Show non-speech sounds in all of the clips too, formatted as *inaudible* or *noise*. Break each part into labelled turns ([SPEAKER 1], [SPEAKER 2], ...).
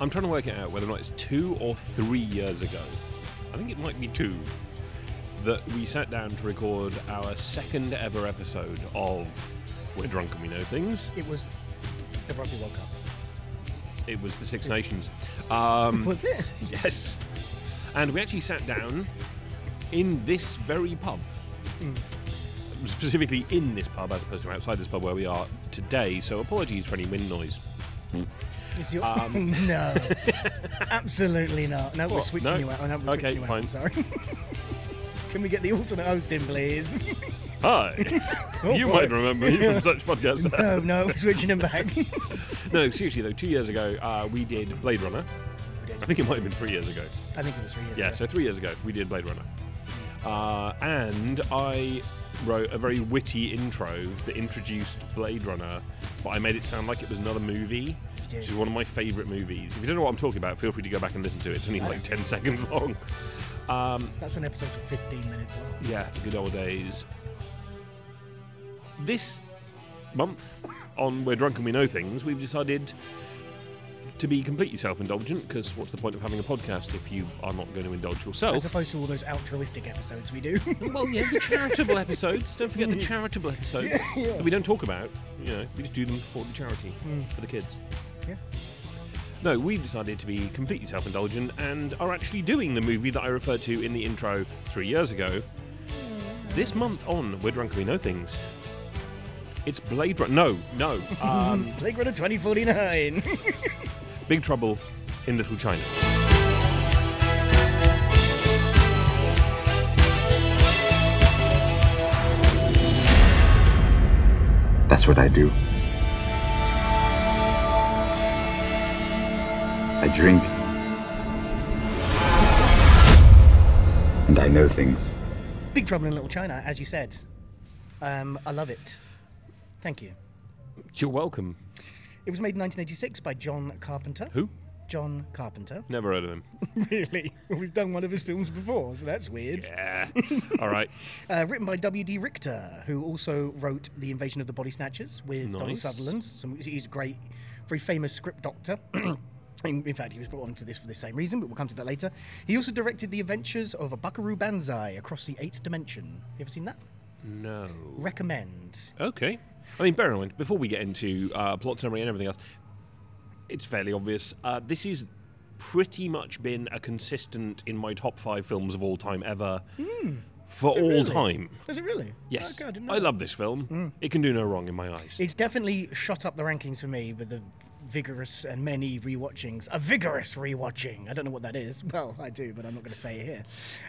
[SPEAKER 1] I'm trying to work it out whether or not it's two or three years ago. I think it might be two that we sat down to record our second ever episode of We're Drunk and We Know Things.
[SPEAKER 2] It was the Rugby World Cup.
[SPEAKER 1] It was the Six Nations. Um, *laughs*
[SPEAKER 2] Was it?
[SPEAKER 1] Yes. And we actually sat down in this very pub.
[SPEAKER 2] Hmm.
[SPEAKER 1] Specifically in this pub, as opposed to outside this pub where we are today. So apologies for any wind noise.
[SPEAKER 2] It's your *laughs*
[SPEAKER 1] *laughs*
[SPEAKER 2] no, absolutely not. No, we're
[SPEAKER 1] Um. What?
[SPEAKER 2] switching
[SPEAKER 1] No?
[SPEAKER 2] you out. Oh, no, we're
[SPEAKER 1] Okay,
[SPEAKER 2] switching you
[SPEAKER 1] fine.
[SPEAKER 2] out. I'm sorry. *laughs* Can we get the alternate host in,
[SPEAKER 1] *laughs*
[SPEAKER 2] please?
[SPEAKER 1] Hi.
[SPEAKER 2] *laughs*
[SPEAKER 1] you
[SPEAKER 2] Oh, boy.
[SPEAKER 1] might remember me from such podcasts.
[SPEAKER 2] no, no, we're switching
[SPEAKER 1] *laughs*
[SPEAKER 2] him back.
[SPEAKER 1] No, seriously though, two years ago uh, we did Blade Runner. I think it might have been three years ago.
[SPEAKER 2] I think it was three years.
[SPEAKER 1] Yeah,
[SPEAKER 2] ago.
[SPEAKER 1] so three years ago we did Blade Runner. Uh, and I wrote a very witty intro that introduced Blade Runner, but I made it sound like it was another movie,
[SPEAKER 2] did.
[SPEAKER 1] which is one of my favourite movies. If you don't know what I'm talking about, feel free to go back and listen to it. It's only like 10 seconds long. Um,
[SPEAKER 2] That's when episodes were 15 minutes long.
[SPEAKER 1] yeah, the good old days. This month on We're Drunk and We Know Things, we've decided to be completely self indulgent because what's the point of having a podcast if you are not going to indulge
[SPEAKER 2] As
[SPEAKER 1] yourself?
[SPEAKER 2] opposed to all those altruistic episodes we do. *laughs*
[SPEAKER 1] well, yeah, the charitable episodes. Don't *laughs* forget the charitable episodes that we don't talk about. You know, we just do them for the charity, for the kids.
[SPEAKER 2] Yeah.
[SPEAKER 1] No, we've decided to be completely self indulgent and are actually doing the movie that I referred to in the intro three years ago. This month on We're Drunk and We Know Things. It's Blade Runner. No, no. Um,
[SPEAKER 2] Blade Runner 2049.
[SPEAKER 1] Big Trouble in Little China.
[SPEAKER 3] That's what I do. I drink. And I know things.
[SPEAKER 2] *laughs* Big Trouble in Little China, as you said. Um, I love it. Thank you.
[SPEAKER 1] You're welcome.
[SPEAKER 2] It was made in 1986 by John Carpenter.
[SPEAKER 1] Who?
[SPEAKER 2] John Carpenter.
[SPEAKER 1] Never heard of him.
[SPEAKER 2] *laughs* Really? We've done one of his films before, so that's weird.
[SPEAKER 1] Yeah. All right.
[SPEAKER 2] Uh, written by W.D. Richter, who also wrote The Invasion of the Body Snatchers with Donald
[SPEAKER 1] Nice.
[SPEAKER 2] Sutherland. Some, he's a great, very famous script doctor. *clears throat* In, in fact, he was brought onto this for the same reason, but we'll come to that later. He also directed The Adventures of a Buckaroo Banzai Across the Eighth Dimension. You ever seen that?
[SPEAKER 1] No.
[SPEAKER 2] Recommend.
[SPEAKER 1] Okay. I mean, bear in mind, before we get into uh, plot summary and everything else, it's fairly obvious. Uh, this is pretty much been a consistent in my top five films of all time ever for all
[SPEAKER 2] Hmm. Really?
[SPEAKER 1] time.
[SPEAKER 2] Is it really?
[SPEAKER 1] Yes.
[SPEAKER 2] Okay, I didn't know.
[SPEAKER 1] I
[SPEAKER 2] that. Hmm.
[SPEAKER 1] love this film. It can do no wrong in my eyes.
[SPEAKER 2] It's definitely shot up the rankings for me with the vigorous and many rewatchings. A vigorous rewatching. I don't know what that is. *laughs* Well, I do, but I'm not going to say it here.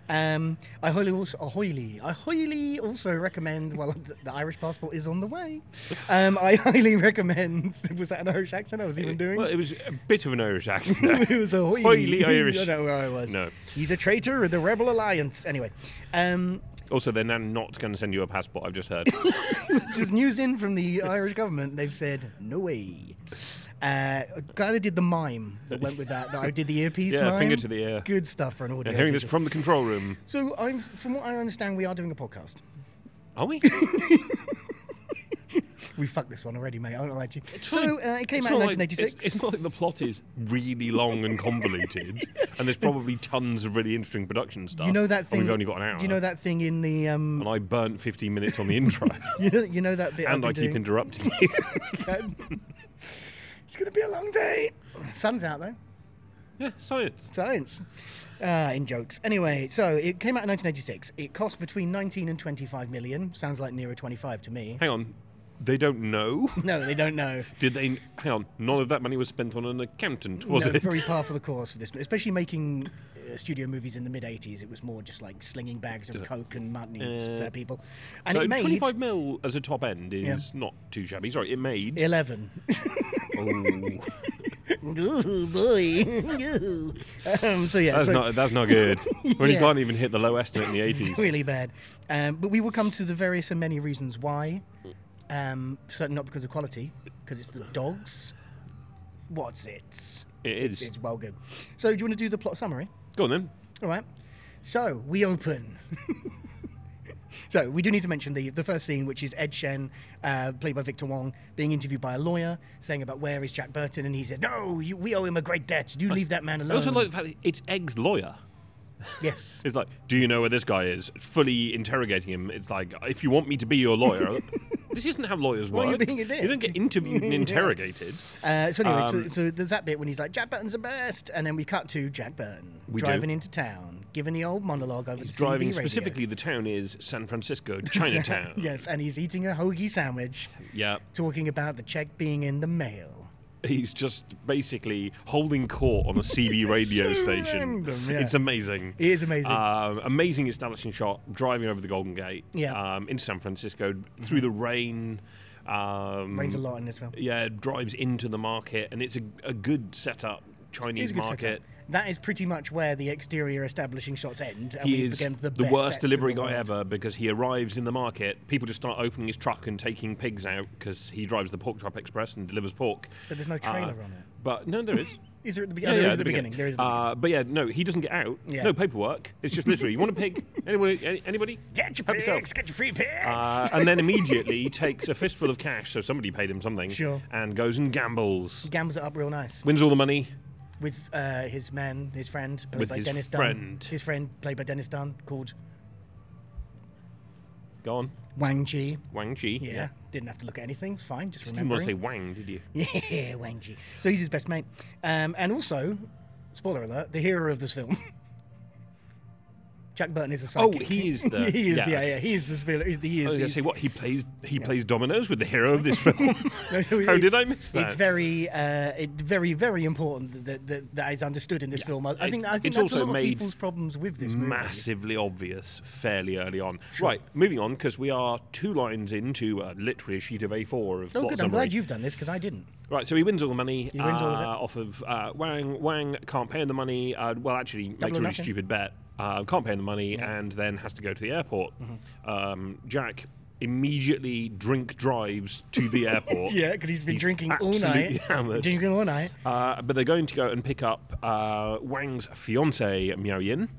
[SPEAKER 2] Um, I highly also, I highly, I highly also recommend. Well, *laughs* the, the Irish passport is on the way. Um, I *laughs* highly recommend. *laughs* Was that an Irish accent I was even doing?
[SPEAKER 1] Eh, Well, it was a bit of an Irish accent. there.
[SPEAKER 2] *laughs* it was a highly,
[SPEAKER 1] Highly Irish.
[SPEAKER 2] *laughs* I don't know where I was.
[SPEAKER 1] No.
[SPEAKER 2] He's a traitor of the Rebel Alliance. Anyway, um,
[SPEAKER 1] Also, they're now not going to send you a passport. I've just
[SPEAKER 2] *laughs*
[SPEAKER 1] heard.
[SPEAKER 2] just news in from the Irish government. They've said no way. Uh, glad I did the mime that went with that. That I did the earpiece.
[SPEAKER 1] Yeah,
[SPEAKER 2] mime.
[SPEAKER 1] finger to the ear.
[SPEAKER 2] Good stuff for an audio.
[SPEAKER 1] They're hearing this
[SPEAKER 2] visual.
[SPEAKER 1] from the control room.
[SPEAKER 2] So, I'm, from what I understand, we are doing a podcast.
[SPEAKER 1] Are *laughs* we?
[SPEAKER 2] We fucked this one already, mate. I won't lie to you.
[SPEAKER 1] fine.
[SPEAKER 2] So uh, it came
[SPEAKER 1] It's
[SPEAKER 2] out in
[SPEAKER 1] not like-
[SPEAKER 2] 1986.
[SPEAKER 1] it's, it's not like the plot is really long and
[SPEAKER 2] *laughs*
[SPEAKER 1] convoluted, and there's probably tons of really interesting production stuff.
[SPEAKER 2] You know that thing.
[SPEAKER 1] And we've only got an hour.
[SPEAKER 2] You know that thing in the.
[SPEAKER 1] *laughs*
[SPEAKER 2] Um, *laughs*
[SPEAKER 1] And I burnt 15 minutes on the intro,
[SPEAKER 2] you know, you know that bit. I've
[SPEAKER 1] and
[SPEAKER 2] been
[SPEAKER 1] I keep
[SPEAKER 2] doing?
[SPEAKER 1] interrupting you.
[SPEAKER 2] *laughs* It's gonna be a long day. Sun's out though.
[SPEAKER 1] yeah, science.
[SPEAKER 2] Science. Uh, in jokes. Anyway, so it came out in 1986. It cost between 19 and 25 million. Sounds like nearer 25 to me.
[SPEAKER 1] Hang on, they don't know. *laughs*
[SPEAKER 2] No, they don't know.
[SPEAKER 1] Did they? Hang on, none of that money was spent on an accountant, was
[SPEAKER 2] no,
[SPEAKER 1] it?
[SPEAKER 2] very par for the course for this, especially making uh, studio movies in the mid 80s. It was more just like slinging bags of coke and money
[SPEAKER 1] Uh,
[SPEAKER 2] at people.
[SPEAKER 1] *laughs*
[SPEAKER 2] And
[SPEAKER 1] so
[SPEAKER 2] it made
[SPEAKER 1] 25 mil as a top end is not too shabby. Sorry, it made.
[SPEAKER 2] 11.
[SPEAKER 1] Oh,
[SPEAKER 2] *laughs* Ooh, boy. *laughs* Ooh. um, so yeah,
[SPEAKER 1] that's
[SPEAKER 2] so
[SPEAKER 1] not that's not
[SPEAKER 2] *laughs*
[SPEAKER 1] good. When you
[SPEAKER 2] Yeah.
[SPEAKER 1] can't even
[SPEAKER 2] *laughs*
[SPEAKER 1] hit the low estimate in the 80s.
[SPEAKER 2] really bad. Um, but we will come to the various and many reasons why. Um, certainly not because of quality, because it's the dogs. What's it?
[SPEAKER 1] It is.
[SPEAKER 2] It's, it's well good. So, do you want to do the plot summary?
[SPEAKER 1] Go on then.
[SPEAKER 2] All right. So we open. *laughs* so we do need to mention the, the first scene, which is Ed Shen, uh, played by Victor Wong, being interviewed by a lawyer, saying about where is Jack Burton, and he said, "No, you, we owe him a great debt. You leave that man
[SPEAKER 1] I
[SPEAKER 2] alone."
[SPEAKER 1] also like the fact that it's Egg's lawyer.
[SPEAKER 2] yes.
[SPEAKER 1] It's like, do you know where this guy is? Fully interrogating him. It's like, if you want me to be your
[SPEAKER 2] *laughs*
[SPEAKER 1] lawyer, this isn't how lawyers work.
[SPEAKER 2] Well, you're being a dick.
[SPEAKER 1] You don't get interviewed
[SPEAKER 2] *laughs*
[SPEAKER 1] and interrogated.
[SPEAKER 2] Uh, so anyway,
[SPEAKER 1] Um,
[SPEAKER 2] so, so there's that bit when he's like, "Jack Burton's the best," and then we cut to Jack Burton
[SPEAKER 1] We do.
[SPEAKER 2] driving into town, giving the old monologue over
[SPEAKER 1] He's
[SPEAKER 2] the CB
[SPEAKER 1] driving
[SPEAKER 2] radio. *laughs*
[SPEAKER 1] specifically. The town is San Francisco, Chinatown.
[SPEAKER 2] yes, and he's eating a hoagie sandwich,
[SPEAKER 1] Yeah.
[SPEAKER 2] talking about the check being in the mail.
[SPEAKER 1] He's just basically holding court on a
[SPEAKER 2] *laughs*
[SPEAKER 1] CB radio
[SPEAKER 2] So
[SPEAKER 1] station.
[SPEAKER 2] random, yeah.
[SPEAKER 1] It's amazing.
[SPEAKER 2] It is amazing.
[SPEAKER 1] Um, amazing establishing shot, driving over the Golden Gate
[SPEAKER 2] Yeah. Mm-hmm.
[SPEAKER 1] um, in San Francisco through the rain. Um,
[SPEAKER 2] Rains a lot in this film.
[SPEAKER 1] Yeah, drives into the market, and it's a, a good setup. Chinese
[SPEAKER 2] He's a good
[SPEAKER 1] market.
[SPEAKER 2] setup. That is pretty much where the exterior establishing shots end. And
[SPEAKER 1] He
[SPEAKER 2] we
[SPEAKER 1] is
[SPEAKER 2] became
[SPEAKER 1] the,
[SPEAKER 2] the, best
[SPEAKER 1] worst
[SPEAKER 2] sets in
[SPEAKER 1] delivery
[SPEAKER 2] the
[SPEAKER 1] guy
[SPEAKER 2] world.
[SPEAKER 1] ever because he arrives in the market. People just start opening his truck and taking pigs out because he drives the Pork Chop Express and delivers pork. Uh,
[SPEAKER 2] But there's no trailer on it.
[SPEAKER 1] But no, there
[SPEAKER 2] *laughs*
[SPEAKER 1] is.
[SPEAKER 2] Is there at the, be- oh, there is at the beginning? There is. At the
[SPEAKER 1] Uh, but yeah, no, he doesn't get out.
[SPEAKER 2] Yeah.
[SPEAKER 1] No paperwork. It's just literally, you want a
[SPEAKER 2] *laughs*
[SPEAKER 1] pig? Anyone? Any, anybody?
[SPEAKER 2] beginning. Get your
[SPEAKER 1] Help
[SPEAKER 2] pigs!
[SPEAKER 1] yourself.
[SPEAKER 2] Get your free pigs!
[SPEAKER 1] Uh, and then immediately takes a fistful of cash, so somebody paid him something,
[SPEAKER 2] Sure.
[SPEAKER 1] and goes and gambles.
[SPEAKER 2] he gams it up real nice
[SPEAKER 1] Wins all the money.
[SPEAKER 2] with uh, his man, his friend, played
[SPEAKER 1] With
[SPEAKER 2] by
[SPEAKER 1] his
[SPEAKER 2] Dennis
[SPEAKER 1] friend.
[SPEAKER 2] Dunn. His friend, played by Dennis Dunn, called
[SPEAKER 1] Go on.
[SPEAKER 2] Wang Chi.
[SPEAKER 1] Wang Chi.
[SPEAKER 2] Yeah, didn't have to look at anything. Fine, just
[SPEAKER 1] You didn't want
[SPEAKER 2] remember.
[SPEAKER 1] to say Wang, did you?
[SPEAKER 2] *laughs* Yeah, Wang Chi. So he's his best mate, um, and also, spoiler alert, the hero of this film. *laughs* Jack Burton is a
[SPEAKER 1] Oh,
[SPEAKER 2] psychic.
[SPEAKER 1] he
[SPEAKER 2] *laughs*
[SPEAKER 1] is the.
[SPEAKER 2] he is the
[SPEAKER 1] okay.
[SPEAKER 2] yeah, he is the spirit. He
[SPEAKER 1] I was
[SPEAKER 2] is.
[SPEAKER 1] going to
[SPEAKER 2] he's-
[SPEAKER 1] Oh, say what he plays. He plays dominoes with the hero of this film.
[SPEAKER 2] *laughs* No, no,
[SPEAKER 1] How
[SPEAKER 2] it's-
[SPEAKER 1] did I miss that?
[SPEAKER 2] It's very, uh, it, very, very important that, that that is understood in this film. I, I think I think
[SPEAKER 1] it's
[SPEAKER 2] that's
[SPEAKER 1] also
[SPEAKER 2] a lot of
[SPEAKER 1] made
[SPEAKER 2] people's problems with this movie.
[SPEAKER 1] massively obvious fairly early on. Right, moving on because we are two lines into uh, literally a sheet of A4 of
[SPEAKER 2] Oh,
[SPEAKER 1] plot
[SPEAKER 2] good. I'm
[SPEAKER 1] summary.
[SPEAKER 2] glad you've done this because I didn't.
[SPEAKER 1] Right, so he wins all the money
[SPEAKER 2] He wins all of
[SPEAKER 1] uh,
[SPEAKER 2] it.
[SPEAKER 1] off of uh, Wang. Wang can't pay him the money. Uh, well, actually, makes
[SPEAKER 2] or
[SPEAKER 1] a really
[SPEAKER 2] nothing.
[SPEAKER 1] stupid bet. Uh, can't pay him the money and then has to go to the airport.
[SPEAKER 2] Mm-hmm.
[SPEAKER 1] Um, Jack immediately drink drives to
[SPEAKER 2] *laughs*
[SPEAKER 1] the airport.
[SPEAKER 2] Yeah, because he's been drinking all
[SPEAKER 1] absolutely
[SPEAKER 2] night.
[SPEAKER 1] *laughs* hammered.
[SPEAKER 2] Drinking all night.
[SPEAKER 1] Uh, but they're going to go and pick up uh, Wang's fiance Miao Yin,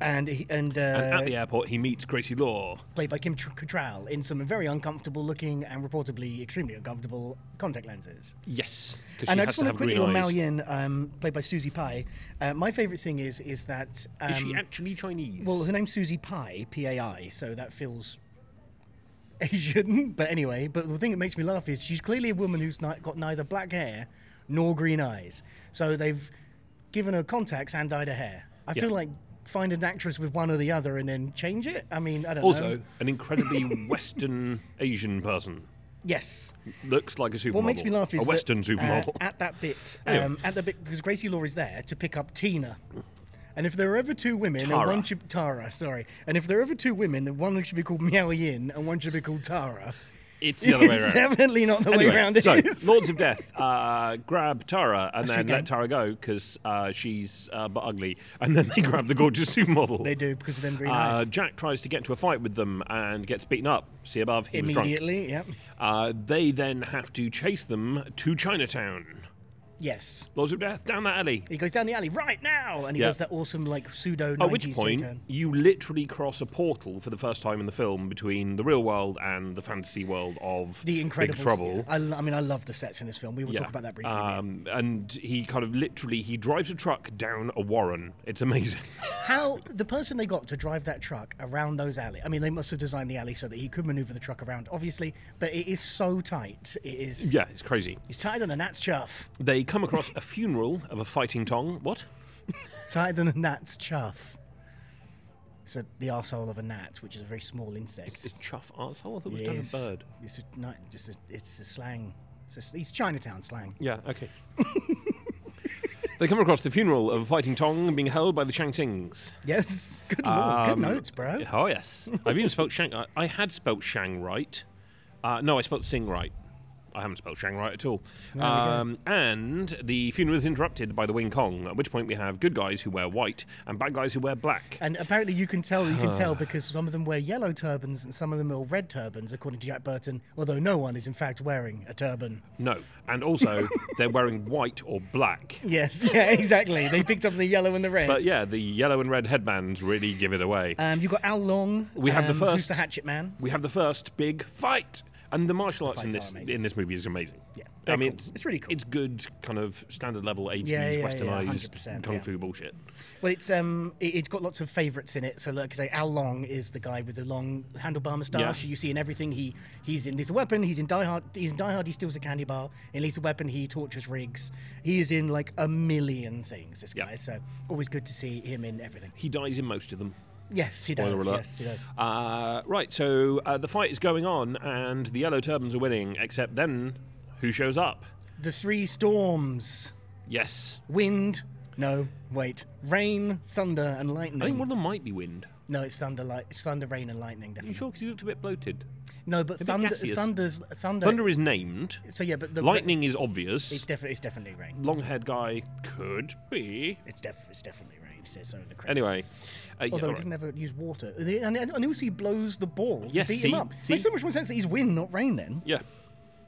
[SPEAKER 2] And he, and, uh,
[SPEAKER 1] and at the airport he meets Gracie Law.
[SPEAKER 2] played by Kim Tr- Cattrall in some very uncomfortable looking and reportedly extremely uncomfortable contact lenses.
[SPEAKER 1] Yes, because
[SPEAKER 2] And
[SPEAKER 1] she
[SPEAKER 2] I
[SPEAKER 1] has
[SPEAKER 2] just
[SPEAKER 1] to
[SPEAKER 2] want to
[SPEAKER 1] have
[SPEAKER 2] quickly
[SPEAKER 1] green
[SPEAKER 2] on Mao
[SPEAKER 1] eyes.
[SPEAKER 2] Yin, um, played by Susie Pye. Uh, my favourite thing is is that um,
[SPEAKER 1] Is she actually Chinese?
[SPEAKER 2] Well, her name's Susie Pai, P A I, so that feels Asian. *laughs* But anyway, but the thing that makes me laugh is she's clearly a woman who's ni- got neither black hair nor green eyes. So they've given her contacts and dyed her hair. I
[SPEAKER 1] Yeah.
[SPEAKER 2] feel like find an actress with one or the other and then change it. I mean, I don't know.
[SPEAKER 1] also an
[SPEAKER 2] *laughs*
[SPEAKER 1] incredibly Western Asian person.
[SPEAKER 2] yes.
[SPEAKER 1] looks like a supermodel.
[SPEAKER 2] What makes me laugh is
[SPEAKER 1] a Western
[SPEAKER 2] that, uh,
[SPEAKER 1] supermodel.
[SPEAKER 2] *laughs* at that bit,
[SPEAKER 1] Anyway.
[SPEAKER 2] um, at the bit because Gracie Law is there to pick up Tina. And if there are ever two women,
[SPEAKER 1] Tara.
[SPEAKER 2] and one should Tara, sorry. And if there are ever two women, then one should be called Miao Yin and one should be called Tara.
[SPEAKER 1] *laughs* it's the other way
[SPEAKER 2] *laughs* It's
[SPEAKER 1] around.
[SPEAKER 2] Definitely not the
[SPEAKER 1] Anyway,
[SPEAKER 2] way around. It
[SPEAKER 1] so
[SPEAKER 2] is. *laughs*
[SPEAKER 1] Lords of Death uh, grab Tara and then
[SPEAKER 2] true,
[SPEAKER 1] let
[SPEAKER 2] Gavin.
[SPEAKER 1] Tara go because uh, she's uh, but ugly, and then they grab the gorgeous *laughs* supermodel.
[SPEAKER 2] They do because of them green
[SPEAKER 1] Uh,
[SPEAKER 2] eyes.
[SPEAKER 1] Jack tries to get into a fight with them and gets beaten up. See above, he was drunk.
[SPEAKER 2] Immediately, yeah.
[SPEAKER 1] Uh, they then have to chase them to Chinatown.
[SPEAKER 2] Yes.
[SPEAKER 1] Lords of Death down that alley.
[SPEAKER 2] He goes down the alley right now, and he
[SPEAKER 1] Yeah.
[SPEAKER 2] does that awesome like pseudo.
[SPEAKER 1] At which
[SPEAKER 2] 90s
[SPEAKER 1] point,
[SPEAKER 2] U-turn.
[SPEAKER 1] you literally cross a portal for the first time in the film between the real world and the fantasy world of
[SPEAKER 2] the incredible
[SPEAKER 1] Big Trouble.
[SPEAKER 2] I, lo- I mean, I love the sets in this film. We will talk about that briefly.
[SPEAKER 1] Um, and he kind of literally he drives a truck down a warren. It's amazing. *laughs*
[SPEAKER 2] How the person they got to drive that truck around those alley? I mean, they must have designed the alley so that he could maneuver the truck around, obviously. But it is so tight. It is.
[SPEAKER 1] yeah, it's crazy.
[SPEAKER 2] It's tighter than a gnat's chuff.
[SPEAKER 1] They come across a funeral of a fighting tong. What?
[SPEAKER 2] Tighter than a gnat's chuff. It's a, the arsehole of a gnat, which is a very small insect.
[SPEAKER 1] It's chuff arsehole. I thought it was
[SPEAKER 2] Yes.
[SPEAKER 1] down a bird.
[SPEAKER 2] It's a, no, just a, it's a slang. It's, a, it's Chinatown slang.
[SPEAKER 1] Yeah. Okay. they come across the funeral of a fighting tong being held by the Shang Tsings.
[SPEAKER 2] Yes. Good lord. Good
[SPEAKER 1] Um,
[SPEAKER 2] notes, bro.
[SPEAKER 1] Oh yes, I've even spelt Shang. I, I had spelt Shang right. Uh, no, I spelt Sing right. I haven't spelled Shang right at all.
[SPEAKER 2] we go.
[SPEAKER 1] Um, and the funeral is interrupted by the Wing Kong, at which point we have good guys who wear white and bad guys who wear black.
[SPEAKER 2] And apparently, you can tell. You can tell because some of them wear yellow turbans and some of them are red turbans, according to Jack Burton. Although no one is in fact wearing a turban.
[SPEAKER 1] No. And
[SPEAKER 2] *laughs*
[SPEAKER 1] also, they're wearing white or black.
[SPEAKER 2] Yes, *laughs* yeah, exactly. They picked up the yellow and the red.
[SPEAKER 1] But yeah, the yellow and red headbands really give it away.
[SPEAKER 2] um, you got Al Long.
[SPEAKER 1] We have the
[SPEAKER 2] um, Who's
[SPEAKER 1] first-
[SPEAKER 2] the Hatchet Man?
[SPEAKER 1] we have the first big fight. And the martial arts in
[SPEAKER 2] fights are
[SPEAKER 1] this
[SPEAKER 2] amazing.
[SPEAKER 1] in this movie is amazing.
[SPEAKER 2] Yeah,
[SPEAKER 1] I
[SPEAKER 2] they're
[SPEAKER 1] mean,
[SPEAKER 2] cool. It's really cool.
[SPEAKER 1] It's good, kind of standard level eighties
[SPEAKER 2] Yeah, yeah, yeah,
[SPEAKER 1] westernized
[SPEAKER 2] 100%,
[SPEAKER 1] kung
[SPEAKER 2] yeah.
[SPEAKER 1] fu bullshit.
[SPEAKER 2] Well, it's um, it, it's got lots of favourites in it. So look, say Al Long is the guy with the long handlebar moustache.
[SPEAKER 1] Yeah.
[SPEAKER 2] You see in everything. He he's in Lethal Weapon. He's in Die Hard. He's in Die Hard. He steals a candy bar. In Lethal Weapon, he tortures Riggs. He is in like a million things. This
[SPEAKER 1] Yeah.
[SPEAKER 2] guy. So always good to see him in everything.
[SPEAKER 1] He dies in most of them.
[SPEAKER 2] Yes, he does.
[SPEAKER 1] Spoiler alert.
[SPEAKER 2] Yes, he does.
[SPEAKER 1] Uh, right, so uh, the fight is going on, and the yellow turbans are winning. Except then, who shows up?
[SPEAKER 2] The three storms:
[SPEAKER 1] Yes,
[SPEAKER 2] wind. No, wait. Rain, thunder, and lightning.
[SPEAKER 1] I think one of them might be wind.
[SPEAKER 2] No, it's thunder, light, it's thunder, rain, and lightning.
[SPEAKER 1] Are you
[SPEAKER 2] Definitely.
[SPEAKER 1] sure? Because he looked a bit bloated.
[SPEAKER 2] No, but
[SPEAKER 1] bit
[SPEAKER 2] thunder,
[SPEAKER 1] gaseous.
[SPEAKER 2] thunder's thunder.
[SPEAKER 1] Thunder is named.
[SPEAKER 2] So yeah, but the
[SPEAKER 1] Lightning is obvious.
[SPEAKER 2] It's, defi- it's definitely rain.
[SPEAKER 1] Long-haired guy could be.
[SPEAKER 2] It's, def- it's definitely rain. He says so in the credits.
[SPEAKER 1] Anyway, uh, yeah,
[SPEAKER 2] Although
[SPEAKER 1] all
[SPEAKER 2] he
[SPEAKER 1] right.
[SPEAKER 2] doesn't ever use water, and, and, and also he blows the ball to
[SPEAKER 1] Yes,
[SPEAKER 2] beat
[SPEAKER 1] see?
[SPEAKER 2] him up.
[SPEAKER 1] See?
[SPEAKER 2] Makes so much more sense that he's wind, not rain. Then
[SPEAKER 1] Yeah.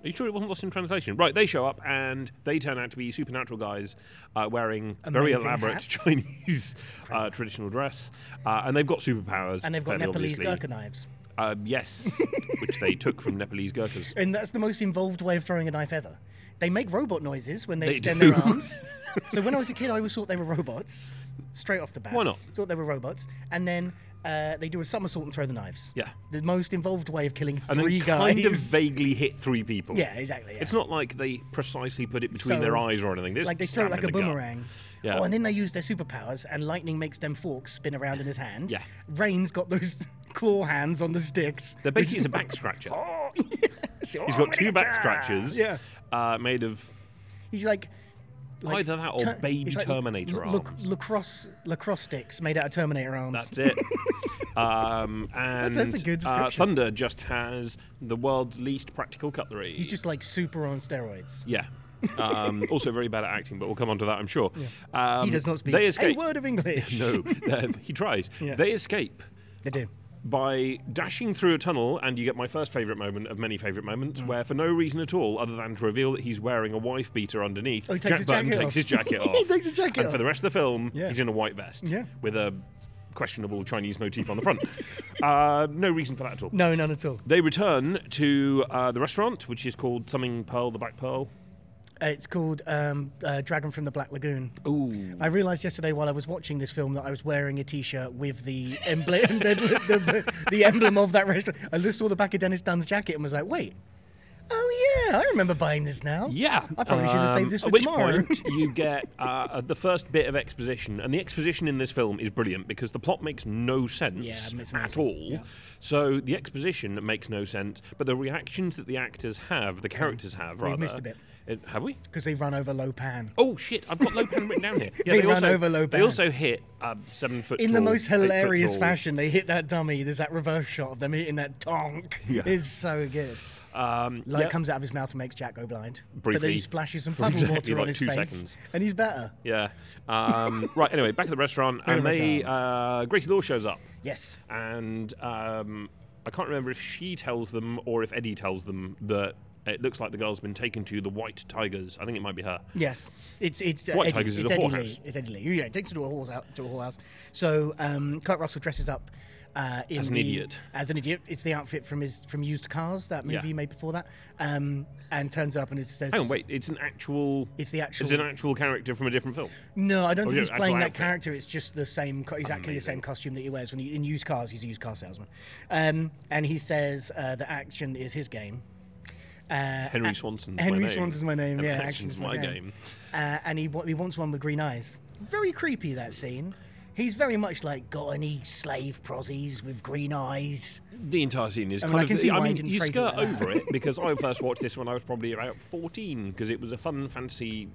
[SPEAKER 1] Are you sure it wasn't lost in translation? Right, they show up and they turn out to be supernatural guys uh, wearing very
[SPEAKER 2] Amazing
[SPEAKER 1] elaborate *laughs*
[SPEAKER 2] hats.
[SPEAKER 1] Chinese uh, traditional dress. Uh, and they've got superpowers.
[SPEAKER 2] and they've got
[SPEAKER 1] fairly
[SPEAKER 2] Nepalese
[SPEAKER 1] obviously.
[SPEAKER 2] Gurkha knives,
[SPEAKER 1] Uh,
[SPEAKER 2] *laughs*
[SPEAKER 1] yes, which they took from Nepalese Gurkhas.
[SPEAKER 2] and that's the most involved way of throwing a knife ever. They make robot noises when they,
[SPEAKER 1] They
[SPEAKER 2] extend
[SPEAKER 1] do.
[SPEAKER 2] their
[SPEAKER 1] *laughs*
[SPEAKER 2] arms. so when I was a kid, I always thought they were robots. Straight off the bat,
[SPEAKER 1] Why not?
[SPEAKER 2] Thought they were robots, and then uh, they do a somersault and throw the knives.
[SPEAKER 1] Yeah.
[SPEAKER 2] the most involved way of killing
[SPEAKER 1] And
[SPEAKER 2] three
[SPEAKER 1] then
[SPEAKER 2] guys.
[SPEAKER 1] kind of vaguely hit three people.
[SPEAKER 2] yeah, exactly. yeah.
[SPEAKER 1] It's not like they precisely put it between
[SPEAKER 2] So,
[SPEAKER 1] their eyes or anything. They just
[SPEAKER 2] like they
[SPEAKER 1] stab
[SPEAKER 2] throw it
[SPEAKER 1] him
[SPEAKER 2] like
[SPEAKER 1] in
[SPEAKER 2] a
[SPEAKER 1] the gut.
[SPEAKER 2] boomerang.
[SPEAKER 1] Yeah.
[SPEAKER 2] Oh, and then they use their superpowers, and lightning makes them forks spin around in his hand.
[SPEAKER 1] Yeah.
[SPEAKER 2] Rain's got those *laughs* claw hands on the sticks.
[SPEAKER 1] They're
[SPEAKER 2] *laughs*
[SPEAKER 1] basically it's a back scratcher.
[SPEAKER 2] Oh, *laughs* yes.
[SPEAKER 1] He's
[SPEAKER 2] Oh,
[SPEAKER 1] got two back
[SPEAKER 2] Minotaur.
[SPEAKER 1] scratchers
[SPEAKER 2] Yeah.
[SPEAKER 1] uh, made of
[SPEAKER 2] He's like. like
[SPEAKER 1] Either that or baby
[SPEAKER 2] it's
[SPEAKER 1] Terminator
[SPEAKER 2] la- la-
[SPEAKER 1] arms.
[SPEAKER 2] lacrosse, lacrosse sticks made out of Terminator arms.
[SPEAKER 1] That's it.
[SPEAKER 2] *laughs*
[SPEAKER 1] um, and
[SPEAKER 2] That's- that's a good
[SPEAKER 1] uh,
[SPEAKER 2] description.
[SPEAKER 1] Thunder just has the world's least practical cutlery.
[SPEAKER 2] He's just like super on steroids.
[SPEAKER 1] yeah.
[SPEAKER 2] *laughs*
[SPEAKER 1] um, also very bad at acting, but we'll come on to that, I'm sure. Um,
[SPEAKER 2] he does not speak
[SPEAKER 1] They
[SPEAKER 2] a
[SPEAKER 1] escape.
[SPEAKER 2] word of
[SPEAKER 1] *laughs*
[SPEAKER 2] English.
[SPEAKER 1] no, uh, he tries.
[SPEAKER 2] Yeah.
[SPEAKER 1] They escape
[SPEAKER 2] They do.
[SPEAKER 1] by dashing through a tunnel, and you get my first favourite moment of many favourite
[SPEAKER 2] Mm.
[SPEAKER 1] moments, where for no reason at all, other than to reveal that he's wearing a wife beater underneath,
[SPEAKER 2] Oh, he
[SPEAKER 1] Jack
[SPEAKER 2] takes his
[SPEAKER 1] Burton
[SPEAKER 2] jacket
[SPEAKER 1] takes
[SPEAKER 2] off.
[SPEAKER 1] his jacket
[SPEAKER 2] *laughs* He
[SPEAKER 1] off.
[SPEAKER 2] takes his jacket
[SPEAKER 1] and for
[SPEAKER 2] off.
[SPEAKER 1] the rest of the film,
[SPEAKER 2] Yeah.
[SPEAKER 1] he's in a white vest
[SPEAKER 2] Yeah.
[SPEAKER 1] with a questionable Chinese motif on the
[SPEAKER 2] *laughs*
[SPEAKER 1] front. uh, no reason for that at all.
[SPEAKER 2] No, none at all.
[SPEAKER 1] They return to uh, the restaurant, which is called something Pearl, the Black Pearl.
[SPEAKER 2] Uh, it's called um, uh, Dragon from the Black Lagoon.
[SPEAKER 1] Ooh.
[SPEAKER 2] I realised yesterday while I was watching this film that I was wearing a T-shirt with the emblem, *laughs* the, the, the emblem of that restaurant. I just saw the back of Dennis Dunn's jacket and was like, "Wait, oh yeah, I remember buying this now."
[SPEAKER 1] Yeah.
[SPEAKER 2] I probably should have
[SPEAKER 1] Um,
[SPEAKER 2] saved this for
[SPEAKER 1] At which
[SPEAKER 2] tomorrow. *laughs*
[SPEAKER 1] point, you get uh, the first bit of exposition, and the exposition in this film is brilliant because the plot makes no sense at
[SPEAKER 2] it's amazing.
[SPEAKER 1] all.
[SPEAKER 2] Yeah.
[SPEAKER 1] So the exposition makes no sense, but the reactions that the actors have, the characters have, rather.
[SPEAKER 2] missed a bit.
[SPEAKER 1] it- have we?
[SPEAKER 2] Because they run over Lopan
[SPEAKER 1] Oh shit! I've got Lopan written down
[SPEAKER 2] *laughs*
[SPEAKER 1] here. Yeah,
[SPEAKER 2] They ran
[SPEAKER 1] also,
[SPEAKER 2] over Lopan.
[SPEAKER 1] They also hit uh, seven foot
[SPEAKER 2] in the
[SPEAKER 1] tall,
[SPEAKER 2] most
[SPEAKER 1] eight foot
[SPEAKER 2] hilarious
[SPEAKER 1] tall.
[SPEAKER 2] fashion. They hit that dummy. There's that reverse shot of them hitting that donk.
[SPEAKER 1] Yeah.
[SPEAKER 2] It's so good.
[SPEAKER 1] Um,
[SPEAKER 2] Light
[SPEAKER 1] yeah.
[SPEAKER 2] comes out of his mouth and makes Jack go blind. but then
[SPEAKER 1] Briefly.
[SPEAKER 2] he splashes some
[SPEAKER 1] For
[SPEAKER 2] puddle
[SPEAKER 1] *laughs* exactly like
[SPEAKER 2] water on his
[SPEAKER 1] two
[SPEAKER 2] face,
[SPEAKER 1] seconds.
[SPEAKER 2] and he's better.
[SPEAKER 1] Yeah.
[SPEAKER 2] *laughs*
[SPEAKER 1] Um, right. Anyway, back at the restaurant, and
[SPEAKER 2] much
[SPEAKER 1] they uh, Gracie Law shows up,
[SPEAKER 2] Yes.
[SPEAKER 1] and um, I can't remember if she tells them or if Eddie tells them that it looks like the girl's been taken to the White Tigers. I think it might be her.
[SPEAKER 2] Yes, it's it's uh,
[SPEAKER 1] White
[SPEAKER 2] Eddie,
[SPEAKER 1] Tigers is
[SPEAKER 2] it's
[SPEAKER 1] a
[SPEAKER 2] Eddie
[SPEAKER 1] whorehouse.
[SPEAKER 2] Lee. It's Eddie Lee. Yeah, it takes her to a whorehouse. out- To a whorehouse. So um, Kurt Russell dresses up uh, in
[SPEAKER 1] As an
[SPEAKER 2] the-
[SPEAKER 1] idiot.
[SPEAKER 2] As an idiot, it's the outfit from his from Used Cars, that movie
[SPEAKER 1] Yeah.
[SPEAKER 2] he made before that, um, and turns up and it says,
[SPEAKER 1] Hang on, wait. It's an actual.
[SPEAKER 2] It's the
[SPEAKER 1] It's an
[SPEAKER 2] actual-
[SPEAKER 1] actual charapter from a different film.
[SPEAKER 2] "No, I don't
[SPEAKER 1] Oh,
[SPEAKER 2] think
[SPEAKER 1] yeah,
[SPEAKER 2] he's
[SPEAKER 1] actual
[SPEAKER 2] playing that
[SPEAKER 1] outfit.
[SPEAKER 2] character. It's just the same, co- exactly the same costume that he wears when he in Used Cars. He's a used car salesman, um, and he says uh, that action is his game." Uh,
[SPEAKER 1] Henry
[SPEAKER 2] a-
[SPEAKER 1] Swanson's my
[SPEAKER 2] Henry
[SPEAKER 1] name.
[SPEAKER 2] Swanson's my name.
[SPEAKER 1] And
[SPEAKER 2] yeah,
[SPEAKER 1] action's my game.
[SPEAKER 2] Uh, and he wa- he wants one with green eyes. Very creepy that scene. He's very much like got any slave prozzies with green eyes.
[SPEAKER 1] The entire scene is
[SPEAKER 2] mean,
[SPEAKER 1] kind
[SPEAKER 2] I
[SPEAKER 1] of.
[SPEAKER 2] can see
[SPEAKER 1] I
[SPEAKER 2] why I
[SPEAKER 1] mean,
[SPEAKER 2] didn't
[SPEAKER 1] you
[SPEAKER 2] phrase it
[SPEAKER 1] skirt
[SPEAKER 2] like that.
[SPEAKER 1] over it because I first watched this when I was probably about fourteen because it was a fun fantasy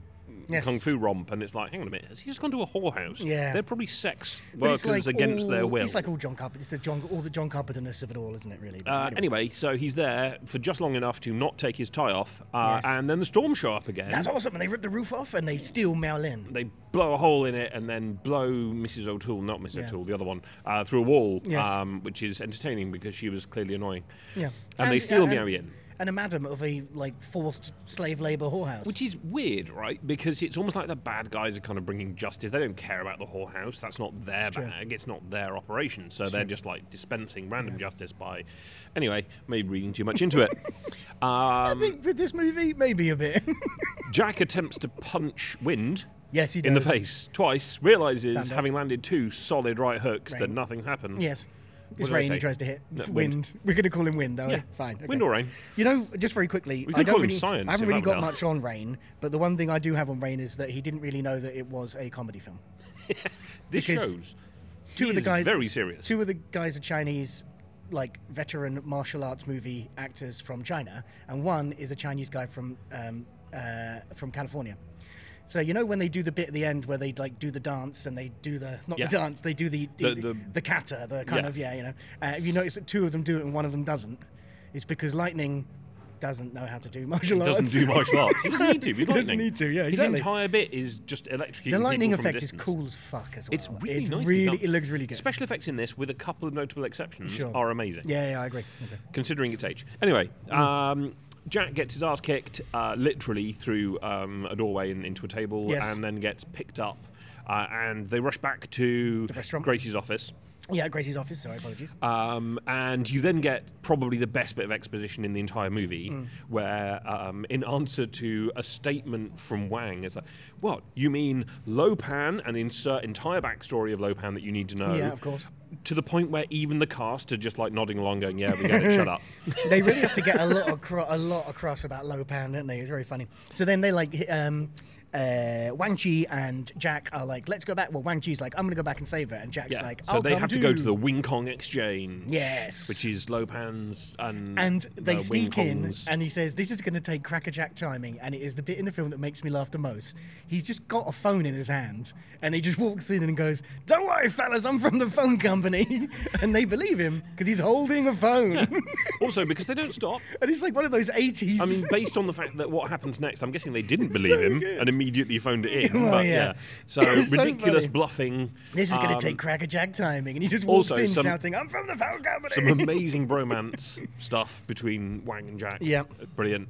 [SPEAKER 2] Yes.
[SPEAKER 1] kung fu romp, and it's like, hang on a minute, has he just gone to a whorehouse?
[SPEAKER 2] Yeah.
[SPEAKER 1] They're probably sex
[SPEAKER 2] But it's
[SPEAKER 1] workers
[SPEAKER 2] like
[SPEAKER 1] against
[SPEAKER 2] all,
[SPEAKER 1] their will.
[SPEAKER 2] It's like all John Carpenter. It's the John, all the John Carpenterness of it all, isn't it? Really. But
[SPEAKER 1] uh, anyway, so he's there for just long enough to not take his tie off, uh,
[SPEAKER 2] Yes.
[SPEAKER 1] and then the storm show up again.
[SPEAKER 2] that's awesome. And they rip the roof off and they steal Mao Lin.
[SPEAKER 1] they blow a hole in it and then blow Mrs. O'Toole, not Mrs.
[SPEAKER 2] Yeah.
[SPEAKER 1] O'Toole, the other one, uh, through a wall,
[SPEAKER 2] Yes.
[SPEAKER 1] um, which is entertaining because she was clearly annoying.
[SPEAKER 2] Yeah.
[SPEAKER 1] And, they steal Marion,
[SPEAKER 2] uh, And a madam of a like forced slave labor whorehouse.
[SPEAKER 1] which is weird, right? Because it's almost like the bad guys are kind of bringing justice. They don't care about the whorehouse. That's not their
[SPEAKER 2] true.
[SPEAKER 1] bag. It's not their operation. So they're just like dispensing random justice by. *laughs* Anyway, maybe reading too much
[SPEAKER 2] *laughs*
[SPEAKER 1] into it.
[SPEAKER 2] I
[SPEAKER 1] um,
[SPEAKER 2] think with this movie, maybe a bit.
[SPEAKER 1] Jack attempts to punch Wind.
[SPEAKER 2] yes, he does.
[SPEAKER 1] in the face twice, realizes
[SPEAKER 2] Stand up.
[SPEAKER 1] having landed two solid right hooks that
[SPEAKER 2] Rain.
[SPEAKER 1] nothing happened.
[SPEAKER 2] *laughs* Yes.
[SPEAKER 1] What
[SPEAKER 2] It's
[SPEAKER 1] did I
[SPEAKER 2] rain he
[SPEAKER 1] say?
[SPEAKER 2] tries to hit.
[SPEAKER 1] No,
[SPEAKER 2] It's
[SPEAKER 1] wind.
[SPEAKER 2] wind. We're going to call him wind, though.
[SPEAKER 1] Yeah.
[SPEAKER 2] Fine. okay.
[SPEAKER 1] Wind or rain.
[SPEAKER 2] You know, just very quickly,
[SPEAKER 1] could
[SPEAKER 2] I don't
[SPEAKER 1] call him
[SPEAKER 2] really,
[SPEAKER 1] science,
[SPEAKER 2] I haven't
[SPEAKER 1] if
[SPEAKER 2] really
[SPEAKER 1] that would
[SPEAKER 2] got
[SPEAKER 1] help.
[SPEAKER 2] much on Rain, but the one thing I do have on Rain is that he didn't really know that it was a comedy film.
[SPEAKER 1] This
[SPEAKER 2] Because *laughs*
[SPEAKER 1] shows
[SPEAKER 2] Two
[SPEAKER 1] he
[SPEAKER 2] of the
[SPEAKER 1] is
[SPEAKER 2] guys,
[SPEAKER 1] very serious.
[SPEAKER 2] Two of the guys are Chinese, like veteran martial arts movie actors from China, and one is a Chinese guy from um, uh, from California. So you know when they do the bit at the end where they like do the dance and they do the not
[SPEAKER 1] Yeah.
[SPEAKER 2] the dance they do the the,
[SPEAKER 1] The-
[SPEAKER 2] the,
[SPEAKER 1] the-
[SPEAKER 2] kata the kind
[SPEAKER 1] Yeah.
[SPEAKER 2] of yeah you know uh, if you notice that two of them do it and one of them doesn't it's because lightning doesn't know how to do martial
[SPEAKER 1] He doesn't
[SPEAKER 2] arts *laughs*
[SPEAKER 1] do martial arts. He doesn't need to. He
[SPEAKER 2] doesn't need to, yeah, exactly.
[SPEAKER 1] His entire bit is just electrocuting.
[SPEAKER 2] the lightning
[SPEAKER 1] people from a
[SPEAKER 2] effect is
[SPEAKER 1] distance.
[SPEAKER 2] cool as fuck as well
[SPEAKER 1] It's really
[SPEAKER 2] it's
[SPEAKER 1] nicely
[SPEAKER 2] really
[SPEAKER 1] done.
[SPEAKER 2] it looks really good
[SPEAKER 1] Special effects in this, with a couple of notable exceptions,
[SPEAKER 2] Sure.
[SPEAKER 1] are amazing.
[SPEAKER 2] yeah Mm. yeah I agree okay.
[SPEAKER 1] considering its age. Anyway, um, Jack gets his ass kicked uh, literally through um, a doorway and into a table,
[SPEAKER 2] Yes.
[SPEAKER 1] and then gets picked up. Uh, and they rush back to
[SPEAKER 2] restaurant.
[SPEAKER 1] Gracie's office.
[SPEAKER 2] yeah Gracie's office sorry apologies
[SPEAKER 1] Um, and you then get probably the best bit of exposition in the entire movie,
[SPEAKER 2] Mm.
[SPEAKER 1] where um, in answer to a statement from Wang, it's like, "What you mean, Lopan?" And insert entire backstory of Lopan that you need to know.
[SPEAKER 2] Yeah, of course.
[SPEAKER 1] To the point where even the cast are just like nodding along, going, "Yeah, we get it.
[SPEAKER 2] *laughs*
[SPEAKER 1] shut up."
[SPEAKER 2] *laughs* they really have to get a lot acro- a lot across about Lopan, don't they? It's very funny. So then they like hi- um, uh, Wang Chi and Jack are like, let's go back. Well, Wang Chi's like, I'm gonna go back and save it, and Jack's like,
[SPEAKER 1] so
[SPEAKER 2] I'll
[SPEAKER 1] they
[SPEAKER 2] come
[SPEAKER 1] have to go
[SPEAKER 2] too."
[SPEAKER 1] to the Wing Kong Exchange.
[SPEAKER 2] Yes.
[SPEAKER 1] Which is Lopan's and
[SPEAKER 2] and they
[SPEAKER 1] the
[SPEAKER 2] sneak
[SPEAKER 1] Wing
[SPEAKER 2] in,
[SPEAKER 1] Kong's.
[SPEAKER 2] and he says, "This is going to take crackerjack timing," and it is the bit in the film that makes me laugh the most. He's just got a phone in his hand, and he just walks in and goes, "Don't worry, fellas, I'm from the phone company," *laughs* and they believe him because he's holding a phone, *laughs*
[SPEAKER 1] also because they don't stop.
[SPEAKER 2] and it's like one of those '80s.
[SPEAKER 1] I mean, based on the fact that what happens next, I'm guessing they didn't believe
[SPEAKER 2] so
[SPEAKER 1] him
[SPEAKER 2] good.
[SPEAKER 1] and immediately phoned it in.
[SPEAKER 2] *laughs* Well,
[SPEAKER 1] but yeah,
[SPEAKER 2] yeah.
[SPEAKER 1] so
[SPEAKER 2] It's so
[SPEAKER 1] ridiculous
[SPEAKER 2] funny.
[SPEAKER 1] bluffing.
[SPEAKER 2] This is going
[SPEAKER 1] um,
[SPEAKER 2] to take crackerjack timing. And he just walks
[SPEAKER 1] also
[SPEAKER 2] in
[SPEAKER 1] some-
[SPEAKER 2] shouting, I'm from the phone company.
[SPEAKER 1] some amazing bromance stuff between Wang and Jack.
[SPEAKER 2] Yeah.
[SPEAKER 1] brilliant.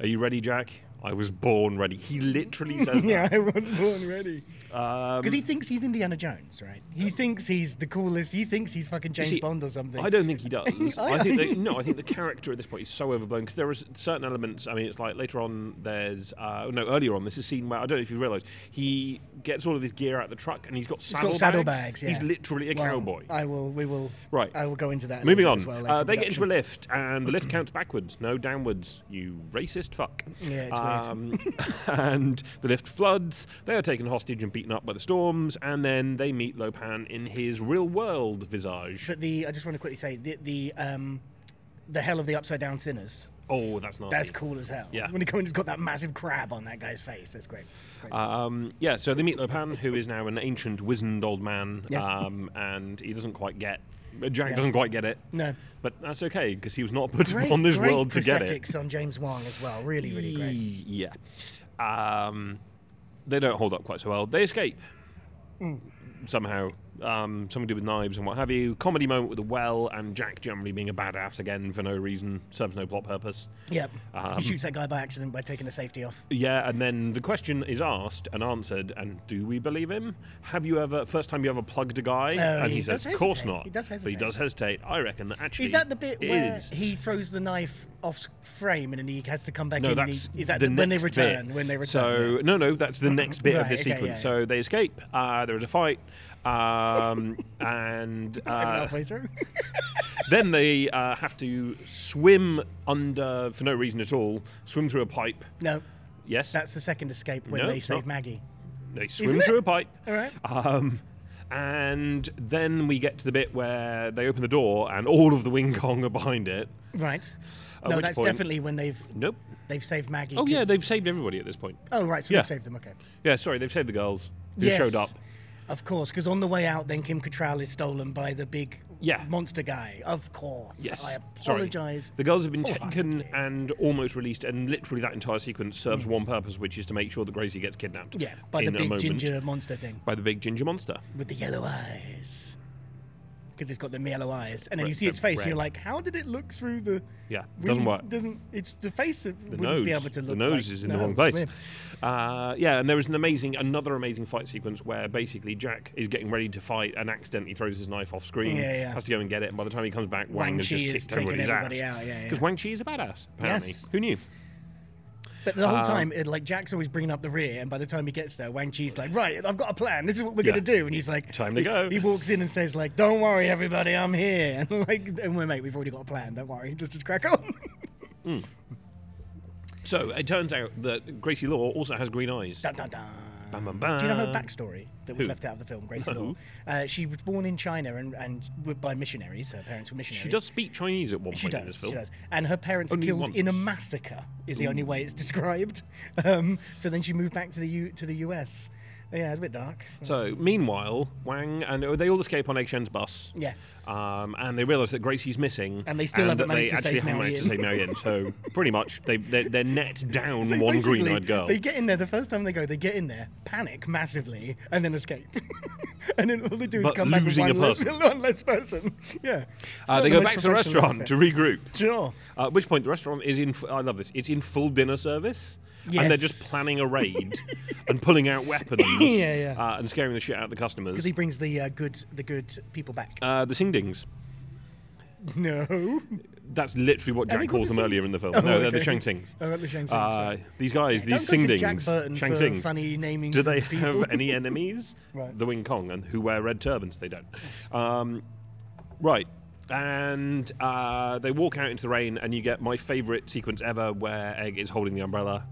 [SPEAKER 1] Are you ready, Jack? I was born ready. He literally says that.
[SPEAKER 2] *laughs* *laughs* yeah, I
[SPEAKER 1] *laughs*
[SPEAKER 2] was born ready.
[SPEAKER 1] Um,
[SPEAKER 2] Because he thinks he's Indiana Jones, right? He thinks he's the coolest. He thinks he's fucking James
[SPEAKER 1] See,
[SPEAKER 2] Bond or something.
[SPEAKER 1] I don't think he
[SPEAKER 2] *laughs*
[SPEAKER 1] does.
[SPEAKER 2] I-
[SPEAKER 1] I think they, no. I think the character at this point is so overblown because there are s- certain elements. I mean, it's like later on. There's uh, no earlier on. There's a scene where I don't know if you realise he gets all of his gear out of the truck and he's got
[SPEAKER 2] He's
[SPEAKER 1] saddlebags.
[SPEAKER 2] got saddlebags. Yeah.
[SPEAKER 1] He's literally a
[SPEAKER 2] Well,
[SPEAKER 1] cowboy.
[SPEAKER 2] I will. We will.
[SPEAKER 1] Right.
[SPEAKER 2] I will go into that. a
[SPEAKER 1] Moving
[SPEAKER 2] little
[SPEAKER 1] on.
[SPEAKER 2] bit As well
[SPEAKER 1] uh, they get into a lift and the lift counts backwards, no downwards. You racist fuck.
[SPEAKER 2] Yeah, it's
[SPEAKER 1] weird. *laughs* and the lift floods. They are taken hostage and beaten up by the storms, and then they meet Lopan in his real world visage.
[SPEAKER 2] But the I just want to quickly say the the um the hell of the upside down sinners.
[SPEAKER 1] oh, that's not.
[SPEAKER 2] That's cool as hell.
[SPEAKER 1] Yeah.
[SPEAKER 2] When he comes, he's got that massive crab on that guy's face. That's great. It's great.
[SPEAKER 1] Um, yeah, so they meet Lopan, who is now an ancient, wizened old man,
[SPEAKER 2] Yes.
[SPEAKER 1] um, and he doesn't quite get. uh, Jack doesn't quite get it.
[SPEAKER 2] No.
[SPEAKER 1] but that's okay because he was not put
[SPEAKER 2] great
[SPEAKER 1] upon this
[SPEAKER 2] great
[SPEAKER 1] world to get it.
[SPEAKER 2] prosthetics on James Wong as well. Really, really great.
[SPEAKER 1] Yeah, um, they don't hold up quite so well. They escape
[SPEAKER 2] Hmm.
[SPEAKER 1] somehow. Um, something to do with knives and what have you. Comedy moment with the well, and Jack generally being a badass again for no reason, serves no plot purpose.
[SPEAKER 2] Yep.
[SPEAKER 1] Um,
[SPEAKER 2] he shoots that guy by accident by taking the safety off.
[SPEAKER 1] Yeah, and then the question is asked and answered, and do we believe him? Have you ever, first time you ever plugged a guy?
[SPEAKER 2] Oh,
[SPEAKER 1] and he,
[SPEAKER 2] he
[SPEAKER 1] says,
[SPEAKER 2] does
[SPEAKER 1] of course
[SPEAKER 2] hesitate.
[SPEAKER 1] not.
[SPEAKER 2] He does
[SPEAKER 1] But he
[SPEAKER 2] hesitate.
[SPEAKER 1] does hesitate. I reckon that actually.
[SPEAKER 2] Is that the bit
[SPEAKER 1] it
[SPEAKER 2] where
[SPEAKER 1] is.
[SPEAKER 2] he throws the knife off frame and then he has to come back
[SPEAKER 1] No,
[SPEAKER 2] in? and
[SPEAKER 1] that's
[SPEAKER 2] he, is that
[SPEAKER 1] the
[SPEAKER 2] when they
[SPEAKER 1] next
[SPEAKER 2] return?
[SPEAKER 1] bit.
[SPEAKER 2] When they
[SPEAKER 1] So
[SPEAKER 2] return?
[SPEAKER 1] no, no, that's the next bit of
[SPEAKER 2] Right,
[SPEAKER 1] this
[SPEAKER 2] okay, yeah,
[SPEAKER 1] sequence.
[SPEAKER 2] yeah.
[SPEAKER 1] So they escape. Uh, there is a fight, um, *laughs*
[SPEAKER 2] *laughs*
[SPEAKER 1] and uh,
[SPEAKER 2] halfway
[SPEAKER 1] *laughs*
[SPEAKER 2] through.
[SPEAKER 1] then they uh, have to swim under for no reason at all. Swim through a pipe.
[SPEAKER 2] no,
[SPEAKER 1] Yes,
[SPEAKER 2] that's the second escape when
[SPEAKER 1] No,
[SPEAKER 2] they
[SPEAKER 1] it's
[SPEAKER 2] save
[SPEAKER 1] not.
[SPEAKER 2] Maggie.
[SPEAKER 1] They swim
[SPEAKER 2] Isn't it?
[SPEAKER 1] through a pipe.
[SPEAKER 2] All right.
[SPEAKER 1] Um, and then we get to the bit where they open the door and all of the Wing Kong are behind it.
[SPEAKER 2] Right.
[SPEAKER 1] At
[SPEAKER 2] no,
[SPEAKER 1] which
[SPEAKER 2] that's
[SPEAKER 1] point-
[SPEAKER 2] definitely when they've
[SPEAKER 1] Nope.
[SPEAKER 2] they've saved Maggie.
[SPEAKER 1] Oh yeah,
[SPEAKER 2] 'cause-
[SPEAKER 1] they've saved everybody at this point.
[SPEAKER 2] oh right, so
[SPEAKER 1] yeah.
[SPEAKER 2] they've saved them. Okay.
[SPEAKER 1] Yeah, sorry, they've saved the girls who
[SPEAKER 2] Yes,
[SPEAKER 1] showed up.
[SPEAKER 2] Of course, because on the way out, then Kim Cattrall is stolen by the big
[SPEAKER 1] Yeah.
[SPEAKER 2] monster guy. Of course.
[SPEAKER 1] Yes.
[SPEAKER 2] I
[SPEAKER 1] Sorry.
[SPEAKER 2] apologize.
[SPEAKER 1] The girls have been taken
[SPEAKER 2] wholeheartedly.
[SPEAKER 1] and almost released, and literally that entire sequence serves one purpose, which is to make sure that Gracie gets kidnapped.
[SPEAKER 2] Mm. Yeah, by the
[SPEAKER 1] in a
[SPEAKER 2] big
[SPEAKER 1] moment.
[SPEAKER 2] ginger monster thing
[SPEAKER 1] By the big ginger monster.
[SPEAKER 2] with the yellow eyes. Because it's got the yellow eyes, and then you
[SPEAKER 1] Red-
[SPEAKER 2] see its face, and you're
[SPEAKER 1] red.
[SPEAKER 2] like, "How did it look through the?"
[SPEAKER 1] Yeah,
[SPEAKER 2] wouldn't-
[SPEAKER 1] doesn't work.
[SPEAKER 2] Doesn't it's the face that
[SPEAKER 1] The
[SPEAKER 2] wouldn't
[SPEAKER 1] nose.
[SPEAKER 2] be able to look?
[SPEAKER 1] the nose
[SPEAKER 2] like-
[SPEAKER 1] is in the
[SPEAKER 2] no,
[SPEAKER 1] wrong
[SPEAKER 2] it's
[SPEAKER 1] place.
[SPEAKER 2] weird.
[SPEAKER 1] Uh, yeah, and there is an amazing, another amazing fight sequence where basically Jack is getting ready to fight and accidentally throws his knife off screen.
[SPEAKER 2] Yeah, yeah.
[SPEAKER 1] Has to go and get it, and by the time he comes back, Wang,
[SPEAKER 2] Wang
[SPEAKER 1] has
[SPEAKER 2] Chi
[SPEAKER 1] just
[SPEAKER 2] has
[SPEAKER 1] kicked
[SPEAKER 2] taken
[SPEAKER 1] everybody's
[SPEAKER 2] everybody
[SPEAKER 1] ass.
[SPEAKER 2] out, yeah, yeah.
[SPEAKER 1] Because Wang Chi is a badass. Apparently,
[SPEAKER 2] Yes.
[SPEAKER 1] who knew?
[SPEAKER 2] But the whole
[SPEAKER 1] Um,
[SPEAKER 2] time, it, like Jack's always bringing up the rear, and by the time he gets there, Wang Chi's like, "Right, I've got a plan. This is what we're
[SPEAKER 1] Yeah.
[SPEAKER 2] gonna do." And he's like,
[SPEAKER 1] Time to
[SPEAKER 2] he-
[SPEAKER 1] go.
[SPEAKER 2] He walks in and says, "Like, don't worry, everybody, I'm here." *laughs* And like, and we're mate, we've already got a plan. Don't worry, just just crack on. *laughs*
[SPEAKER 1] So it turns out that Gracie Law also has green eyes.
[SPEAKER 2] dun, dun, dun.
[SPEAKER 1] Bam, bam, bam.
[SPEAKER 2] Do you know her backstory that
[SPEAKER 1] Um,
[SPEAKER 2] was
[SPEAKER 1] Who?
[SPEAKER 2] left out of
[SPEAKER 1] *laughs*
[SPEAKER 2] the film, Gracie
[SPEAKER 1] No.
[SPEAKER 2] Law? Uh, she was born in China and, and were- by missionaries. Her parents were missionaries.
[SPEAKER 1] She does speak Chinese at one
[SPEAKER 2] She
[SPEAKER 1] point in this
[SPEAKER 2] does.
[SPEAKER 1] film.
[SPEAKER 2] She does. And her parents
[SPEAKER 1] Only
[SPEAKER 2] are killed in a
[SPEAKER 1] once.
[SPEAKER 2] massacre. Is the only way it's *laughs* described. Um, so then she moved back to the U- to the U.S. Yeah, it's a bit dark.
[SPEAKER 1] So meanwhile, Wang and oh, they all escape on Eggshen's bus.
[SPEAKER 2] Yes.
[SPEAKER 1] Um, and they realise that Gracie's missing,
[SPEAKER 2] And they still haven't
[SPEAKER 1] that they
[SPEAKER 2] managed to
[SPEAKER 1] actually
[SPEAKER 2] save
[SPEAKER 1] haven't managed to save
[SPEAKER 2] Marion.
[SPEAKER 1] Marion. So
[SPEAKER 2] *laughs*
[SPEAKER 1] pretty much, they they're, they're net down
[SPEAKER 2] They
[SPEAKER 1] one
[SPEAKER 2] *laughs* basically-
[SPEAKER 1] green-eyed girl.
[SPEAKER 2] They get in there the first time they go. They get in there, panic massively, and then escape. *laughs* and then all they do is
[SPEAKER 1] But
[SPEAKER 2] come back with
[SPEAKER 1] losing a
[SPEAKER 2] one less,
[SPEAKER 1] person.
[SPEAKER 2] *laughs* one less person. Yeah. It's
[SPEAKER 1] Uh,
[SPEAKER 2] not
[SPEAKER 1] they
[SPEAKER 2] the
[SPEAKER 1] go
[SPEAKER 2] most
[SPEAKER 1] back to the
[SPEAKER 2] professional
[SPEAKER 1] restaurant to
[SPEAKER 2] outfit.
[SPEAKER 1] regroup.
[SPEAKER 2] Sure.
[SPEAKER 1] At which point, the restaurant is in. f- I love this. It's in full dinner service, and they're just
[SPEAKER 2] Yes.
[SPEAKER 1] planning
[SPEAKER 2] *laughs*
[SPEAKER 1] a raid and pulling out weapons,
[SPEAKER 2] Yeah, yeah.
[SPEAKER 1] Uh, and scaring the shit out of the customers.
[SPEAKER 2] Because he brings the uh, good the good people back.
[SPEAKER 1] uh, the Sing Dings.
[SPEAKER 2] *laughs* no.
[SPEAKER 1] That's literally what
[SPEAKER 2] Are they
[SPEAKER 1] Jack
[SPEAKER 2] called
[SPEAKER 1] calls
[SPEAKER 2] the
[SPEAKER 1] them
[SPEAKER 2] Sing-
[SPEAKER 1] earlier in the film.
[SPEAKER 2] Oh,
[SPEAKER 1] no, they're the
[SPEAKER 2] okay.
[SPEAKER 1] Shang Tings.
[SPEAKER 2] Oh, the Shang Tsings,
[SPEAKER 1] Uh,
[SPEAKER 2] sorry.
[SPEAKER 1] these guys, these
[SPEAKER 2] Don't
[SPEAKER 1] Sing
[SPEAKER 2] go to
[SPEAKER 1] Dings.
[SPEAKER 2] Jack Burton
[SPEAKER 1] Shang
[SPEAKER 2] for
[SPEAKER 1] Tings.
[SPEAKER 2] funny namings.
[SPEAKER 1] Do they
[SPEAKER 2] of people. *laughs*
[SPEAKER 1] have any enemies?
[SPEAKER 2] Right.
[SPEAKER 1] The Wing Kong and who wear red turbans? They don't. Um, right. And uh, they walk out into the rain, and you get my favourite sequence ever where Egg is holding the umbrella.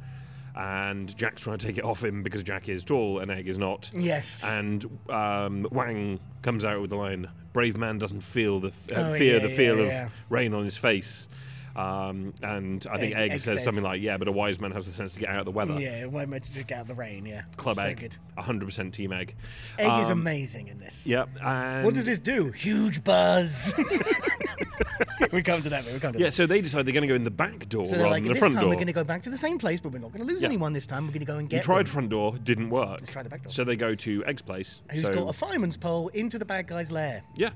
[SPEAKER 1] And Jack's trying to take it off him because Jack is tall and Egg is not.
[SPEAKER 2] Yes.
[SPEAKER 1] And um, Wang comes out with the line, "Brave man doesn't feel the f- uh,
[SPEAKER 2] Oh,
[SPEAKER 1] fear
[SPEAKER 2] yeah,
[SPEAKER 1] the
[SPEAKER 2] yeah,
[SPEAKER 1] feel of
[SPEAKER 2] yeah.
[SPEAKER 1] rain on his face." Um, and I think
[SPEAKER 2] Egg-
[SPEAKER 1] Egg,
[SPEAKER 2] Egg
[SPEAKER 1] says
[SPEAKER 2] says-
[SPEAKER 1] something like, "Yeah, but a wise man has the sense to get out of the weather."
[SPEAKER 2] Yeah, why am I to get out of the rain? Yeah.
[SPEAKER 1] Club
[SPEAKER 2] so
[SPEAKER 1] Egg,
[SPEAKER 2] good.
[SPEAKER 1] 100% Team Egg.
[SPEAKER 2] Egg
[SPEAKER 1] Um,
[SPEAKER 2] is amazing in this.
[SPEAKER 1] Yep. And
[SPEAKER 2] What does this do? Huge buzz. *laughs* we come to that. bit, We come to
[SPEAKER 1] Yeah,
[SPEAKER 2] that.
[SPEAKER 1] so they decide they're going to go in the back door
[SPEAKER 2] So they're
[SPEAKER 1] rather
[SPEAKER 2] like,
[SPEAKER 1] than the
[SPEAKER 2] this
[SPEAKER 1] front
[SPEAKER 2] time
[SPEAKER 1] door.
[SPEAKER 2] we're going to go back to the same place, but we're not going to lose
[SPEAKER 1] Yeah.
[SPEAKER 2] anyone this time. We're going to go and
[SPEAKER 1] You
[SPEAKER 2] get.
[SPEAKER 1] tried
[SPEAKER 2] them.
[SPEAKER 1] front door, didn't work. Let's
[SPEAKER 2] try the back door.
[SPEAKER 1] So they go to Egg's place.
[SPEAKER 2] Who's
[SPEAKER 1] so,
[SPEAKER 2] got a fireman's pole into the bad guy's lair,
[SPEAKER 1] Yeah.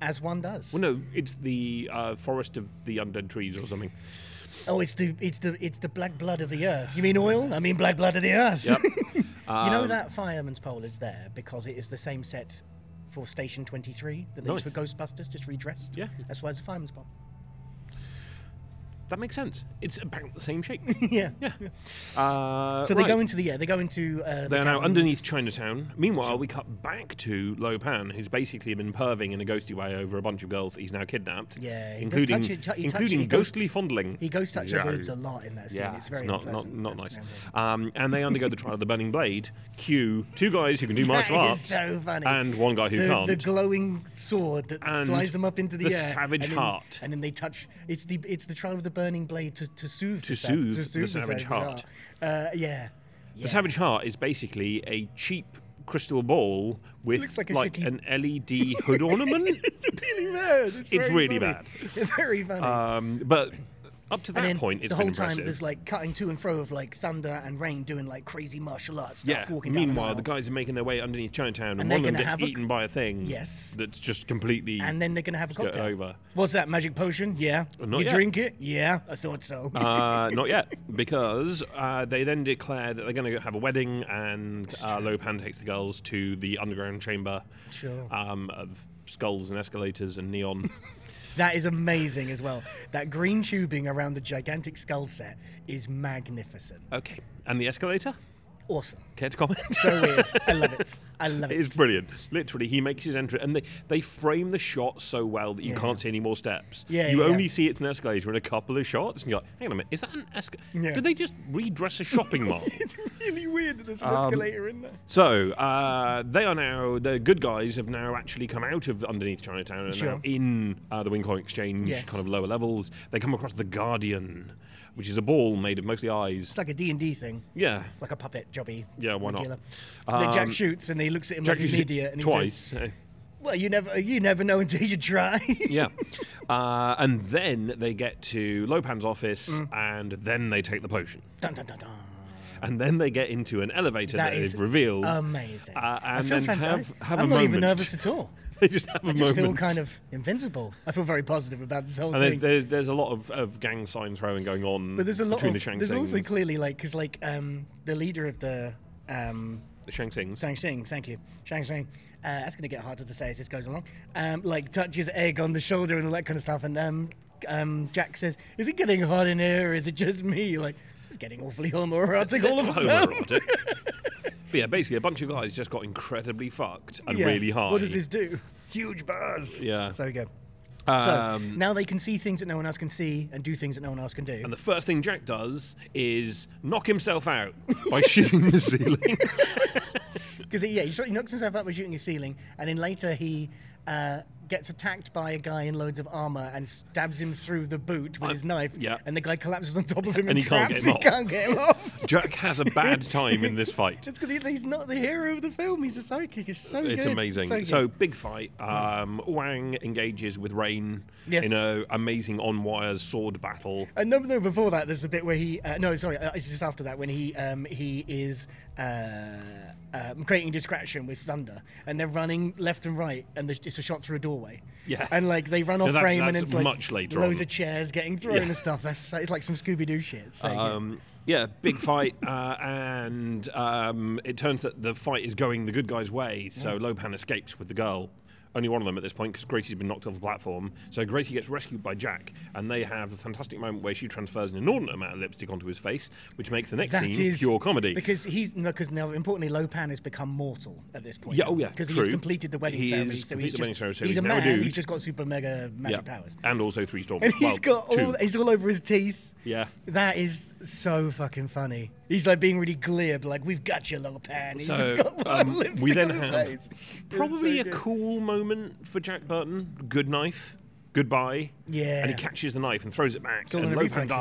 [SPEAKER 2] as one does.
[SPEAKER 1] Well, no, it's the uh, forest of the undead trees or
[SPEAKER 2] *laughs*
[SPEAKER 1] something.
[SPEAKER 2] Oh, it's the it's the it's the black blood of the earth. You mean oil? I mean black blood of the earth.
[SPEAKER 1] Yep.
[SPEAKER 2] you
[SPEAKER 1] Um,
[SPEAKER 2] know that fireman's pole is there because it is the same set for Station 23 that they used for
[SPEAKER 1] Nice.
[SPEAKER 2] Ghostbusters, just redressed.
[SPEAKER 1] Yeah.
[SPEAKER 2] That's why it's a fireman's pole.
[SPEAKER 1] That makes sense. It's about the same shape.
[SPEAKER 2] yeah. *laughs*
[SPEAKER 1] yeah. Uh,
[SPEAKER 2] So
[SPEAKER 1] right.
[SPEAKER 2] they go into the yeah, they go into uh, the
[SPEAKER 1] They are now
[SPEAKER 2] caverns.
[SPEAKER 1] underneath Chinatown. Meanwhile, we cut back to Lo Pan, who's basically been perving in a ghosty way over a bunch of girls that he's now kidnapped.
[SPEAKER 2] Yeah, he does
[SPEAKER 1] including
[SPEAKER 2] touch it- he touch-
[SPEAKER 1] including
[SPEAKER 2] he goes-
[SPEAKER 1] ghostly fondling.
[SPEAKER 2] He goes touch her
[SPEAKER 1] Yeah.
[SPEAKER 2] boobs a lot in that scene.
[SPEAKER 1] Yeah,
[SPEAKER 2] it's very
[SPEAKER 1] not, not
[SPEAKER 2] unpleasant.
[SPEAKER 1] not nice.
[SPEAKER 2] Yeah.
[SPEAKER 1] Um, and they undergo the trial of the burning blade. Cue two guys who can do martial
[SPEAKER 2] *laughs* That is
[SPEAKER 1] arts,
[SPEAKER 2] so funny.
[SPEAKER 1] and one guy who
[SPEAKER 2] the,
[SPEAKER 1] can't.
[SPEAKER 2] The glowing sword that
[SPEAKER 1] And
[SPEAKER 2] flies them up into the,
[SPEAKER 1] the
[SPEAKER 2] air.
[SPEAKER 1] savage
[SPEAKER 2] and then,
[SPEAKER 1] heart.
[SPEAKER 2] And then they touch. It's the it's the trial of the burning blade to, to soothe the, sav-
[SPEAKER 1] soothe the
[SPEAKER 2] to soothe
[SPEAKER 1] savage heart.
[SPEAKER 2] Uh, yeah.
[SPEAKER 1] The Savage Heart is basically a cheap crystal ball with
[SPEAKER 2] Looks like a shitty-
[SPEAKER 1] an
[SPEAKER 2] *laughs*
[SPEAKER 1] LED hood ornament.
[SPEAKER 2] it's really bad. It's,
[SPEAKER 1] It's
[SPEAKER 2] very
[SPEAKER 1] really
[SPEAKER 2] funny.
[SPEAKER 1] bad.
[SPEAKER 2] *laughs* It's very funny.
[SPEAKER 1] um, but up to
[SPEAKER 2] and
[SPEAKER 1] that
[SPEAKER 2] then
[SPEAKER 1] point, it's
[SPEAKER 2] the whole
[SPEAKER 1] been
[SPEAKER 2] time
[SPEAKER 1] impressive.
[SPEAKER 2] there's like cutting to and fro of like thunder and rain doing like crazy martial arts
[SPEAKER 1] yeah.
[SPEAKER 2] stuff. Walking down an
[SPEAKER 1] Meanwhile,
[SPEAKER 2] aisle.
[SPEAKER 1] the guys are making their way underneath Chinatown, and,
[SPEAKER 2] And
[SPEAKER 1] one of
[SPEAKER 2] they're
[SPEAKER 1] them
[SPEAKER 2] gonna
[SPEAKER 1] gets
[SPEAKER 2] havoc.
[SPEAKER 1] eaten by a thing.
[SPEAKER 2] Yes.
[SPEAKER 1] That's just completely.
[SPEAKER 2] and then they're gonna have a
[SPEAKER 1] get
[SPEAKER 2] cocktail.
[SPEAKER 1] over. Uh,
[SPEAKER 2] What's that magic potion? Yeah.
[SPEAKER 1] not
[SPEAKER 2] you
[SPEAKER 1] yet.
[SPEAKER 2] drink it? Yeah. I thought so.
[SPEAKER 1] uh, not yet, because uh, they then declare that they're going to have a wedding, and uh, Lopan takes the girls to the underground chamber
[SPEAKER 2] Sure.
[SPEAKER 1] um, of skulls and escalators and
[SPEAKER 2] *laughs*
[SPEAKER 1] neon.
[SPEAKER 2] *laughs* That is amazing as well. That green tubing around the gigantic skull set is magnificent.
[SPEAKER 1] okay, and the escalator.
[SPEAKER 2] Awesome.
[SPEAKER 1] care to comment?
[SPEAKER 2] So
[SPEAKER 1] *laughs*
[SPEAKER 2] weird. I love it. I love it.
[SPEAKER 1] It is brilliant. Literally, he makes his entry, and they, they frame the shot so well that you
[SPEAKER 2] Yeah.
[SPEAKER 1] can't see any more steps.
[SPEAKER 2] Yeah,
[SPEAKER 1] you
[SPEAKER 2] yeah, yeah.
[SPEAKER 1] only see it's an escalator in a couple of shots, and you're like, hang on a minute, is that an escalator?
[SPEAKER 2] Yeah.
[SPEAKER 1] Did they just redress a shopping
[SPEAKER 2] *laughs*
[SPEAKER 1] mall?
[SPEAKER 2] *laughs* It's really weird that
[SPEAKER 1] Um,
[SPEAKER 2] there's an escalator in there.
[SPEAKER 1] so uh, they are now the good guys have now actually come out of underneath Chinatown and are now
[SPEAKER 2] Sure.
[SPEAKER 1] in uh, the Wincon Exchange,
[SPEAKER 2] Yes.
[SPEAKER 1] kind of lower levels. They come across the Guardian, which is a ball made of mostly eyes.
[SPEAKER 2] It's like a D&D thing.
[SPEAKER 1] Yeah,
[SPEAKER 2] Like a puppet jobby.
[SPEAKER 1] Yeah, why not?
[SPEAKER 2] regular. And then
[SPEAKER 1] Um,
[SPEAKER 2] Jack shoots and he looks at him like he's an idiot. And he says,
[SPEAKER 1] twice. uh,
[SPEAKER 2] well, you never, you never know until you try. *laughs*
[SPEAKER 1] yeah. Uh, and then they get to Lopan's office
[SPEAKER 2] Mm.
[SPEAKER 1] and then they take the potion.
[SPEAKER 2] dun, dun, dun, dun.
[SPEAKER 1] And then then they get into an elevator that,
[SPEAKER 2] That is
[SPEAKER 1] they've revealed.
[SPEAKER 2] Amazing.
[SPEAKER 1] Uh, and
[SPEAKER 2] I feel
[SPEAKER 1] then
[SPEAKER 2] fantastic.
[SPEAKER 1] have, have
[SPEAKER 2] I'm
[SPEAKER 1] a
[SPEAKER 2] not
[SPEAKER 1] moment.
[SPEAKER 2] even nervous at all.
[SPEAKER 1] *laughs* they just have a
[SPEAKER 2] I just
[SPEAKER 1] moment.
[SPEAKER 2] feel kind of invincible. I feel very positive about this whole
[SPEAKER 1] and then
[SPEAKER 2] thing.
[SPEAKER 1] there's, there's a lot of, of gang sign throwing going on
[SPEAKER 2] but there's a lot
[SPEAKER 1] between
[SPEAKER 2] of
[SPEAKER 1] the Shang
[SPEAKER 2] there's
[SPEAKER 1] Tsings.
[SPEAKER 2] also clearly like because like um, the leader of the um,
[SPEAKER 1] the Shang Tsings.
[SPEAKER 2] Shang Tsing, thank you, Shang Tsing. Uh, that's going to get harder to say as this goes along. Um, like touches Egg on the shoulder and all that kind of stuff, and um, um, Jack says, "Is it getting hot in here, or is it just me?" Like this is getting awfully *laughs*
[SPEAKER 1] *laughs*
[SPEAKER 2] homoerotic all of a sudden. *laughs*
[SPEAKER 1] Homoerotic. but yeah, basically a bunch of guys just got incredibly fucked and
[SPEAKER 2] Yeah.
[SPEAKER 1] really high.
[SPEAKER 2] What does this do? Huge buzz.
[SPEAKER 1] Yeah.
[SPEAKER 2] So we go. So
[SPEAKER 1] Um,
[SPEAKER 2] now they can see things that no one else can see and do things that no one else can do.
[SPEAKER 1] And the first thing Jack does is knock himself out by *laughs* shooting the ceiling.
[SPEAKER 2] Because yeah, he, shot, he knocks himself out by shooting his ceiling, and then later he uh, gets attacked by a guy in loads of armor and stabs him through the boot with his knife.
[SPEAKER 1] yeah.
[SPEAKER 2] And the guy collapses on top of him and,
[SPEAKER 1] And he can't get
[SPEAKER 2] traps- *laughs*
[SPEAKER 1] him
[SPEAKER 2] he
[SPEAKER 1] off.
[SPEAKER 2] can't get him off. *laughs*
[SPEAKER 1] Jack has a bad time in this fight.
[SPEAKER 2] Just because he's not the hero of the film, he's a sidekick. It's so
[SPEAKER 1] It's
[SPEAKER 2] good.
[SPEAKER 1] amazing.
[SPEAKER 2] So,
[SPEAKER 1] So,
[SPEAKER 2] good.
[SPEAKER 1] big fight. Um, Wang engages with Rain
[SPEAKER 2] Yes.
[SPEAKER 1] in an amazing on wires sword battle.
[SPEAKER 2] Uh, no, no. Before that, there's a bit where he. Uh, no, sorry. Uh, it's just after that when he um, he is uh, um, creating distraction with thunder, and they're running left and right, and there's, it's a shot through a doorway.
[SPEAKER 1] Yeah.
[SPEAKER 2] And like they run
[SPEAKER 1] No,
[SPEAKER 2] off
[SPEAKER 1] that's-
[SPEAKER 2] frame, and
[SPEAKER 1] that's
[SPEAKER 2] it's like
[SPEAKER 1] much later
[SPEAKER 2] loads
[SPEAKER 1] on.
[SPEAKER 2] of chairs getting thrown
[SPEAKER 1] Yeah.
[SPEAKER 2] and stuff. That's so- it's like some Scooby Doo shit. So, yeah.
[SPEAKER 1] Um, yeah,
[SPEAKER 2] *laughs*
[SPEAKER 1] big fight, uh, and um, it turns that the fight is going the good guy's way. So Lopan escapes with the girl. Only one of them at this point because Gracie's been knocked off the platform. So Gracie gets rescued by Jack, and they have a fantastic moment where she transfers an inordinate amount of lipstick onto his face, which makes the next
[SPEAKER 2] That
[SPEAKER 1] scene
[SPEAKER 2] is-
[SPEAKER 1] pure comedy.
[SPEAKER 2] because he's because now importantly Lopan has become mortal at this point.
[SPEAKER 1] Yeah, oh, yeah,
[SPEAKER 2] because
[SPEAKER 1] true.
[SPEAKER 2] he's completed the wedding
[SPEAKER 1] He's
[SPEAKER 2] ceremony. So
[SPEAKER 1] completed
[SPEAKER 2] he's
[SPEAKER 1] the
[SPEAKER 2] just
[SPEAKER 1] wedding ceremony, so
[SPEAKER 2] he's,
[SPEAKER 1] he's
[SPEAKER 2] a
[SPEAKER 1] now a
[SPEAKER 2] man.
[SPEAKER 1] dude.
[SPEAKER 2] He's just got super mega
[SPEAKER 1] Yeah.
[SPEAKER 2] magic powers.
[SPEAKER 1] and also three storms.
[SPEAKER 2] And he's
[SPEAKER 1] Well,
[SPEAKER 2] got
[SPEAKER 1] two.
[SPEAKER 2] all he's all over his teeth.
[SPEAKER 1] Yeah.
[SPEAKER 2] That is so fucking funny. He's like being really glib, like we've got you, little pan. He's
[SPEAKER 1] So
[SPEAKER 2] just got *laughs*
[SPEAKER 1] um,
[SPEAKER 2] lipstick
[SPEAKER 1] we then
[SPEAKER 2] on his
[SPEAKER 1] have
[SPEAKER 2] face. It's
[SPEAKER 1] probably
[SPEAKER 2] so
[SPEAKER 1] a
[SPEAKER 2] good.
[SPEAKER 1] cool moment for Jack Burton. Good knife, goodbye.
[SPEAKER 2] Yeah.
[SPEAKER 1] and he catches the knife and throws it back,
[SPEAKER 2] all
[SPEAKER 1] and
[SPEAKER 2] in the
[SPEAKER 1] Lopan
[SPEAKER 2] reflexes.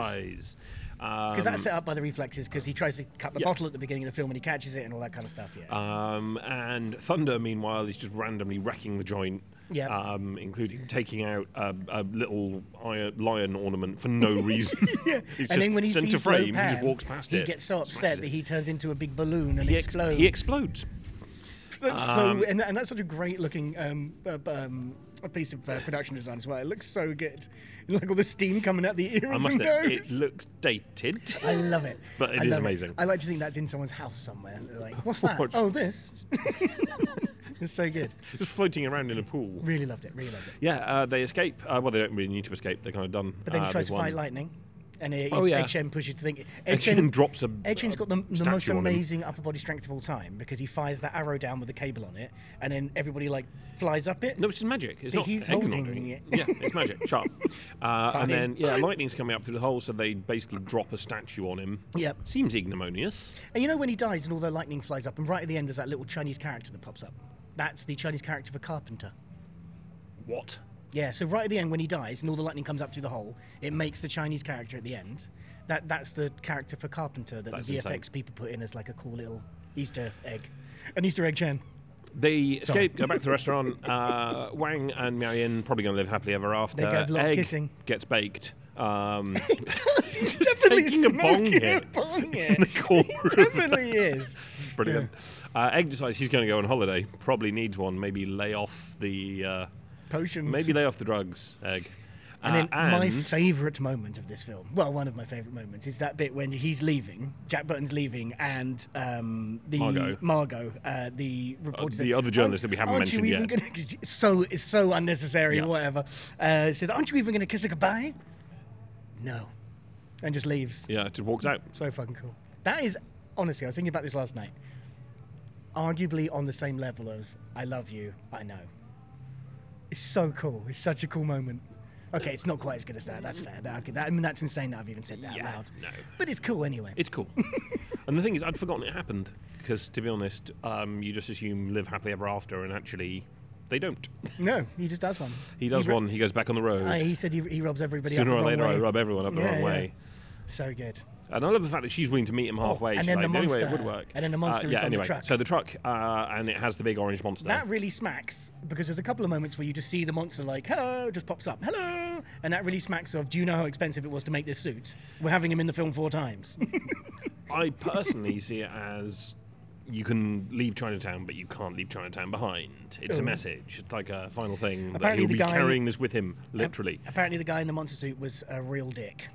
[SPEAKER 1] dies.
[SPEAKER 2] because
[SPEAKER 1] Um,
[SPEAKER 2] that's set up by the reflexes because he tries to cut the
[SPEAKER 1] Yeah.
[SPEAKER 2] bottle at the beginning of the film and he catches it and all that kind of stuff. Yeah.
[SPEAKER 1] um, and Thunder, meanwhile, is just randomly wrecking the joint.
[SPEAKER 2] Yeah.
[SPEAKER 1] Um, including taking out a, a little iron, lion ornament for no
[SPEAKER 2] *laughs*
[SPEAKER 1] reason. yeah.
[SPEAKER 2] and then when he
[SPEAKER 1] center
[SPEAKER 2] sees
[SPEAKER 1] frame,
[SPEAKER 2] Lopan,
[SPEAKER 1] he just walks past
[SPEAKER 2] he
[SPEAKER 1] it.
[SPEAKER 2] gets so
[SPEAKER 1] smashes
[SPEAKER 2] upset
[SPEAKER 1] it.
[SPEAKER 2] that he turns into a big balloon and
[SPEAKER 1] He ex- um,
[SPEAKER 2] explodes.
[SPEAKER 1] He explodes.
[SPEAKER 2] That's so, and, and that's such a great looking um, uh, um, a piece of uh, production design as well. It looks so good, *laughs* like all the steam coming out the ears
[SPEAKER 1] I must
[SPEAKER 2] and
[SPEAKER 1] admit,
[SPEAKER 2] nose.
[SPEAKER 1] it looks dated. *laughs*
[SPEAKER 2] I love it.
[SPEAKER 1] But it
[SPEAKER 2] it is
[SPEAKER 1] is amazing.
[SPEAKER 2] I like to think that's in someone's house somewhere. They're Like,
[SPEAKER 1] *laughs*
[SPEAKER 2] what's that?
[SPEAKER 1] What?
[SPEAKER 2] oh, this. *laughs* it's so good.
[SPEAKER 1] just floating around in a pool.
[SPEAKER 2] Really loved it. Really loved it.
[SPEAKER 1] Yeah, uh, they escape. Uh, well, they don't really need to escape. They're kind of done.
[SPEAKER 2] But then
[SPEAKER 1] uh,
[SPEAKER 2] he tries
[SPEAKER 1] they've
[SPEAKER 2] to
[SPEAKER 1] won.
[SPEAKER 2] fight lightning, and he,
[SPEAKER 1] Oh, yeah.
[SPEAKER 2] Etchen pushes to think.
[SPEAKER 1] Etchin drops a.
[SPEAKER 2] Etchin's
[SPEAKER 1] a
[SPEAKER 2] got the, the
[SPEAKER 1] statue
[SPEAKER 2] most
[SPEAKER 1] on him.
[SPEAKER 2] amazing upper body strength of all time because he fires that arrow down with a cable on it, and then everybody like flies up it.
[SPEAKER 1] No, it's just magic. It's
[SPEAKER 2] But
[SPEAKER 1] not.
[SPEAKER 2] he's
[SPEAKER 1] Hang's not
[SPEAKER 2] holding
[SPEAKER 1] doing
[SPEAKER 2] it.
[SPEAKER 1] Yeah, it's magic.
[SPEAKER 2] *laughs*
[SPEAKER 1] Sharp. Uh, and
[SPEAKER 2] Fine.
[SPEAKER 1] then yeah, lightning's coming up through the hole, so they basically drop a statue on him.
[SPEAKER 2] Yep.
[SPEAKER 1] Seems ignominious.
[SPEAKER 2] And you know when he dies and all the lightning flies up, and right at the end there's that little Chinese character that pops up. That's the Chinese character for carpenter.
[SPEAKER 1] What?
[SPEAKER 2] Yeah, so right at the end when he dies and all the lightning comes up through the hole, it makes the Chinese character at the end. That that's the character for Carpenter that
[SPEAKER 1] That's
[SPEAKER 2] the VFX
[SPEAKER 1] insane.
[SPEAKER 2] people put in as like a cool little Easter egg. An Easter egg
[SPEAKER 1] *laughs*
[SPEAKER 2] Chen.
[SPEAKER 1] They escape, go back to the restaurant. *laughs* Uh, Wang and Miao Yin probably going to live happily ever after.
[SPEAKER 2] have a lot of
[SPEAKER 1] Egg
[SPEAKER 2] kissing.
[SPEAKER 1] Gets baked.
[SPEAKER 2] *laughs*
[SPEAKER 1] Um,
[SPEAKER 2] He's definitely
[SPEAKER 1] Taking a bong
[SPEAKER 2] smoking a
[SPEAKER 1] hit
[SPEAKER 2] bong
[SPEAKER 1] in the
[SPEAKER 2] hit.
[SPEAKER 1] corner.
[SPEAKER 2] definitely is.
[SPEAKER 1] Brilliant. Uh, Egg decides he's going to go on holiday. Probably needs one. Maybe lay off the. Uh,
[SPEAKER 2] Potions.
[SPEAKER 1] maybe lay off the drugs. Egg.
[SPEAKER 2] And then
[SPEAKER 1] Uh,
[SPEAKER 2] my
[SPEAKER 1] and-
[SPEAKER 2] favourite moment of this film, well, one of my favourite moments, is that bit when he's leaving, Jack Button's leaving, and um, the
[SPEAKER 1] Margot.
[SPEAKER 2] Margot, uh, the reporter,
[SPEAKER 1] the
[SPEAKER 2] said,
[SPEAKER 1] other journalist that we haven't
[SPEAKER 2] aren't
[SPEAKER 1] mentioned
[SPEAKER 2] you even
[SPEAKER 1] yet."
[SPEAKER 2] Gonna, 'cause it's so it's so unnecessary,
[SPEAKER 1] Yeah.
[SPEAKER 2] whatever. Uh, says, "Aren't you even going to kiss her goodbye?" No, and just leaves.
[SPEAKER 1] Yeah, just walks out.
[SPEAKER 2] So fucking cool. That is honestly, I was thinking about this last night. arguably on the same level of I love you, I know. It's so cool. It's such a cool moment. Okay, it's not quite as good as that. That's fair. That, okay, that, I mean, that's insane that I've even said that
[SPEAKER 1] Yeah,
[SPEAKER 2] out loud.
[SPEAKER 1] no.
[SPEAKER 2] But it's cool anyway.
[SPEAKER 1] It's cool. *laughs* and the thing is, I'd forgotten it happened because, to be honest, um, you just assume live happily ever after, and actually, they don't.
[SPEAKER 2] no, he just does one.
[SPEAKER 1] He does
[SPEAKER 2] ro-
[SPEAKER 1] one. He goes back on the road.
[SPEAKER 2] Uh, he said he, he robs everybody
[SPEAKER 1] Sooner or
[SPEAKER 2] up the wrong
[SPEAKER 1] later,
[SPEAKER 2] way.
[SPEAKER 1] I rub everyone up the
[SPEAKER 2] Yeah,
[SPEAKER 1] wrong
[SPEAKER 2] yeah.
[SPEAKER 1] way.
[SPEAKER 2] So good.
[SPEAKER 1] And I love the fact that she's willing to meet him halfway.
[SPEAKER 2] and
[SPEAKER 1] She's
[SPEAKER 2] then the
[SPEAKER 1] like, "Anyway, it
[SPEAKER 2] monster-
[SPEAKER 1] would work.
[SPEAKER 2] and then the monster
[SPEAKER 1] Uh,
[SPEAKER 2] is
[SPEAKER 1] yeah,
[SPEAKER 2] on the
[SPEAKER 1] anyway,
[SPEAKER 2] truck.
[SPEAKER 1] So the truck, uh, and it has the big orange monster.
[SPEAKER 2] That really smacks because there's a couple of moments where you just see the monster like hello, just pops up hello, and that really smacks of do you know how expensive it was to make this suit? We're having him in the film
[SPEAKER 1] *laughs*
[SPEAKER 2] four times.
[SPEAKER 1] *laughs* I personally see it as you can leave Chinatown, but you can't leave Chinatown behind. It's a
[SPEAKER 2] Oh.
[SPEAKER 1] message. It's like a final thing that
[SPEAKER 2] Apparently
[SPEAKER 1] he'll
[SPEAKER 2] the
[SPEAKER 1] be
[SPEAKER 2] guy-
[SPEAKER 1] carrying this with him, literally.
[SPEAKER 2] apparently, the guy in the monster suit was a real dick.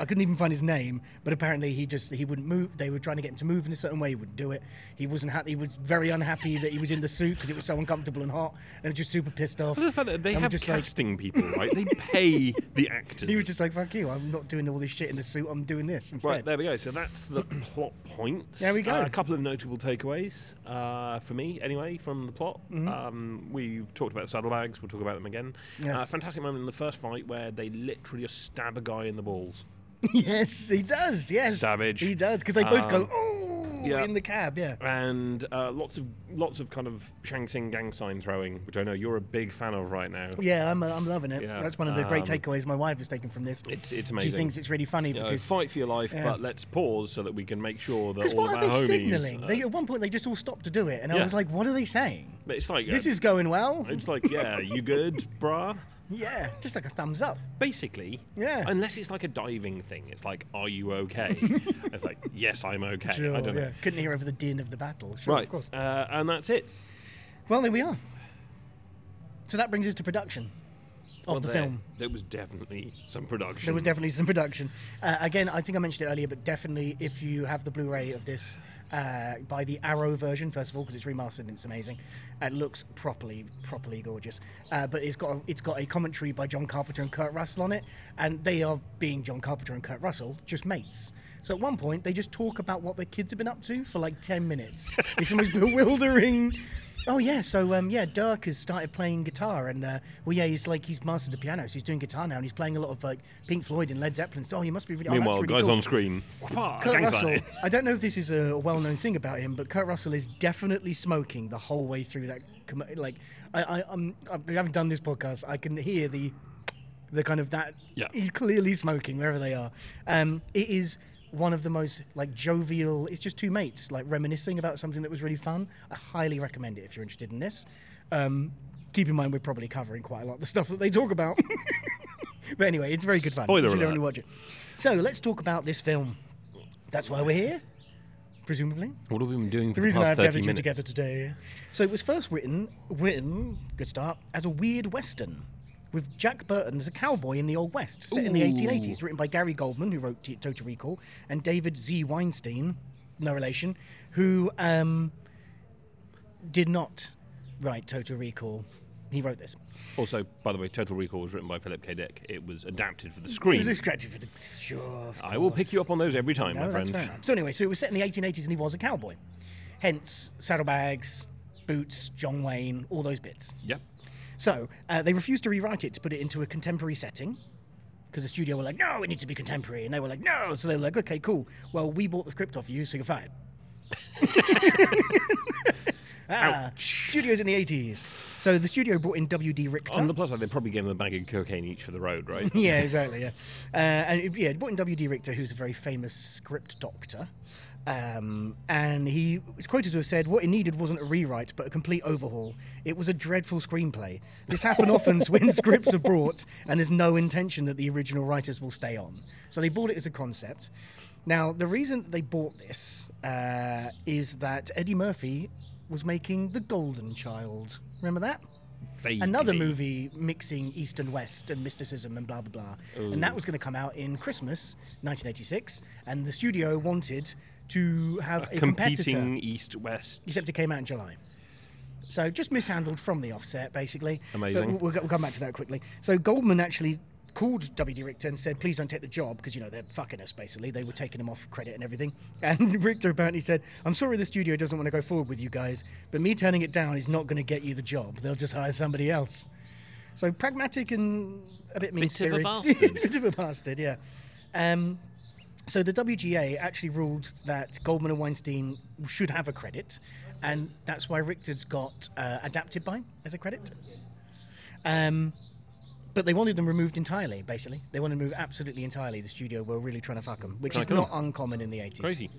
[SPEAKER 2] I couldn't even find his name, but apparently he just he wouldn't move. They were trying to get him to move in a certain way. He wouldn't do it. He wasn't happy. He was very unhappy that he was in the suit because it was so uncomfortable and hot, and was just super pissed off.
[SPEAKER 1] But the fact that they
[SPEAKER 2] And
[SPEAKER 1] have
[SPEAKER 2] just like
[SPEAKER 1] casting people, right? They pay the actors.
[SPEAKER 2] *laughs* he was just like fuck you. I'm not doing all this shit in the suit. I'm doing this instead.
[SPEAKER 1] Right, there we go. So that's the plot points.
[SPEAKER 2] There we go.
[SPEAKER 1] Uh, a couple of notable takeaways uh, for me, anyway, from the plot.
[SPEAKER 2] Mm-hmm.
[SPEAKER 1] Um, we've talked about saddlebags. We'll talk about them again. Uh,
[SPEAKER 2] Yes.
[SPEAKER 1] fantastic moment in the first fight where they literally just stab a guy in the balls.
[SPEAKER 2] *laughs* Yes, he does. Yes,
[SPEAKER 1] Savage.
[SPEAKER 2] He does because they both
[SPEAKER 1] Um,
[SPEAKER 2] go oh
[SPEAKER 1] yeah.
[SPEAKER 2] in the cab. Yeah.
[SPEAKER 1] And uh, lots of lots of kind of Shang Tsing gang sign throwing, which I know you're a big fan of right now.
[SPEAKER 2] Yeah, I'm, uh, I'm loving it.
[SPEAKER 1] Yeah,
[SPEAKER 2] That's one of the great
[SPEAKER 1] um,
[SPEAKER 2] takeaways my wife has taken from this.
[SPEAKER 1] It's- it's
[SPEAKER 2] She
[SPEAKER 1] amazing.
[SPEAKER 2] thinks it's really funny
[SPEAKER 1] You know,
[SPEAKER 2] because
[SPEAKER 1] fight for your life,
[SPEAKER 2] yeah.
[SPEAKER 1] but let's pause so that we can make sure that
[SPEAKER 2] because
[SPEAKER 1] all
[SPEAKER 2] what
[SPEAKER 1] of
[SPEAKER 2] are
[SPEAKER 1] our
[SPEAKER 2] they
[SPEAKER 1] homies.
[SPEAKER 2] signaling?
[SPEAKER 1] uh,
[SPEAKER 2] they at one point they just all stopped to do it, and I
[SPEAKER 1] Yeah.
[SPEAKER 2] was like, what are they saying?
[SPEAKER 1] but it's like
[SPEAKER 2] This
[SPEAKER 1] uh,
[SPEAKER 2] is going well.
[SPEAKER 1] It's like yeah, you good, brah?
[SPEAKER 2] Yeah, just like a thumbs up.
[SPEAKER 1] basically.
[SPEAKER 2] Yeah.
[SPEAKER 1] Unless it's like a diving thing, it's like, are you okay? it's like, yes, I'm okay.
[SPEAKER 2] Sure,
[SPEAKER 1] I don't know.
[SPEAKER 2] yeah. Couldn't hear over the din of the battle. Sure,
[SPEAKER 1] Right.
[SPEAKER 2] of course.
[SPEAKER 1] Uh, and that's it.
[SPEAKER 2] Well, there we are. So that brings us to production of
[SPEAKER 1] Well,
[SPEAKER 2] the
[SPEAKER 1] there-
[SPEAKER 2] film.
[SPEAKER 1] There was definitely some production.
[SPEAKER 2] There was definitely some production. Uh, again, I think I mentioned it earlier, but definitely if you have the Blu-ray of this, uh, buy the Arrow version first of all because it's remastered and it's amazing. It looks properly, properly gorgeous. Uh, but it's got a, it's got a commentary by John Carpenter and Kurt Russell on it, and they are being John Carpenter and Kurt Russell just mates. So at one point they just talk about what their kids have been up to for like ten minutes. it's the most bewildering. Oh yeah, so um, yeah, Dirk has started playing guitar, and uh, well, yeah, he's like he's mastered the piano, so he's doing guitar now, and he's playing a lot of like Pink Floyd and Led Zeppelin. So oh, he must be really. oh, that's
[SPEAKER 1] Meanwhile,
[SPEAKER 2] really
[SPEAKER 1] guys
[SPEAKER 2] cool.
[SPEAKER 1] on screen. Wah,
[SPEAKER 2] Kurt
[SPEAKER 1] gang
[SPEAKER 2] Russell.
[SPEAKER 1] sign.
[SPEAKER 2] I don't know if this is a well-known thing about him, but Kurt Russell is definitely smoking the whole way through that. Com- like, I, I, I'm, I haven't done this podcast. I can hear the, the kind of that.
[SPEAKER 1] Yeah.
[SPEAKER 2] He's clearly smoking wherever they are. Um, it is one of the most like jovial. It's just two mates like reminiscing about something that was really fun. I highly recommend it if you're interested in this. Um, keep in mind we're probably covering quite a lot of the stuff that they talk about. *laughs* but anyway, it's very good fun.
[SPEAKER 1] Spoiler
[SPEAKER 2] you should
[SPEAKER 1] alert.
[SPEAKER 2] definitely watch it. So let's talk about this film. That's why we're here, presumably.
[SPEAKER 1] What have we been doing for
[SPEAKER 2] The
[SPEAKER 1] the,
[SPEAKER 2] reason
[SPEAKER 1] past
[SPEAKER 2] I've
[SPEAKER 1] 30
[SPEAKER 2] gathered you
[SPEAKER 1] minutes?
[SPEAKER 2] together today. So it was first written, written, good start, as a weird western with Jack Burton as a cowboy in the Old West, set in the
[SPEAKER 1] Ooh.
[SPEAKER 2] 1880s, written by Gary Goldman, who wrote T- Total Recall, and David Z. Weinstein, no relation, who um, did not write Total Recall. He wrote this.
[SPEAKER 1] Also, by the way, Total Recall was written by Philip K. Dick. It was adapted for the screen.
[SPEAKER 2] It was extracted for the. Sure. of
[SPEAKER 1] I will pick
[SPEAKER 2] course.
[SPEAKER 1] you up on those every time, my
[SPEAKER 2] No, Oh,
[SPEAKER 1] friend.
[SPEAKER 2] that's fair enough. So anyway, so it was set in the 1880s, and he was a cowboy, hence saddlebags, boots, John Wayne, all those bits.
[SPEAKER 1] Yep.
[SPEAKER 2] So uh, they refused to rewrite it to put it into a contemporary setting because the studio were like, no, it needs to be contemporary, and they were like, no. So they were like, okay, cool. Well, we bought the script off you, so
[SPEAKER 1] *laughs*
[SPEAKER 2] you're fired. ah, studios in the 80s. So the studio brought in W.D. Richter.
[SPEAKER 1] On the plus side, they probably gave them a bag of cocaine each for the road, right?
[SPEAKER 2] yeah, exactly. Yeah, uh, and it- yeah, brought in W. D. Richter, who's a very famous script doctor, um, and he is quoted to have said, "What it needed wasn't a rewrite, but a complete overhaul. It was a dreadful screenplay. This happens often when scripts are brought, and there's no intention that the original writers will stay on. So they bought it as a concept. Now, the reason they bought this uh, is that Eddie Murphy was making The Golden Child. Remember that? *laughs* another
[SPEAKER 1] Vaguely.
[SPEAKER 2] movie mixing East and West and mysticism and blah blah blah. And that was going to come out in Christmas 1986, and the studio wanted to have a, competitor,
[SPEAKER 1] Competing East West.
[SPEAKER 2] except it came out in July. So just mishandled from the offset, basically. But
[SPEAKER 1] Amazing.
[SPEAKER 2] we'll, we'll come back to that quickly. So Goldman actually called W.D. Richter and said, please don't take the job because, you know, they're fucking us basically. They were taking him off credit and everything. *laughs* And Richter apparently said, I'm sorry the studio doesn't want to go forward with you guys, but me turning it down is not going to get you the job. They'll just hire somebody else. So pragmatic and a bit mean *laughs* spirited.
[SPEAKER 1] bastard.
[SPEAKER 2] bit of a bastard, yeah. Um, so the WGA actually ruled that Goldman and Weinstein should have a credit, and that's why Richter's got uh, adapted by as a credit. Um, but they wanted them removed entirely, basically. They wanted to move absolutely entirely. The studio were really trying to fuck them, which
[SPEAKER 1] Trying
[SPEAKER 2] is
[SPEAKER 1] to kill
[SPEAKER 2] not
[SPEAKER 1] 'em.
[SPEAKER 2] uncommon in the 80s.
[SPEAKER 1] Crazy.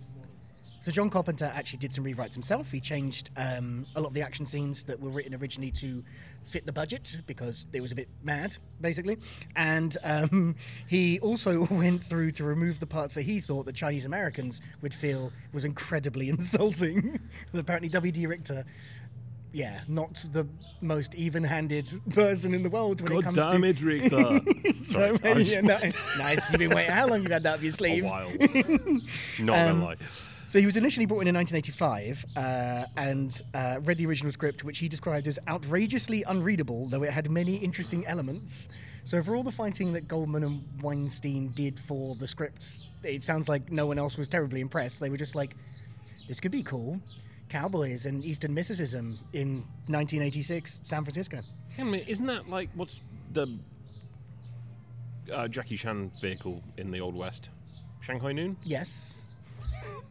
[SPEAKER 2] So John Carpenter actually did some rewrites himself. He changed um, a lot of the action scenes that were written originally to fit the budget because it was a bit mad, basically. And um, *laughs* he also *laughs* went through to remove the parts that he thought that Chinese Americans would feel was incredibly *laughs* insulting. Apparently, W.D. Richter. Yeah, not the most even-handed *laughs* person in the world when it
[SPEAKER 1] God
[SPEAKER 2] comes
[SPEAKER 1] damn
[SPEAKER 2] to
[SPEAKER 1] it, Richter.
[SPEAKER 2] so
[SPEAKER 1] Sorry, I
[SPEAKER 2] many.
[SPEAKER 1] was- *laughs*
[SPEAKER 2] *laughs* Yeah, no, nice. You've been waiting. How long you had that up your
[SPEAKER 1] a
[SPEAKER 2] sleeve?
[SPEAKER 1] while.
[SPEAKER 2] *laughs*
[SPEAKER 1] Not
[SPEAKER 2] Um,
[SPEAKER 1] gonna lie.
[SPEAKER 2] So he was initially brought in in 1985 uh, and uh, read the original script, which he described as outrageously unreadable, though it had many interesting elements. So for all the fighting that Goldman and Weinstein did for the scripts, it sounds like no one else was terribly impressed. They were just like, "This could be cool." Cowboys and Eastern mysticism in 1986, San Francisco.
[SPEAKER 1] Yeah, I mean, isn't that like what's the uh, Jackie Chan vehicle in the Old West? Shanghai Noon.
[SPEAKER 2] Yes.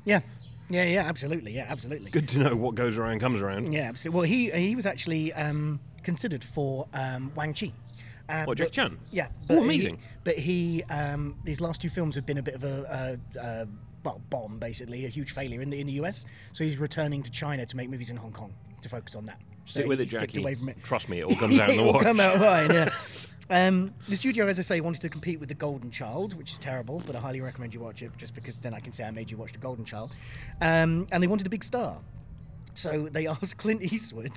[SPEAKER 2] Yeah. Yeah. Yeah. Absolutely. Yeah. Absolutely.
[SPEAKER 1] Good to know what goes around comes around.
[SPEAKER 2] Yeah, absolutely. Well, he he was actually um, considered for um, Wang Chi. Um,
[SPEAKER 1] What, Jackie
[SPEAKER 2] but-
[SPEAKER 1] Chan?
[SPEAKER 2] Yeah.
[SPEAKER 1] Oh,
[SPEAKER 2] but he-
[SPEAKER 1] amazing.
[SPEAKER 2] but he, um, these last two films have been a bit of a, a, a well, bomb, basically, a huge failure in the in the US. So he's returning to China to make movies in Hong Kong to focus on that.
[SPEAKER 1] Stick
[SPEAKER 2] So
[SPEAKER 1] with
[SPEAKER 2] he
[SPEAKER 1] it,
[SPEAKER 2] stepped
[SPEAKER 1] Jackie.
[SPEAKER 2] Away from it.
[SPEAKER 1] Trust me, it all
[SPEAKER 2] *laughs*
[SPEAKER 1] comes out in the
[SPEAKER 2] It'll
[SPEAKER 1] wash. *laughs*
[SPEAKER 2] Come out fine, yeah. Um, the studio, as I say, wanted to compete with The Golden Child, which is terrible, but I highly recommend you watch it just because then I can say I made you watch The Golden Child. Um, and they wanted a big star. So they *laughs* asked Clint Eastwood,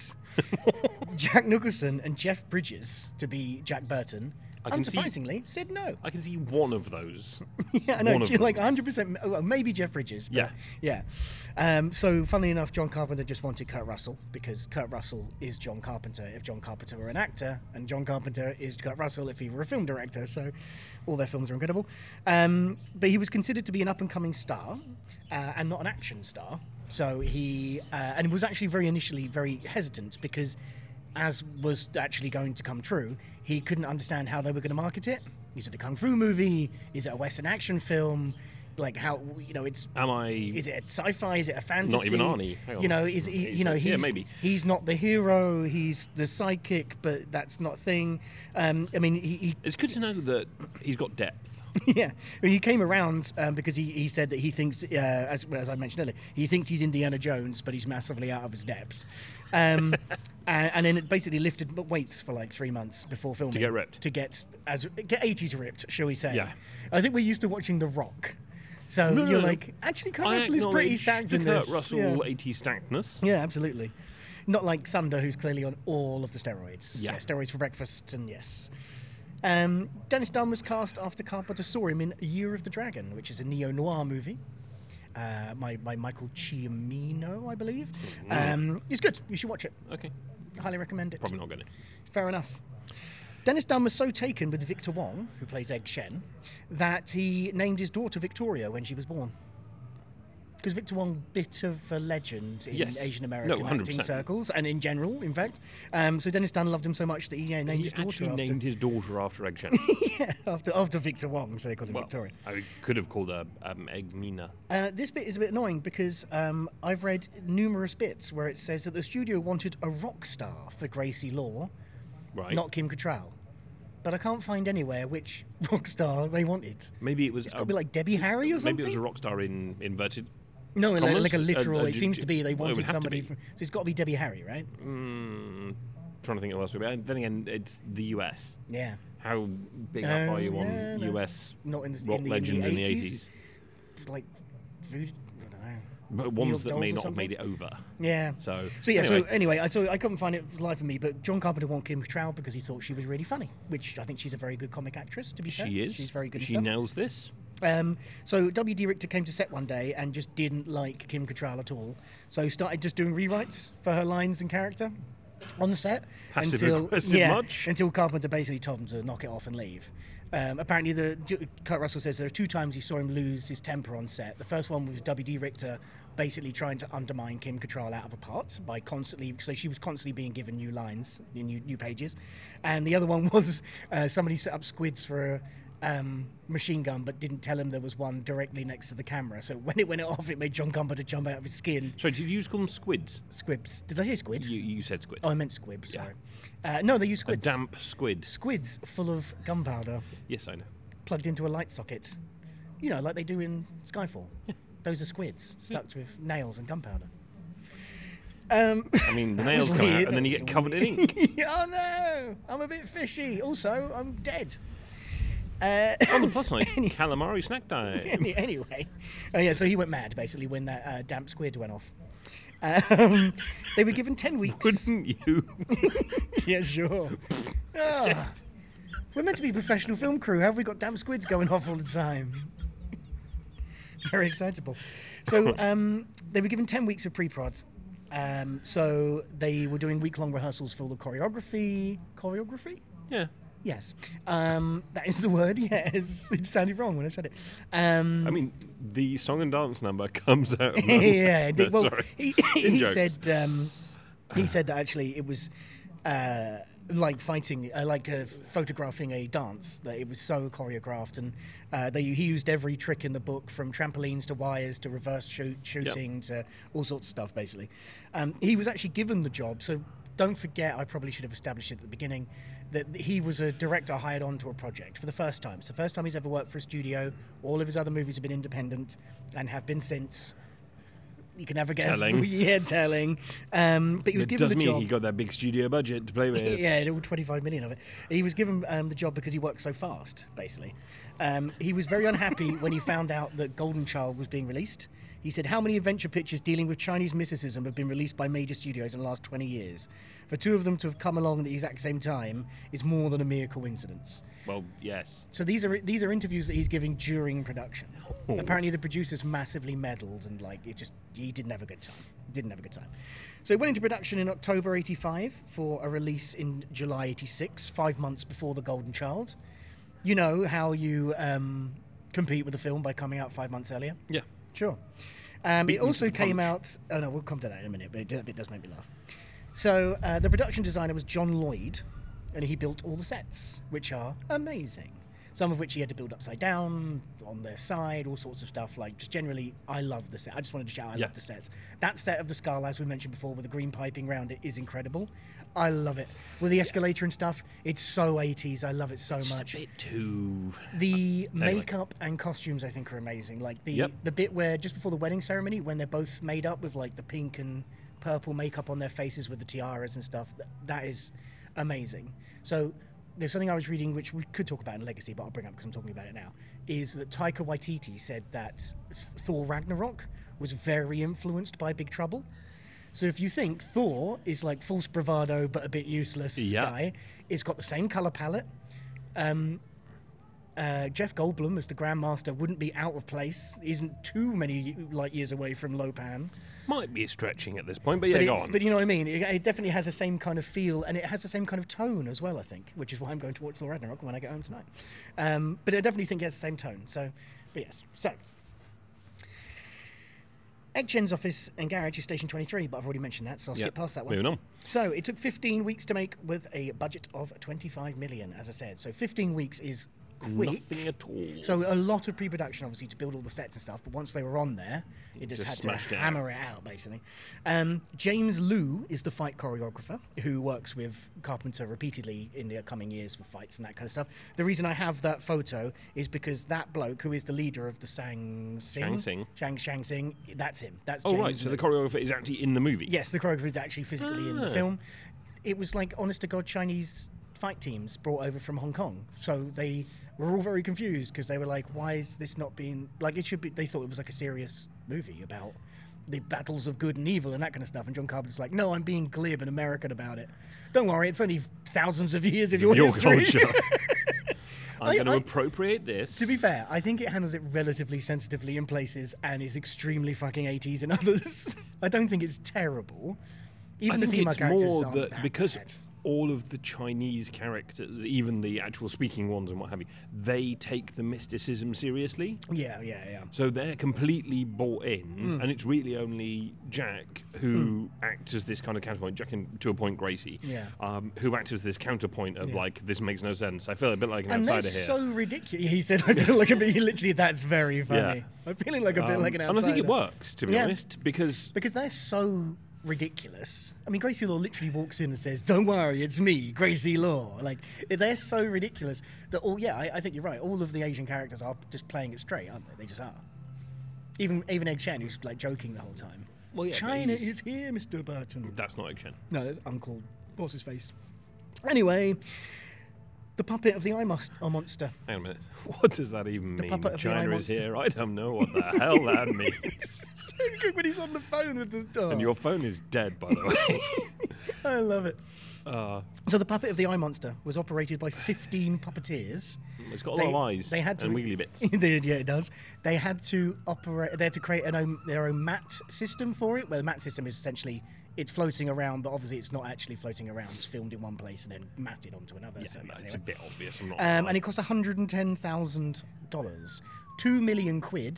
[SPEAKER 2] *laughs* Jack Nicholson, and Jeff Bridges to be Jack Burton.
[SPEAKER 1] I can see-
[SPEAKER 2] Unsurprisingly, said no. *laughs*
[SPEAKER 1] I can see one of those.
[SPEAKER 2] Yeah, I know.
[SPEAKER 1] One of
[SPEAKER 2] You're like
[SPEAKER 1] them.
[SPEAKER 2] 100%. oh, Well, maybe Jeff Bridges. But Yeah. Um, so, funnily enough, John Carpenter just wanted Kurt Russell because Kurt Russell is John Carpenter if John Carpenter were an actor, and John Carpenter is Kurt Russell if he were a film director. So, all their films are incredible. Um, but he was considered to be an up and coming star uh, and not an action star. So, he uh, and was actually very initially very hesitant because as was actually going to come true, he couldn't understand how they were going to market it. Is it a kung fu movie? Is it a Western action film? Like how you know *laughs* it's
[SPEAKER 1] Am I?
[SPEAKER 2] is it a sci-fi? Is it a fantasy?
[SPEAKER 1] even Arnie. Hang on.
[SPEAKER 2] You know, is he, you know
[SPEAKER 1] Yeah,
[SPEAKER 2] he's
[SPEAKER 1] maybe.
[SPEAKER 2] he's not the hero. He's the psychic, but that's not a thing. Um, I mean, he, he
[SPEAKER 1] It's good to know that he's got depth.
[SPEAKER 2] yeah, Well, he *laughs* came around um, because he, he said that he thinks, uh, as, well, as I mentioned earlier, he thinks he's Indiana Jones, but he's massively out of his depth.
[SPEAKER 1] *laughs*
[SPEAKER 2] Um, and, and then it basically lifted weights for like three months before filming. To
[SPEAKER 1] get ripped.
[SPEAKER 2] To get as get 80s ripped, shall we say.
[SPEAKER 1] Yeah.
[SPEAKER 2] I think we're used to watching The Rock. So
[SPEAKER 1] No, no,
[SPEAKER 2] you're
[SPEAKER 1] no.
[SPEAKER 2] like, actually, Kurt
[SPEAKER 1] I
[SPEAKER 2] Russell is pretty
[SPEAKER 1] acknowledge
[SPEAKER 2] stacked
[SPEAKER 1] the
[SPEAKER 2] in
[SPEAKER 1] Kurt
[SPEAKER 2] this.
[SPEAKER 1] Russell
[SPEAKER 2] Yeah.
[SPEAKER 1] 80 stackness.
[SPEAKER 2] Yeah, absolutely. Not like Thunder, who's clearly on all of the steroids.
[SPEAKER 1] Yeah.
[SPEAKER 2] Yeah, steroids for breakfast, and yes. Um, Dennis Dunn was cast after Carpenter saw him in Year of the Dragon, which is a neo noir movie. Uh, by, by Michael Ciamino, I believe. Um, it's good. You should watch it.
[SPEAKER 1] Okay,
[SPEAKER 2] Highly recommend it.
[SPEAKER 1] probably not going to.
[SPEAKER 2] Fair enough. Dennis Dunn was so taken with Victor Wong, who plays Egg Shen, that he named his daughter Victoria when she was born. Because Victor Wong, bit of a legend in
[SPEAKER 1] Yes.
[SPEAKER 2] Asian
[SPEAKER 1] No,
[SPEAKER 2] American acting
[SPEAKER 1] 100%.
[SPEAKER 2] circles and in general, in fact. Um, so Dennis Dunn loved him so much that he uh, named
[SPEAKER 1] He
[SPEAKER 2] his daughter
[SPEAKER 1] actually
[SPEAKER 2] after,
[SPEAKER 1] named his daughter after Egg Shen.
[SPEAKER 2] *laughs* after after Victor Wong, so they called him
[SPEAKER 1] well,
[SPEAKER 2] Victoria.
[SPEAKER 1] I could have called her um, Egg Mina.
[SPEAKER 2] Uh, this bit is a bit annoying because um, I've read numerous bits where it says that the studio wanted a rock star for Gracie Law,
[SPEAKER 1] Right.
[SPEAKER 2] not Kim Cattrall. But I can't find anywhere which *laughs* rock star they wanted.
[SPEAKER 1] Maybe it was.
[SPEAKER 2] It's got
[SPEAKER 1] a-
[SPEAKER 2] to be like Debbie Harry or something.
[SPEAKER 1] Um, Maybe it was a rock star in inverted.
[SPEAKER 2] no, like,
[SPEAKER 1] Commas?
[SPEAKER 2] like a literal.
[SPEAKER 1] Uh, uh,
[SPEAKER 2] it seems to be
[SPEAKER 1] it
[SPEAKER 2] they
[SPEAKER 1] would
[SPEAKER 2] wanted
[SPEAKER 1] have to
[SPEAKER 2] somebody.
[SPEAKER 1] be.
[SPEAKER 2] From, so it's got to be Debbie Harry, right?
[SPEAKER 1] Mm, trying to think of what else. would be- Then again, it's the US.
[SPEAKER 2] Yeah,
[SPEAKER 1] How big up
[SPEAKER 2] Oh,
[SPEAKER 1] are you on
[SPEAKER 2] yeah, no.
[SPEAKER 1] US
[SPEAKER 2] not in the,
[SPEAKER 1] rock
[SPEAKER 2] in the,
[SPEAKER 1] legends
[SPEAKER 2] in the 80s.
[SPEAKER 1] 80s?
[SPEAKER 2] Like food. I don't know.
[SPEAKER 1] But ones that
[SPEAKER 2] Dolls
[SPEAKER 1] may not
[SPEAKER 2] or
[SPEAKER 1] have
[SPEAKER 2] something?
[SPEAKER 1] made it over.
[SPEAKER 2] Yeah.
[SPEAKER 1] So,
[SPEAKER 2] So yeah. So
[SPEAKER 1] anyway.
[SPEAKER 2] anyway, I so I couldn't find it for the life of me, but John Carpenter wanted Kim Cattrall because he thought she was really funny, which I think she's a very good comic actress. To be fair,
[SPEAKER 1] She is.
[SPEAKER 2] She's very good. at
[SPEAKER 1] She
[SPEAKER 2] stuff.
[SPEAKER 1] nails this.
[SPEAKER 2] Um, so W.D. Richter came to set one day and just didn't like Kim Cattrall at all. So started just doing rewrites for her lines and character on the set
[SPEAKER 1] Passive
[SPEAKER 2] until
[SPEAKER 1] aggressive
[SPEAKER 2] yeah,
[SPEAKER 1] much?
[SPEAKER 2] until Carpenter basically told him to knock it off and leave. Um, apparently, the J- Kurt Russell says there are two times you saw him lose his temper on set. The first one was WD Richter basically trying to undermine Kim Cattrall out of a part by constantly, so she was constantly being given new lines, new new, new pages, and the other one *laughs* was uh, somebody set up squids for. a um, machine gun, but didn't tell him there was one directly next to the camera. So *laughs* when it went off, it made John Carpenter jump out of his skin.
[SPEAKER 1] So did you just call them squids?
[SPEAKER 2] Squibs. Did I say squids?
[SPEAKER 1] You, you said squid.
[SPEAKER 2] Oh, I meant squib. Sorry. Uh, no, they use squids.
[SPEAKER 1] Damp squid.
[SPEAKER 2] Squids full of gunpowder
[SPEAKER 1] Yes, I know.
[SPEAKER 2] plugged into a light socket. You know, like they do in Skyfall. Those are squids stuck with nails and gunpowder. Um,
[SPEAKER 1] I mean, the
[SPEAKER 2] *laughs* That
[SPEAKER 1] nails
[SPEAKER 2] was
[SPEAKER 1] come out
[SPEAKER 2] weird,
[SPEAKER 1] and then
[SPEAKER 2] that
[SPEAKER 1] you
[SPEAKER 2] was
[SPEAKER 1] get covered in
[SPEAKER 2] weird.
[SPEAKER 1] ink.
[SPEAKER 2] *laughs* oh no, I'm a bit fishy. Also, I'm dead. Uh,
[SPEAKER 1] On the plus side, calamari snack time.
[SPEAKER 2] *laughs* Any- anyway, oh yeah, so he went mad basically when that uh, damp squid went off. Um, they were given ten weeks.
[SPEAKER 1] Wouldn't you?
[SPEAKER 2] *laughs* Yeah, sure. Ah, we're meant to be a professional film crew. How have we got damn squids going off all the time? Very excitable. So um, they were given 10 weeks of pre prod. Um, so they were doing week long rehearsals for all the choreography. Choreography?
[SPEAKER 1] Yeah.
[SPEAKER 2] Yes. Um, that is the word, *laughs* yes. It sounded wrong when I said it. Um,
[SPEAKER 1] I mean, the song and dance number *laughs* comes out. Of
[SPEAKER 2] *laughs* yeah,
[SPEAKER 1] nowhere.
[SPEAKER 2] indeed. well,
[SPEAKER 1] Sorry.
[SPEAKER 2] he,
[SPEAKER 1] *laughs* In
[SPEAKER 2] he
[SPEAKER 1] jokes.
[SPEAKER 2] said um, he said that actually it was uh, like fighting, uh, like uh, photographing a dance. That it was so choreographed, and uh, they, he used every trick in the book, from trampolines to wires to reverse shoot, shooting to all sorts of stuff. Basically, um, he was actually given the job. So don't forget, I probably should have established it at the beginning that he was a director hired onto a project for the first time. It's the first time he's ever worked for a studio. All of his other movies have been independent and have been since. You can never guess.
[SPEAKER 1] Telling.
[SPEAKER 2] *laughs* Yeah, telling. Um, but he was
[SPEAKER 1] It
[SPEAKER 2] given
[SPEAKER 1] does
[SPEAKER 2] the
[SPEAKER 1] mean
[SPEAKER 2] job.
[SPEAKER 1] he got that big studio budget
[SPEAKER 2] *laughs*
[SPEAKER 1] to play with.
[SPEAKER 2] Yeah, and all 25 million of it. He was given um, the job because he worked so fast, basically. Um, he was
[SPEAKER 1] *laughs*
[SPEAKER 2] very unhappy when he found out that Golden Child was being released. He said, How many adventure pictures dealing with Chinese mysticism have been released by major studios in the last 20 years? For two of them to have come along at the exact same time is more than a mere coincidence.
[SPEAKER 1] Well, yes.
[SPEAKER 2] So these are these are interviews that he's giving during production. Apparently, the producers massively meddled and like it just he didn't have a good time. Didn't have a good time. So it went into production in October '85 for a release in July '86, five months before The Golden Child. You know how you um, compete with a film by coming out five months earlier.
[SPEAKER 1] Yeah.
[SPEAKER 2] Sure. Um, it
[SPEAKER 1] Beaten
[SPEAKER 2] also
[SPEAKER 1] to the
[SPEAKER 2] came
[SPEAKER 1] punch.
[SPEAKER 2] out. Oh no, we'll come to that in a minute, but it does, it does make me laugh. So uh, the production designer was John Lloyd, and he built all the sets, which are amazing. Some of which he had to build upside down, on their side, all sorts of stuff. Like just generally, I love the set. I just wanted to shout, I
[SPEAKER 1] Yeah.
[SPEAKER 2] love the sets. That set of the skull, as we mentioned before, with the green piping round it, is incredible. I love it with the escalator and stuff. It's so 80s. I love it so much.
[SPEAKER 1] bit too.
[SPEAKER 2] The makeup and costumes, I think, are amazing. Like the
[SPEAKER 1] Yep.
[SPEAKER 2] the bit where just before the wedding ceremony, when they're both made up with like the pink and purple makeup on their faces with the tiaras and stuff, th- that is amazing. So there's something I was reading, which we could talk about in Legacy, but I'll bring up because I'm talking about it now, is that Taika Waititi said that Th- Thor Ragnarok was very influenced by Big Trouble. So if you think Thor is like false bravado but a bit useless
[SPEAKER 1] Yeah.
[SPEAKER 2] guy, it's got the same color palette Um, uh, Jeff Goldblum as the Grandmaster wouldn't be out of place. Isn't too many light years away from Lopan.
[SPEAKER 1] Might be stretching at this point, but yeah,
[SPEAKER 2] But,
[SPEAKER 1] go
[SPEAKER 2] it's-
[SPEAKER 1] on.
[SPEAKER 2] but you know what I mean. It, it definitely has the same kind of feel, and it has the same kind of tone as well. I think, which is why I'm going to watch Thor Ragnarok when I get home tonight. Um, but I definitely think it has the same tone. So, but yes. So, Egchen's office and garage is Station 23, but I've already mentioned that, so I'll
[SPEAKER 1] Yeah,
[SPEAKER 2] skip past that one.
[SPEAKER 1] moving on.
[SPEAKER 2] So it took 15 weeks to make with a budget of 25 million, as I said. So 15 weeks is quick.
[SPEAKER 1] Nothing at all.
[SPEAKER 2] So a lot of pre-production, obviously, to build all the sets and stuff. But once they were on there, it just,
[SPEAKER 1] Just
[SPEAKER 2] had
[SPEAKER 1] smashed
[SPEAKER 2] to
[SPEAKER 1] it out.
[SPEAKER 2] hammer it out, basically. Um, James Liu is the fight choreographer who works with Carpenter repeatedly in the coming years for fights and that kind of stuff. The reason I have that photo is because that bloke who is the leader of the Sang Sing,
[SPEAKER 1] Shang Tsing.
[SPEAKER 2] Shang Shang Sing, that's him. That's
[SPEAKER 1] oh
[SPEAKER 2] James
[SPEAKER 1] right, so
[SPEAKER 2] Liu.
[SPEAKER 1] the choreographer is actually in the movie.
[SPEAKER 2] Yes, the choreographer is actually physically in the
[SPEAKER 1] Ah.
[SPEAKER 2] film. It was like honest to god Chinese fight teams brought over from Hong Kong, so they were all very confused because they were like, "Why is this not being like it should be?" They thought it was like a serious movie about the battles of good and evil and that kind of stuff. And John Carpenter's like, "No, I'm being glib and American about it. Don't worry, it's only thousands of years of your,
[SPEAKER 1] Your
[SPEAKER 2] history."
[SPEAKER 1] culture. *laughs*
[SPEAKER 2] *laughs* I-
[SPEAKER 1] I'm going to
[SPEAKER 2] I-
[SPEAKER 1] appropriate this.
[SPEAKER 2] To be fair, I think it handles it relatively sensitively in places and is extremely fucking 80s in *laughs* others. I don't think it's terrible. Even
[SPEAKER 1] I
[SPEAKER 2] the
[SPEAKER 1] think
[SPEAKER 2] female
[SPEAKER 1] it's
[SPEAKER 2] characters
[SPEAKER 1] more
[SPEAKER 2] aren't
[SPEAKER 1] that
[SPEAKER 2] that
[SPEAKER 1] because
[SPEAKER 2] bad.
[SPEAKER 1] all of the Chinese characters, even the actual speaking ones and what have you, they take the mysticism seriously.
[SPEAKER 2] Yeah, yeah, yeah.
[SPEAKER 1] So they're completely bought in,
[SPEAKER 2] Hmm.
[SPEAKER 1] and it's really only Jack who acts as this kind of counterpoint. Jack and to a point, Gracie,
[SPEAKER 2] Yeah.
[SPEAKER 1] um, who acts as this counterpoint of
[SPEAKER 2] Yeah.
[SPEAKER 1] like this makes no sense. I feel a bit like an
[SPEAKER 2] And
[SPEAKER 1] outsider
[SPEAKER 2] they're
[SPEAKER 1] here.
[SPEAKER 2] so ridiculous. *laughs* He said, "I feel like a bit." Literally, that's very funny. I'm feeling like a bit
[SPEAKER 1] Um,
[SPEAKER 2] like an
[SPEAKER 1] and
[SPEAKER 2] outsider.
[SPEAKER 1] I think it works, to be
[SPEAKER 2] Yeah.
[SPEAKER 1] honest, because
[SPEAKER 2] because they're so ridiculous. I mean, Gracie Law literally walks in and says, "Don't worry, it's me, Gracie Law." Like they're so ridiculous that all. Yeah, I, I think you're right. All of the Asian characters are just playing it straight, aren't they? They just are. Even even Egg Chen, who's like joking the whole time.
[SPEAKER 1] Well, yeah, but
[SPEAKER 2] China
[SPEAKER 1] he's-
[SPEAKER 2] is here, Mr. Burton.
[SPEAKER 1] that's not action.
[SPEAKER 2] No, that's Uncle. What's his face? Anyway, the puppet of the eye mus- uh, monster.
[SPEAKER 1] Hang on a minute. *laughs* What does that even mean?
[SPEAKER 2] puppet of the
[SPEAKER 1] China
[SPEAKER 2] eye
[SPEAKER 1] is
[SPEAKER 2] monster.
[SPEAKER 1] here. I don't know what the hell
[SPEAKER 2] *laughs*
[SPEAKER 1] that means.
[SPEAKER 2] *laughs* so good when he's on the phone with the dog.
[SPEAKER 1] And your phone is dead, by the way.
[SPEAKER 2] I love it.
[SPEAKER 1] Uh,
[SPEAKER 2] so the puppet of the eye monster was operated by 15 puppeteers.
[SPEAKER 1] It's got a lot of eyes
[SPEAKER 2] They had to
[SPEAKER 1] and wiggly bits.
[SPEAKER 2] They did, yeah, *laughs* it does. They had to operate. They had to create an own, their own mat system for it. Where the mat system is essentially it's floating around, but obviously it's not actually floating around. It's filmed in one place and then matted onto another. so, yeah,
[SPEAKER 1] It's a
[SPEAKER 2] anyway.
[SPEAKER 1] bit obvious. I'm not.
[SPEAKER 2] Um, and
[SPEAKER 1] lying.
[SPEAKER 2] it cost $110,000. Two million quid.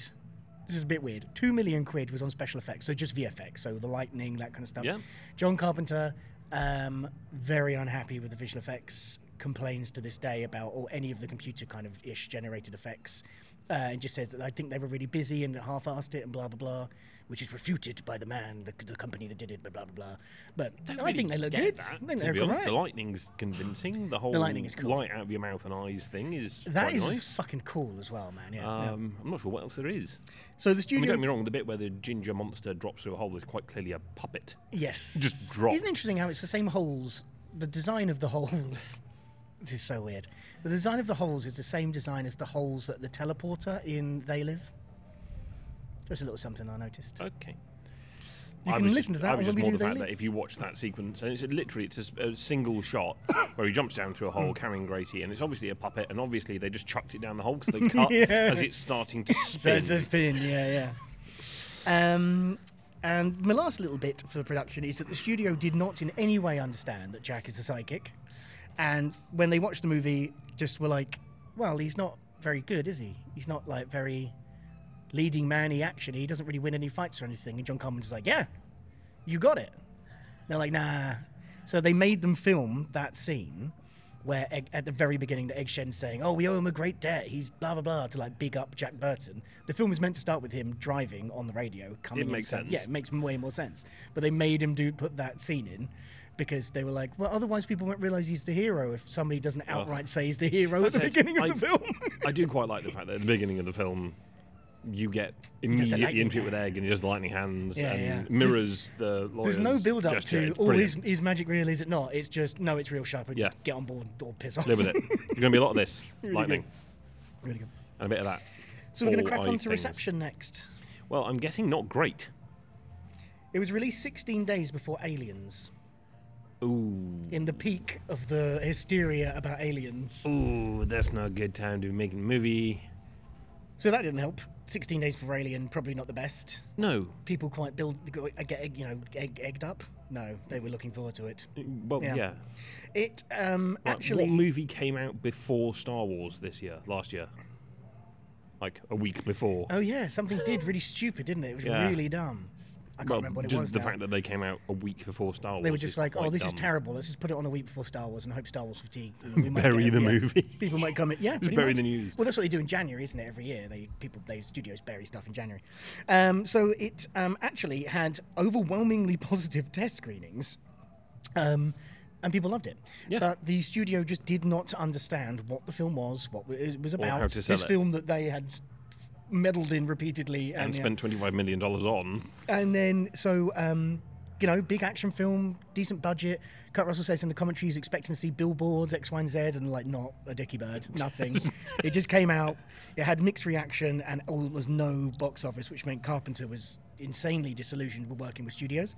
[SPEAKER 2] This is a bit weird. Two million quid was on special effects, so just VFX, so the lightning, that kind of stuff.
[SPEAKER 1] Yeah.
[SPEAKER 2] John Carpenter, um, very unhappy with the visual effects, complains to this day about or any of the computer kind of ish generated effects, uh, and just says that I think they were really busy and half-assed it and blah blah blah, which is refuted by the man, the, the company that did it, blah blah blah. But
[SPEAKER 1] Don't
[SPEAKER 2] I think
[SPEAKER 1] really
[SPEAKER 2] they look
[SPEAKER 1] get
[SPEAKER 2] good.
[SPEAKER 1] that,
[SPEAKER 2] I think
[SPEAKER 1] to
[SPEAKER 2] they
[SPEAKER 1] be
[SPEAKER 2] look
[SPEAKER 1] honest,
[SPEAKER 2] alright.
[SPEAKER 1] the lightning's convincing. The whole
[SPEAKER 2] lightning is cool.
[SPEAKER 1] light out of your mouth and eyes thing is
[SPEAKER 2] That
[SPEAKER 1] quite
[SPEAKER 2] is
[SPEAKER 1] nice.
[SPEAKER 2] fucking cool as well, man. Yeah. yeah.
[SPEAKER 1] Um, I'm not sure what else there is.
[SPEAKER 2] So the
[SPEAKER 1] I mean,
[SPEAKER 2] studio.
[SPEAKER 1] don't get me wrong. The bit where the ginger monster drops through a hole is quite clearly a puppet.
[SPEAKER 2] Yes.
[SPEAKER 1] Just drop.
[SPEAKER 2] Isn't it interesting how it's the same holes? The design of the holes. *laughs* this is so weird. The design of the holes is the same design as the holes that the teleporter in They Live. Just a little something I noticed.
[SPEAKER 1] Okay.
[SPEAKER 2] You
[SPEAKER 1] Uh, I
[SPEAKER 2] can
[SPEAKER 1] was
[SPEAKER 2] listen
[SPEAKER 1] just,
[SPEAKER 2] to that
[SPEAKER 1] I was just
[SPEAKER 2] when we
[SPEAKER 1] more the
[SPEAKER 2] do They
[SPEAKER 1] fact that
[SPEAKER 2] Live.
[SPEAKER 1] if you watch that sequence, and it's literally it's a, s- a single
[SPEAKER 2] *laughs*
[SPEAKER 1] shot where he jumps down through a hole carrying Gracie, and it's obviously a puppet, and obviously they just chucked it down the hole because
[SPEAKER 2] *laughs*
[SPEAKER 1] they cut
[SPEAKER 2] Yeah.
[SPEAKER 1] as it's starting to spin.
[SPEAKER 2] *laughs* So it's a spin, yeah, yeah. Um, and my last little bit for production is that the studio did not in any way understand that Jack is a psychic. And when they watched the movie, just were like, well, he's not very good, is he? He's not like very leading manny action. He doesn't really win any fights or anything. And John Carpenter's like, yeah, you got it. They're like, nah. So they made them film that scene where Egg, at the very beginning, the Egg Shen's saying, oh, we owe him a great debt. He's blah, blah, blah, to like big up Jack Burton. The film is meant to start with him driving on the radio, coming in
[SPEAKER 1] makes
[SPEAKER 2] saying-
[SPEAKER 1] sense.
[SPEAKER 2] Yeah, it makes way more sense. But they made him do put that scene in because they were like, well, otherwise people won't realize he's the hero if somebody doesn't outright say he's the hero at the
[SPEAKER 1] said,
[SPEAKER 2] beginning of
[SPEAKER 1] *laughs* I-
[SPEAKER 2] the film.
[SPEAKER 1] *laughs* I do quite like the fact that at the beginning of the film, you get immediately
[SPEAKER 2] lightning
[SPEAKER 1] into it with Egg, and he does the lightning hands
[SPEAKER 2] Yeah,
[SPEAKER 1] and
[SPEAKER 2] yeah.
[SPEAKER 1] mirrors the lawyer's
[SPEAKER 2] There's no build up
[SPEAKER 1] gesture.
[SPEAKER 2] to
[SPEAKER 1] It's
[SPEAKER 2] all is,
[SPEAKER 1] brilliant.
[SPEAKER 2] is magic real, is it not? It's just, no, it's real sharp. We
[SPEAKER 1] Yeah.
[SPEAKER 2] Just get on board or piss off.
[SPEAKER 1] Live with it. You're going to be a lot of this lightning
[SPEAKER 2] *laughs* Really good.
[SPEAKER 1] and a bit of that.
[SPEAKER 2] So we're going
[SPEAKER 1] All
[SPEAKER 2] to crack
[SPEAKER 1] eye
[SPEAKER 2] on to
[SPEAKER 1] things.
[SPEAKER 2] reception next.
[SPEAKER 1] Well, I'm guessing not great.
[SPEAKER 2] It was released 16 days before Aliens,
[SPEAKER 1] Ooh.
[SPEAKER 2] in the peak of the hysteria about aliens.
[SPEAKER 1] Ooh, that's not a good time to be making a movie.
[SPEAKER 2] So that didn't help. 16 days before Alien, probably not the best.
[SPEAKER 1] No.
[SPEAKER 2] People quite build, uh, get you know egg, egged up. No, they were looking forward to it.
[SPEAKER 1] Well, yeah.
[SPEAKER 2] Yeah. It um,
[SPEAKER 1] Like,
[SPEAKER 2] actually
[SPEAKER 1] what movie came out before Star Wars this year, last year? Like a week before.
[SPEAKER 2] Oh yeah, something did really stupid, didn't it? It was
[SPEAKER 1] Yeah.
[SPEAKER 2] really dumb. I can't
[SPEAKER 1] well,
[SPEAKER 2] remember what it
[SPEAKER 1] just
[SPEAKER 2] was.
[SPEAKER 1] the
[SPEAKER 2] now.
[SPEAKER 1] fact that they came out a week before Star Wars.
[SPEAKER 2] they were just
[SPEAKER 1] is
[SPEAKER 2] like, "Oh,
[SPEAKER 1] quite
[SPEAKER 2] this is
[SPEAKER 1] dumb.
[SPEAKER 2] terrible. Let's just put it on a week before Star Wars and hope Star Wars fatigue. you
[SPEAKER 1] *laughs*
[SPEAKER 2] know, we might
[SPEAKER 1] Bury
[SPEAKER 2] get-
[SPEAKER 1] the
[SPEAKER 2] yeah,
[SPEAKER 1] movie.
[SPEAKER 2] People might come. In, yeah, pretty
[SPEAKER 1] bury
[SPEAKER 2] much.
[SPEAKER 1] the news.
[SPEAKER 2] Well, that's what they do in January, isn't it? Every year, they people they studios bury stuff in January. Um, so it um, actually had overwhelmingly *laughs* positive test screenings. Um, and people loved it,
[SPEAKER 1] Yeah.
[SPEAKER 2] but the studio just did not understand what the film was, what it was about.
[SPEAKER 1] how to sell
[SPEAKER 2] this
[SPEAKER 1] it.
[SPEAKER 2] film that they had meddled in repeatedly
[SPEAKER 1] And
[SPEAKER 2] and, yeah.
[SPEAKER 1] spent $25 million on.
[SPEAKER 2] And then, so, um, you know, big action film, decent budget. Kurt Russell says in the commentary he's expecting to see billboards, X, Y, and Z, and like, not a dicky bird, nothing. it just came out, it had mixed reaction, and all was no box office, which meant Carpenter was insanely disillusioned with working with studios.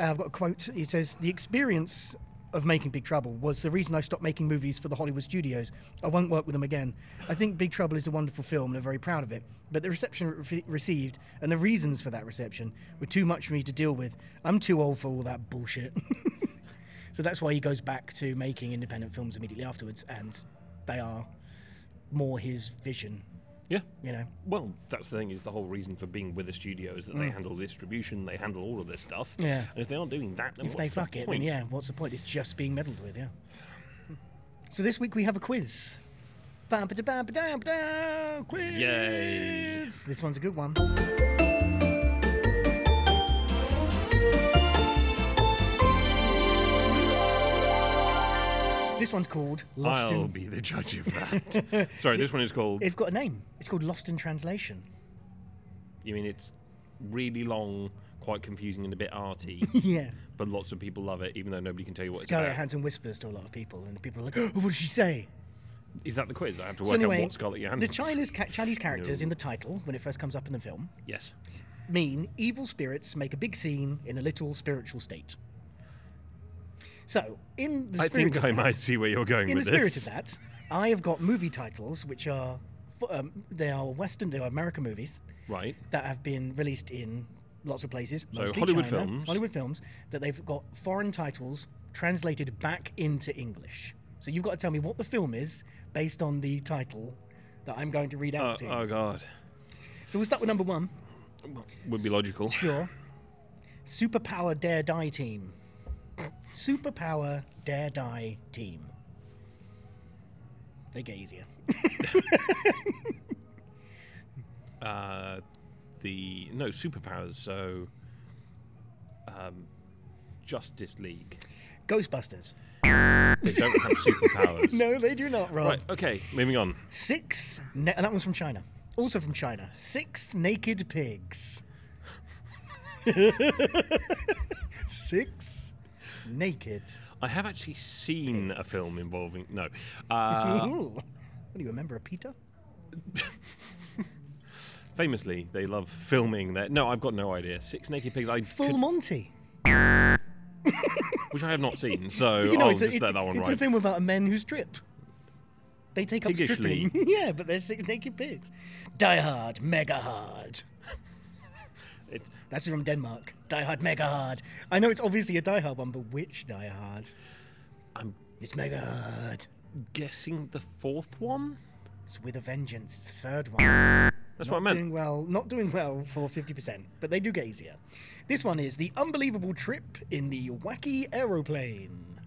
[SPEAKER 2] Uh, I've got a quote. He says, The experience of making Big Trouble was the reason I stopped making movies for the Hollywood studios. I won't work with them again. I think Big Trouble is a wonderful film and I'm very proud of it. But the reception it re- received and the reasons for that reception were too much for me to deal with. I'm too old for all that bullshit. *laughs* So that's why he goes back to making independent films immediately afterwards, and they are more his vision,
[SPEAKER 1] Yeah.
[SPEAKER 2] you know.
[SPEAKER 1] Well, that's the thing is the whole reason for being with a studio is that they handle distribution, they handle all of this stuff.
[SPEAKER 2] Mm. Yeah.
[SPEAKER 1] And if they aren't doing that, then
[SPEAKER 2] If
[SPEAKER 1] what's
[SPEAKER 2] they
[SPEAKER 1] the
[SPEAKER 2] fuck it,
[SPEAKER 1] point?
[SPEAKER 2] then yeah, what's the point? It's just being meddled with, yeah. So this week we have a quiz. Bam, ba-da, bam, ba-da, ba-da, Quiz!
[SPEAKER 1] Yay.
[SPEAKER 2] This one's a good one. This one's called Lost
[SPEAKER 1] I'll
[SPEAKER 2] in.
[SPEAKER 1] be the judge of
[SPEAKER 2] *laughs*
[SPEAKER 1] that. Sorry, this one is called.
[SPEAKER 2] It's got a name. It's called Lost in Translation. *laughs*
[SPEAKER 1] You mean it's really long, quite confusing, and a bit
[SPEAKER 2] *laughs*
[SPEAKER 1] arty,
[SPEAKER 2] yeah.
[SPEAKER 1] but lots of people love it, even though nobody can tell you what it's
[SPEAKER 2] Scarlett
[SPEAKER 1] about.
[SPEAKER 2] Johansson whispers to a lot of people, and people are like, *gasps* oh, "What did she say?"
[SPEAKER 1] Is that the quiz? I have to
[SPEAKER 2] So
[SPEAKER 1] work
[SPEAKER 2] anyway,
[SPEAKER 1] out what Scarlett
[SPEAKER 2] the
[SPEAKER 1] Johansson.
[SPEAKER 2] Chinese, ca- Chinese characters
[SPEAKER 1] No.
[SPEAKER 2] in the title, when it first comes up in the film,
[SPEAKER 1] Yes.
[SPEAKER 2] mean evil spirits make a big scene in a little spiritual state. So, in the
[SPEAKER 1] I
[SPEAKER 2] spirit
[SPEAKER 1] think
[SPEAKER 2] of
[SPEAKER 1] I
[SPEAKER 2] that-
[SPEAKER 1] might see where you're going
[SPEAKER 2] in the
[SPEAKER 1] with
[SPEAKER 2] spirit
[SPEAKER 1] this.
[SPEAKER 2] of that, I have got movie titles which are f- um, they are Western, they are American movies
[SPEAKER 1] Right.
[SPEAKER 2] that have been released in lots of places, mostly
[SPEAKER 1] Hollywood
[SPEAKER 2] China,
[SPEAKER 1] films.
[SPEAKER 2] Hollywood films that they've got foreign titles translated back into English. So you've got to tell me what the film is based on the title that I'm going to read
[SPEAKER 1] Uh,
[SPEAKER 2] out to.
[SPEAKER 1] oh God.
[SPEAKER 2] So we'll start with number one.
[SPEAKER 1] Would be logical.
[SPEAKER 2] Sure. Superpower Dare Die Team. Superpower Dare Die Team. They get easier.
[SPEAKER 1] Uh, the no superpowers. So, um, Justice League.
[SPEAKER 2] Ghostbusters.
[SPEAKER 1] They don't
[SPEAKER 2] *laughs*
[SPEAKER 1] have superpowers.
[SPEAKER 2] No, they do not, Rob.
[SPEAKER 1] Right. Okay. Moving on.
[SPEAKER 2] Six. Na- and that one's from China. Also from China. Six naked pigs. *laughs* Six naked.
[SPEAKER 1] I have actually seen a film involving no.
[SPEAKER 2] *laughs*
[SPEAKER 1] Uh,
[SPEAKER 2] Ooh. What do you remember, a Peter?
[SPEAKER 1] famously, they love filming their. No, I've got no idea. Six Naked Pigs. I
[SPEAKER 2] Full
[SPEAKER 1] could-
[SPEAKER 2] Monty.
[SPEAKER 1] which I have not seen, so
[SPEAKER 2] *laughs* You know,
[SPEAKER 1] I'll
[SPEAKER 2] it's, a,
[SPEAKER 1] just
[SPEAKER 2] it-
[SPEAKER 1] let that one
[SPEAKER 2] it's a
[SPEAKER 1] ride.
[SPEAKER 2] film about men who strip. They take up
[SPEAKER 1] Piggishly.
[SPEAKER 2] stripping. *laughs* yeah, but they're six naked pigs. Die Hard, Mega Hard.
[SPEAKER 1] It's-
[SPEAKER 2] That's from Denmark. Die Hard, Mega Hard. I know it's obviously a Die Hard one, but which Die Hard?
[SPEAKER 1] I'm
[SPEAKER 2] It's Mega Hard.
[SPEAKER 1] guessing the fourth one.
[SPEAKER 2] It's with a vengeance. It's the third one.
[SPEAKER 1] That's
[SPEAKER 2] Not
[SPEAKER 1] what I meant.
[SPEAKER 2] doing well. Not doing well for 50%, but they do get easier. This one is the unbelievable trip in the wacky aeroplane.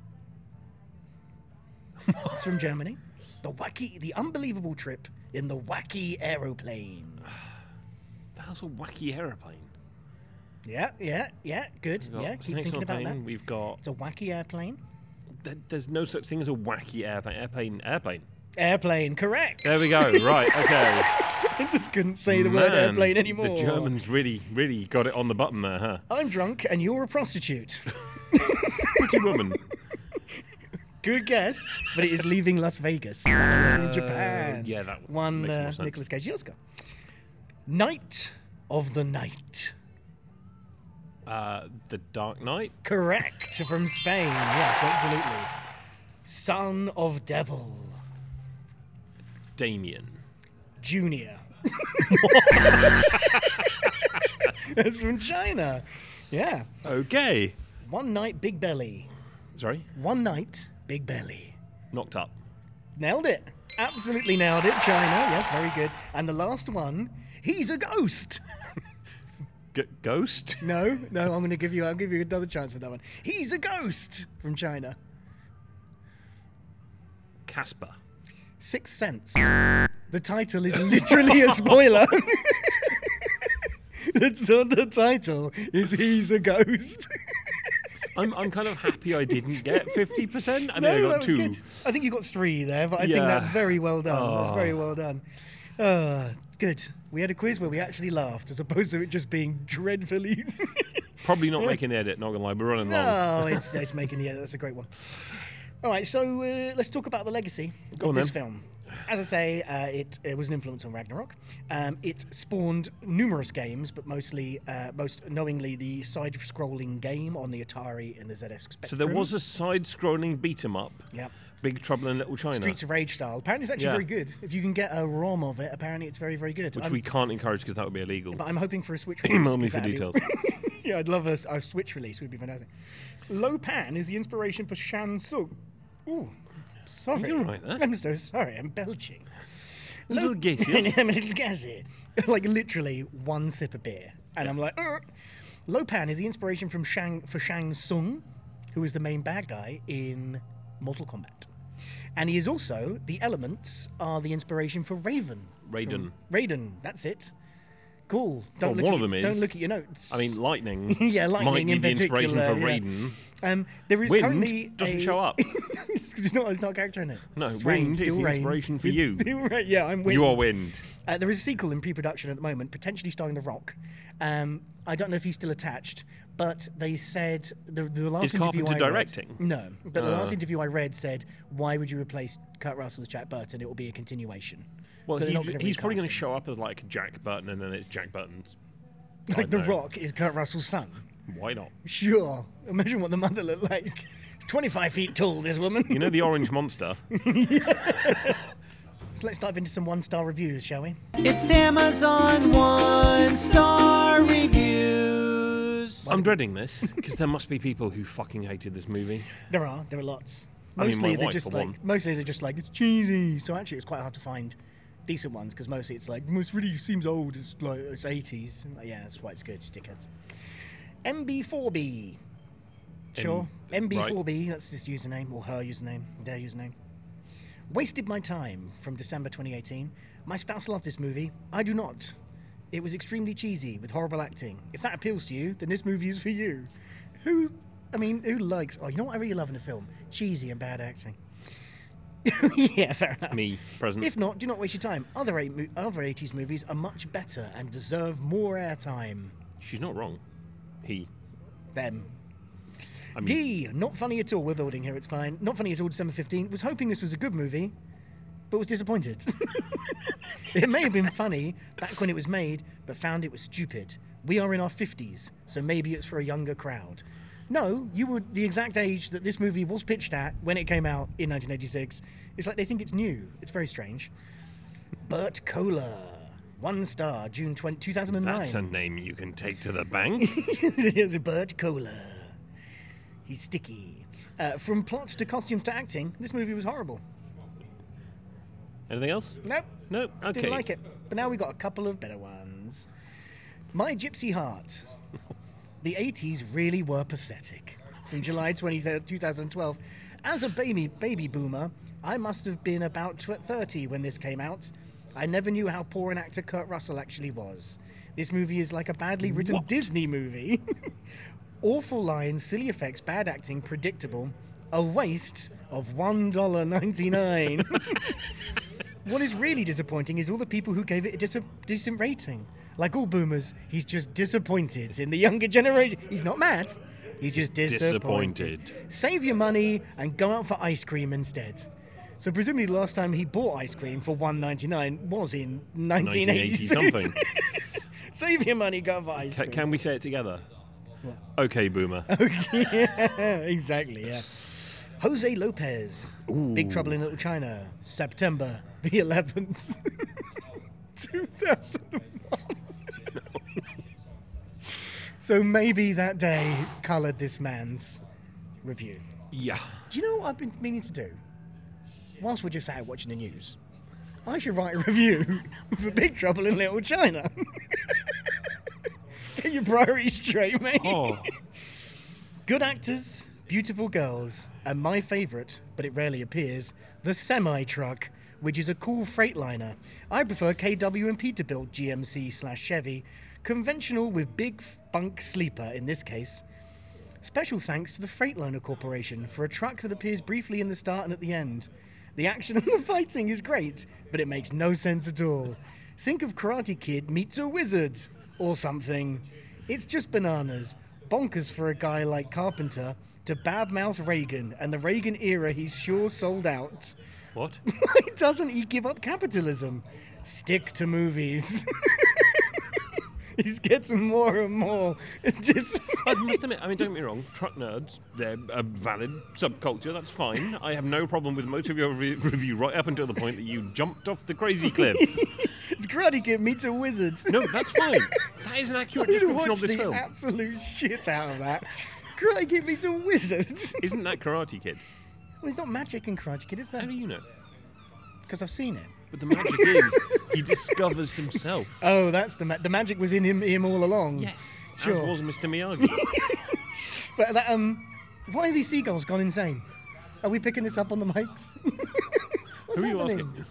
[SPEAKER 2] it's from Germany. The wacky, the unbelievable trip in the wacky aeroplane.
[SPEAKER 1] That was a wacky aeroplane.
[SPEAKER 2] Yeah, yeah, yeah. Good.
[SPEAKER 1] We've got
[SPEAKER 2] yeah, keep
[SPEAKER 1] snakes on
[SPEAKER 2] thinking
[SPEAKER 1] a
[SPEAKER 2] about that.
[SPEAKER 1] plane, We've got.
[SPEAKER 2] It's a wacky airplane.
[SPEAKER 1] th- There's no such thing as a wacky airplane. Airplane.
[SPEAKER 2] *laughs*
[SPEAKER 1] Airplane.
[SPEAKER 2] Airplane, correct.
[SPEAKER 1] There we go. right. Okay.
[SPEAKER 2] *laughs* I just couldn't say the word
[SPEAKER 1] Man,
[SPEAKER 2] airplane anymore.
[SPEAKER 1] The Germans really, really got it on the button there, huh?
[SPEAKER 2] I'm drunk and you're a prostitute.
[SPEAKER 1] Pretty woman.
[SPEAKER 2] Good guess, but it is leaving
[SPEAKER 1] *laughs*
[SPEAKER 2] Las Vegas. That was in Japan.
[SPEAKER 1] *laughs* yeah, that w-
[SPEAKER 2] one
[SPEAKER 1] makes more
[SPEAKER 2] uh,
[SPEAKER 1] sense.
[SPEAKER 2] Nicholas Cage Oscar. Night of the Night,
[SPEAKER 1] Uh, the Dark Knight.
[SPEAKER 2] correct from Spain. Yes, absolutely. Son of Devil,
[SPEAKER 1] Damien.
[SPEAKER 2] Junior. *laughs* That's from China. Yeah.
[SPEAKER 1] Okay.
[SPEAKER 2] One night, Big Belly.
[SPEAKER 1] Sorry.
[SPEAKER 2] One night, Big Belly.
[SPEAKER 1] Knocked up.
[SPEAKER 2] Nailed it. Absolutely nailed it, China. Yes, very good. And the last one, he's a ghost.
[SPEAKER 1] G- ghost.
[SPEAKER 2] No, no, I'm going to give you. I'll give you another chance for that one. He's a ghost from China.
[SPEAKER 1] Casper.
[SPEAKER 2] Sixth Sense. The title is literally a spoiler. *laughs* That's on the title. Is he's a ghost?
[SPEAKER 1] I'm, I'm kind of happy I
[SPEAKER 2] *laughs*
[SPEAKER 1] didn't get 50%. I mean, I
[SPEAKER 2] no,
[SPEAKER 1] got
[SPEAKER 2] that was
[SPEAKER 1] two.
[SPEAKER 2] good. I think you got three there, but I think
[SPEAKER 1] Yeah. Oh.
[SPEAKER 2] that's very well done. That's very well done. Uh, good. We had a quiz where we actually laughed, as opposed to it just being dreadfully. *laughs*
[SPEAKER 1] Probably not making the edit, not gonna lie. We're running long. *laughs*
[SPEAKER 2] oh, it's, it's making the. That's a great one. All right, so uh, let's talk about the legacy
[SPEAKER 1] Go
[SPEAKER 2] of
[SPEAKER 1] on
[SPEAKER 2] this
[SPEAKER 1] then.
[SPEAKER 2] film. As I say, uh, it, it was an influence on Ragnarok. Um, it spawned numerous games, but mostly, uh, most knowingly, the side-scrolling game on the Atari and the ZX Spectrum.
[SPEAKER 1] So there was a side scrolling beat 'em up.
[SPEAKER 2] Yep.
[SPEAKER 1] Big Trouble in Little China.
[SPEAKER 2] Streets of Rage style. Apparently, it's actually
[SPEAKER 1] Yeah.
[SPEAKER 2] very good. If you can get a ROM of it, apparently it's very, very good.
[SPEAKER 1] which
[SPEAKER 2] I'm,
[SPEAKER 1] we can't encourage because that would be illegal. *clears throat*
[SPEAKER 2] but I'm hoping for a Switch. release,
[SPEAKER 1] Email me
[SPEAKER 2] 'cause
[SPEAKER 1] for
[SPEAKER 2] that'd be-
[SPEAKER 1] details.
[SPEAKER 2] *laughs* yeah, I'd love a, s- a Switch release. Would be fantastic. Lo Pan is the inspiration for Shan Tsung. Ooh, sorry.
[SPEAKER 1] you all right there?
[SPEAKER 2] I'm so sorry. I'm belching.
[SPEAKER 1] Little gaseous.
[SPEAKER 2] *laughs* I'm a little gassy. like literally one sip of beer, and I'm like, "Ugh." Lopan is the inspiration from Shang for Shang Tsung, who is the main bad guy in Mortal Kombat, and he is also the elements are the inspiration for Raven.
[SPEAKER 1] Raiden.
[SPEAKER 2] Raiden, that's it. Cool. Don't
[SPEAKER 1] Well,
[SPEAKER 2] look
[SPEAKER 1] one
[SPEAKER 2] at
[SPEAKER 1] of
[SPEAKER 2] your-
[SPEAKER 1] them is.
[SPEAKER 2] Don't look at your notes.
[SPEAKER 1] I mean, lightning.
[SPEAKER 2] *laughs* Yeah,
[SPEAKER 1] might
[SPEAKER 2] lightning
[SPEAKER 1] be
[SPEAKER 2] in
[SPEAKER 1] the inspiration for
[SPEAKER 2] particular, yeah.
[SPEAKER 1] Raiden.
[SPEAKER 2] um, there is currently
[SPEAKER 1] Wind doesn't
[SPEAKER 2] a-
[SPEAKER 1] show up.
[SPEAKER 2] *laughs* it's, not, it's not a character in it.
[SPEAKER 1] No,
[SPEAKER 2] It's
[SPEAKER 1] wind is
[SPEAKER 2] still
[SPEAKER 1] the inspiration for you.
[SPEAKER 2] *laughs* Still rain. Yeah, I'm wind.
[SPEAKER 1] You are wind.
[SPEAKER 2] Uh, there is a sequel in pre-production at the moment, potentially starring The Rock. Um, I don't know if he's still attached, but they said the, the last
[SPEAKER 1] Is
[SPEAKER 2] interview
[SPEAKER 1] Carpenter
[SPEAKER 2] I read-
[SPEAKER 1] directing? Ah.
[SPEAKER 2] no, but the last interview I read said, "Why would you replace Kurt Russell as Jack Burton? It will be a continuation."
[SPEAKER 1] Well,
[SPEAKER 2] so they're
[SPEAKER 1] he-
[SPEAKER 2] not gonna
[SPEAKER 1] he's probably going to
[SPEAKER 2] recast him.
[SPEAKER 1] show up as like Jack Burton, and then it's Jack Burton's. I
[SPEAKER 2] *laughs* like The
[SPEAKER 1] don't know.
[SPEAKER 2] Rock is Kurt Russell's son.
[SPEAKER 1] Why not?
[SPEAKER 2] Sure, imagine what the mother looked like. Twenty-five feet tall, this woman.
[SPEAKER 1] You know the Orange
[SPEAKER 2] *laughs*
[SPEAKER 1] Monster.
[SPEAKER 2] So let's dive into some one-star reviews, shall we?
[SPEAKER 4] It's Amazon one star reviews.
[SPEAKER 1] I'm dreading this because there must be people who fucking hated this movie.
[SPEAKER 2] There are. There are lots.
[SPEAKER 1] I mean,
[SPEAKER 2] Mostly
[SPEAKER 1] my
[SPEAKER 2] they're
[SPEAKER 1] wife,
[SPEAKER 2] just
[SPEAKER 1] for
[SPEAKER 2] like
[SPEAKER 1] one.
[SPEAKER 2] mostly they're just like it's cheesy. So actually, it's quite hard to find decent ones because mostly it's like "Well, it's really seems old. It's like it's eighties. Yeah, that's why it's good, you dickheads. MB4B. Sure.
[SPEAKER 1] M-
[SPEAKER 2] MB4B. That's his username or her username, their username. Wasted my time from December 2018. My spouse loved this movie. I do not. It was extremely cheesy with horrible acting. If that appeals to you, then this movie is for you. Who, I mean, who likes? Oh, you know what I really love in a film? Cheesy and bad acting. *laughs* yeah, fair enough.
[SPEAKER 1] Me present.
[SPEAKER 2] If not, do not waste your time. Other eight mo- other 80s movies are much better and deserve more airtime.
[SPEAKER 1] She's not wrong. He.
[SPEAKER 2] Them.
[SPEAKER 1] I mean,
[SPEAKER 2] D, not funny at all. We're building here, it's fine. Not funny at all, December 15. Was hoping this was a good movie, but was disappointed. *laughs* it may have been funny back when it was made, but found it was stupid. We are in our 50s, so maybe it's for a younger crowd. No, you were the exact age that this movie was pitched at when it came out in 1986. It's like they think it's new. It's very strange. Bert Kohler, one star, June 20, 2009.
[SPEAKER 1] that's a name you can take to the bank.
[SPEAKER 2] *laughs* Here's a Bert Cola. He's sticky. Uh, from plots to costumes to acting, this movie was horrible.
[SPEAKER 1] Anything else?
[SPEAKER 2] Nope.
[SPEAKER 1] Nope. Okay.
[SPEAKER 2] Didn't like it. But now we got a couple of better ones. My Gypsy Heart. the 80s really were pathetic. From July 23rd, 2012. As a baby, baby boomer, I must have been about tw- 30 when this came out. I never knew how poor an actor Kurt Russell actually was. This movie is like a badly written Disney movie. *laughs* Awful lines, silly effects, bad acting, predictable. A waste of $1.99. *laughs* What is really disappointing is all the people who gave it a dis- decent rating. Like all boomers, he's just disappointed in the younger generation. He's not mad. He's just disappointed.
[SPEAKER 1] Disappointed.
[SPEAKER 2] Save your money and go out for ice cream instead. So presumably the last time he bought ice cream for 1.99 was in
[SPEAKER 1] 1980
[SPEAKER 2] 1986.
[SPEAKER 1] something.
[SPEAKER 2] *laughs* Save your money, go out for ice
[SPEAKER 1] Ca-
[SPEAKER 2] cream.
[SPEAKER 1] can we say it together? Okay,
[SPEAKER 2] *laughs*
[SPEAKER 1] boomer.
[SPEAKER 2] yeah, exactly, yeah. Jose Lopez, Big Trouble in Little China, September the 11th, *laughs* 2001. *laughs* so maybe that day coloured this man's review. *laughs*
[SPEAKER 1] yeah.
[SPEAKER 2] Do you know what I've been meaning to do? Whilst we're just out watching the news, I should write a review *laughs* for Big Trouble in Little China. *laughs* Get your priorities straight, mate.
[SPEAKER 1] Oh,
[SPEAKER 2] Good actors, beautiful girls, and my favourite, but it rarely appears, the semi truck, which is a cool freightliner. I prefer KW and Peterbilt GMC slash Chevy, conventional with big bunk sleeper in this case. Special thanks to the Freightliner Corporation for a truck that appears briefly in the start and at the end. The action *laughs* and the fighting is great, but it makes no sense at all. Think of Karate Kid meets a wizard or something. It's just bananas. Bonkers for a guy like Carpenter to badmouth Reagan and the Reagan era he's sure sold out. *laughs*
[SPEAKER 1] what?
[SPEAKER 2] Why doesn't he give up capitalism? Stick to movies. *laughs* He's getting more and more *laughs* dis-
[SPEAKER 1] I must admit, I mean, don't get me wrong, truck nerds, they're a valid subculture, that's fine. I have no problem with most of your re- review right up until the point that you jumped off the crazy cliff.
[SPEAKER 2] it's Karate Kid meets a wizard.
[SPEAKER 1] No, that's fine. That is an accurate
[SPEAKER 2] You
[SPEAKER 1] description of
[SPEAKER 2] watched
[SPEAKER 1] this
[SPEAKER 2] the
[SPEAKER 1] film.
[SPEAKER 2] absolute shit out of that. Karate Kid meets a wizard.
[SPEAKER 1] Isn't that Karate Kid?
[SPEAKER 2] *laughs* well, it's not magic in Karate Kid, is
[SPEAKER 1] How
[SPEAKER 2] that?
[SPEAKER 1] do you know?
[SPEAKER 2] Because I've seen it.
[SPEAKER 1] But the magic is he discovers
[SPEAKER 2] *laughs*
[SPEAKER 1] himself.
[SPEAKER 2] Oh, that's the ma- the magic was in him him all along.
[SPEAKER 1] As
[SPEAKER 2] sure.
[SPEAKER 1] was Mr.
[SPEAKER 2] *laughs*
[SPEAKER 1] Miyagi.
[SPEAKER 2] But that, um, why are these seagulls gone insane? Are we picking this up on the mics? *laughs* What's
[SPEAKER 1] Who are you
[SPEAKER 2] happening?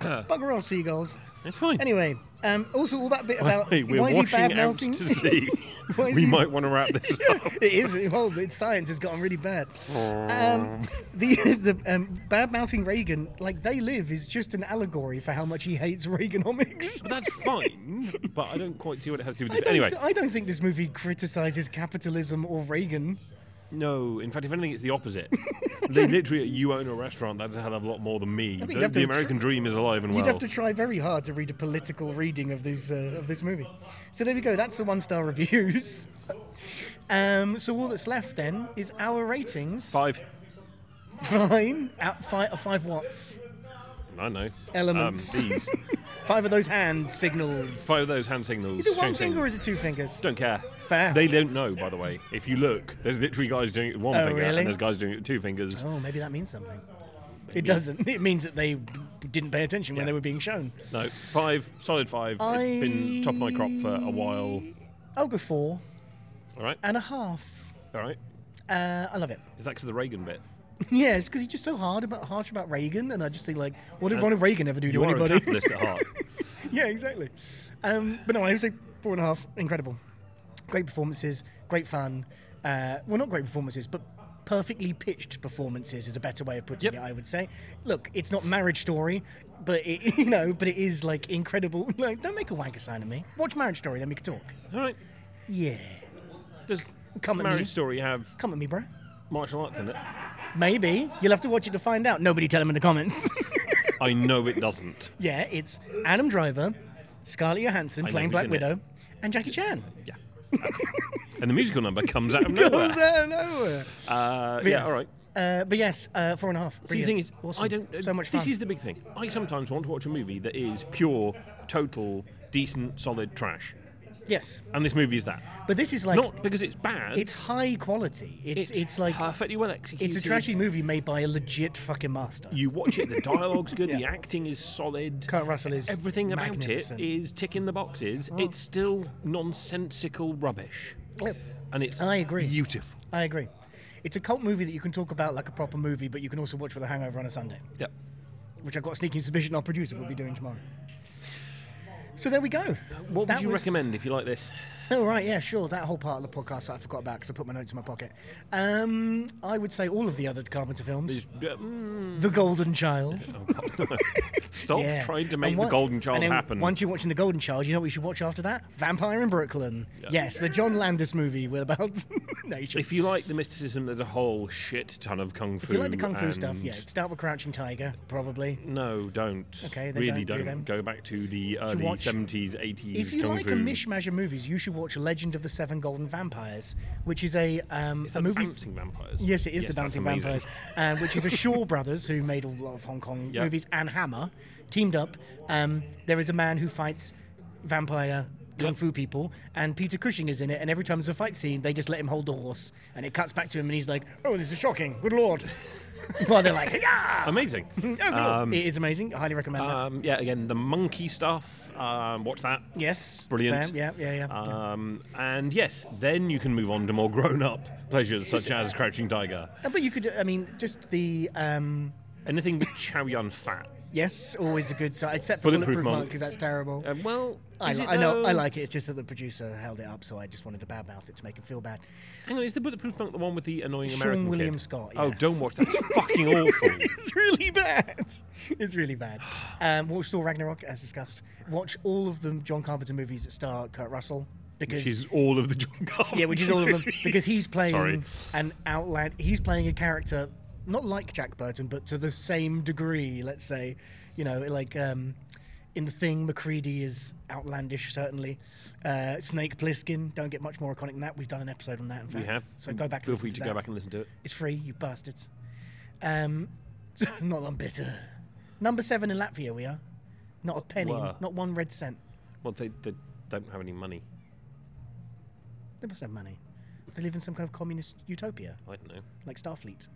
[SPEAKER 1] asking?
[SPEAKER 2] Bugger off, seagulls.
[SPEAKER 1] It's fine.
[SPEAKER 2] Anyway, um, also all that bit
[SPEAKER 1] By the
[SPEAKER 2] about
[SPEAKER 1] way, we're
[SPEAKER 2] why is he bad
[SPEAKER 1] washing out
[SPEAKER 2] mouthing?
[SPEAKER 1] to sea.
[SPEAKER 2] *laughs* Why is
[SPEAKER 1] we
[SPEAKER 2] he-
[SPEAKER 1] might want to wrap
[SPEAKER 2] *laughs*
[SPEAKER 1] this up.
[SPEAKER 2] it is. Well, it's science has gotten really bad. Um, the the um, bad mouthing Reagan, like they live, is just an allegory for how much he
[SPEAKER 1] *laughs*
[SPEAKER 2] hates Reaganomics.
[SPEAKER 1] That's fine, but I don't quite see what it has to do with
[SPEAKER 2] I
[SPEAKER 1] this.
[SPEAKER 2] don't,
[SPEAKER 1] Anyway,
[SPEAKER 2] th- I don't think this movie criticizes capitalism or Reagan.
[SPEAKER 1] no. In fact, if anything, it's the
[SPEAKER 2] *laughs*
[SPEAKER 1] opposite. they literally, you own a restaurant. That's a hell of a lot more than me.
[SPEAKER 2] think
[SPEAKER 1] The,
[SPEAKER 2] you'd have
[SPEAKER 1] the
[SPEAKER 2] to
[SPEAKER 1] American dream is alive and well.
[SPEAKER 2] You'd have to try very hard to read a political reading of this uh, of this movie. So there we go. That's the one star *laughs* reviews. Um, so all that's left then is our ratings.
[SPEAKER 1] Five.
[SPEAKER 2] Fine. Out five, five watts.
[SPEAKER 1] I don't know.
[SPEAKER 2] Elements.
[SPEAKER 1] Um,
[SPEAKER 2] *laughs*
[SPEAKER 1] these.
[SPEAKER 2] Five of those hand signals.
[SPEAKER 1] Five of those hand signals.
[SPEAKER 2] Is it one
[SPEAKER 1] change
[SPEAKER 2] finger or
[SPEAKER 1] things.
[SPEAKER 2] is it two fingers?
[SPEAKER 1] Don't care.
[SPEAKER 2] Fair.
[SPEAKER 1] They don't know, by the way. If you look, there's literally guys doing it with one
[SPEAKER 2] Oh,
[SPEAKER 1] finger,
[SPEAKER 2] really?
[SPEAKER 1] and there's guys doing it with two fingers.
[SPEAKER 2] Oh, maybe that means something. It doesn't. It means that they d- didn't pay attention when
[SPEAKER 1] Yeah.
[SPEAKER 2] they were being shown.
[SPEAKER 1] No, five, solid five. It's been top of my crop for a while.
[SPEAKER 2] I'll go Oh, four
[SPEAKER 1] All right,
[SPEAKER 2] and a half.
[SPEAKER 1] all right.
[SPEAKER 2] Uh, I love it. *laughs*
[SPEAKER 1] It's actually the Reagan bit.
[SPEAKER 2] Yeah, it's because he's just so hard about harsh about Reagan, and I just think like, what did Ronald Reagan ever do
[SPEAKER 1] Uh, You
[SPEAKER 2] to
[SPEAKER 1] are a
[SPEAKER 2] anybody?
[SPEAKER 1] capitalist at
[SPEAKER 2] *laughs*
[SPEAKER 1] heart.
[SPEAKER 2] yeah, exactly. Um, but no, I would say four and a half. Incredible, great performances, great fun. Uh, well, not great performances, but perfectly pitched performances is a better way of putting
[SPEAKER 1] Yep.
[SPEAKER 2] it. I would say. Look, it's not Marriage Story, but it, *laughs* you know, but it is like incredible. *laughs* Like, don't make a wanker sign of me. Watch Marriage Story, then we can talk.
[SPEAKER 1] All right.
[SPEAKER 2] Yeah,
[SPEAKER 1] Does
[SPEAKER 2] Come at me.
[SPEAKER 1] Marriage Story have
[SPEAKER 2] come at me, bro.
[SPEAKER 1] martial arts
[SPEAKER 2] *laughs*
[SPEAKER 1] in it?
[SPEAKER 2] Maybe you'll have to watch it to find out. Nobody tell him in the comments. *laughs*
[SPEAKER 1] I know it doesn't.
[SPEAKER 2] yeah, it's Adam Driver, Scarlett Johansson
[SPEAKER 1] know
[SPEAKER 2] playing
[SPEAKER 1] who's
[SPEAKER 2] Black
[SPEAKER 1] in it.
[SPEAKER 2] Widow, and Jackie Chan.
[SPEAKER 1] Yeah. *laughs* and the musical number comes out of
[SPEAKER 2] *laughs* Comes
[SPEAKER 1] nowhere.
[SPEAKER 2] out of nowhere.
[SPEAKER 1] Uh,
[SPEAKER 2] But
[SPEAKER 1] yeah,
[SPEAKER 2] yes.
[SPEAKER 1] all right.
[SPEAKER 2] Uh, but yes, uh, four and a half.
[SPEAKER 1] See, the
[SPEAKER 2] Brilliant.
[SPEAKER 1] thing is,
[SPEAKER 2] Awesome.
[SPEAKER 1] I don't. uh,
[SPEAKER 2] so much fun.
[SPEAKER 1] This is the big thing. I sometimes want to watch a movie that is pure, total, decent, solid trash,
[SPEAKER 2] yes,
[SPEAKER 1] and this movie is that.
[SPEAKER 2] but this is like
[SPEAKER 1] Not because it's bad.
[SPEAKER 2] it's high quality. It's it's, like
[SPEAKER 1] perfectly well executed.
[SPEAKER 2] it's a trashy movie made by a legit fucking master.
[SPEAKER 1] You watch it. The dialogue's good. The
[SPEAKER 2] *laughs* Yeah.
[SPEAKER 1] acting is solid.
[SPEAKER 2] Kurt Russell is
[SPEAKER 1] Everything about it
[SPEAKER 2] magnificent. Oh.
[SPEAKER 1] is ticking the boxes. It's still nonsensical rubbish,
[SPEAKER 2] Yep.
[SPEAKER 1] and it's
[SPEAKER 2] Oh. I agree.
[SPEAKER 1] beautiful.
[SPEAKER 2] I agree. It's a cult movie that you can talk about like a proper movie, but you can also watch with a hangover on a Sunday,
[SPEAKER 1] Yep.
[SPEAKER 2] which I've got a sneaking suspicion our producer will be doing tomorrow. So there we go.
[SPEAKER 1] What would
[SPEAKER 2] That
[SPEAKER 1] you
[SPEAKER 2] was-
[SPEAKER 1] recommend if you like this?
[SPEAKER 2] Oh right, yeah, sure. That whole part of the podcast that I forgot about because I put my notes in my pocket. Um, I would say all of the other Carpenter films.
[SPEAKER 1] Mm.
[SPEAKER 2] The Golden Child.
[SPEAKER 1] Oh, God, no. Stop
[SPEAKER 2] Yeah.
[SPEAKER 1] trying to
[SPEAKER 2] And
[SPEAKER 1] make
[SPEAKER 2] one-
[SPEAKER 1] the golden child
[SPEAKER 2] and then
[SPEAKER 1] happen.
[SPEAKER 2] Once you're watching the Golden Child, you know what you should watch after that? Vampire in Brooklyn.
[SPEAKER 1] Yeah.
[SPEAKER 2] Yes, the John Landis movie with about. *laughs* no, you should.
[SPEAKER 1] if you like the mysticism, there's a whole shit ton of kung fu.
[SPEAKER 2] If you like the kung fu stuff,
[SPEAKER 1] and-
[SPEAKER 2] yeah, start with Crouching Tiger, probably.
[SPEAKER 1] No, don't.
[SPEAKER 2] Okay, then
[SPEAKER 1] really
[SPEAKER 2] don't do
[SPEAKER 1] don't.
[SPEAKER 2] them.
[SPEAKER 1] Go back to the early
[SPEAKER 2] watch-
[SPEAKER 1] 70s, 80s
[SPEAKER 2] If you
[SPEAKER 1] kung
[SPEAKER 2] like
[SPEAKER 1] fu.
[SPEAKER 2] a mishmash of movies, you should watch Legend of the Seven Golden Vampires, which is a um,
[SPEAKER 1] Is
[SPEAKER 2] a
[SPEAKER 1] that
[SPEAKER 2] movie.
[SPEAKER 1] Bouncing Vampires?
[SPEAKER 2] Yes, it is the
[SPEAKER 1] that's
[SPEAKER 2] Bouncing
[SPEAKER 1] amazing.
[SPEAKER 2] Vampires, uh, which is
[SPEAKER 1] *laughs*
[SPEAKER 2] the Shaw brothers who made a lot of Hong Kong
[SPEAKER 1] Yep.
[SPEAKER 2] movies and Hammer teamed up. Um, there is a man who fights vampire kung fu people, and Peter Cushing is in it. And every time there's a fight scene, they just let him hold the horse, and it cuts back to him, and he's like, "Oh, this is shocking! Good lord!" *laughs* While they're like, "Yeah!" oh,
[SPEAKER 1] Amazing.
[SPEAKER 2] it is amazing. I highly recommend that.
[SPEAKER 1] Um, yeah, again, the monkey stuff. Um, watch that.
[SPEAKER 2] Yes,
[SPEAKER 1] Brilliant.
[SPEAKER 2] fair, Yeah, yeah, yeah. yeah.
[SPEAKER 1] Um, and yes, then you can move on to more grown up pleasures such as Crouching Tiger.
[SPEAKER 2] Uh, But you could, I mean, just the um,
[SPEAKER 1] Anything with Chow Yun Fat.
[SPEAKER 2] yes, always a good sign, except for
[SPEAKER 1] Bulletproof
[SPEAKER 2] bulletproof monk
[SPEAKER 1] Monk.
[SPEAKER 2] because that's terrible.
[SPEAKER 1] Um, well,
[SPEAKER 2] I,
[SPEAKER 1] is
[SPEAKER 2] li-
[SPEAKER 1] it
[SPEAKER 2] I know, I
[SPEAKER 1] though?
[SPEAKER 2] like it. It's just that the producer held it up, so I just wanted to badmouth it to make him feel bad.
[SPEAKER 1] Hang on, is the Bulletproof Monk the one with the annoying
[SPEAKER 2] Sean
[SPEAKER 1] American
[SPEAKER 2] William
[SPEAKER 1] kid?
[SPEAKER 2] Scott,
[SPEAKER 1] Oh,
[SPEAKER 2] yes.
[SPEAKER 1] don't watch that. It's fucking awful.
[SPEAKER 2] *laughs* it's really bad. It's really bad. Um, watch Thor Ragnarok, as discussed. Watch all of the John Carpenter movies that star Kurt Russell because
[SPEAKER 1] Which is all of the John Carpenter.
[SPEAKER 2] yeah, which is
[SPEAKER 1] *laughs*
[SPEAKER 2] all of them
[SPEAKER 1] movies.
[SPEAKER 2] because he's playing
[SPEAKER 1] Sorry.
[SPEAKER 2] an outland. He's playing a character not like Jack Burton, but to the same degree. Let's say, you know, like um, in the thing, Macready is outlandish. Certainly, uh, Snake Plissken. Don't get much more iconic than that. We've done an episode on that. In fact,
[SPEAKER 1] We have.
[SPEAKER 2] So go back.
[SPEAKER 1] Feel
[SPEAKER 2] and
[SPEAKER 1] free
[SPEAKER 2] listen
[SPEAKER 1] to
[SPEAKER 2] that.
[SPEAKER 1] go back and listen to it.
[SPEAKER 2] It's free, you bastards. *laughs* Um, not that I'm bitter. Number seven in Latvia, we are. Not a penny.
[SPEAKER 1] Were.
[SPEAKER 2] Not one red cent.
[SPEAKER 1] Well, they, they don't have any money.
[SPEAKER 2] They must have money. They live in some kind of communist utopia,
[SPEAKER 1] I don't know.
[SPEAKER 2] like Starfleet.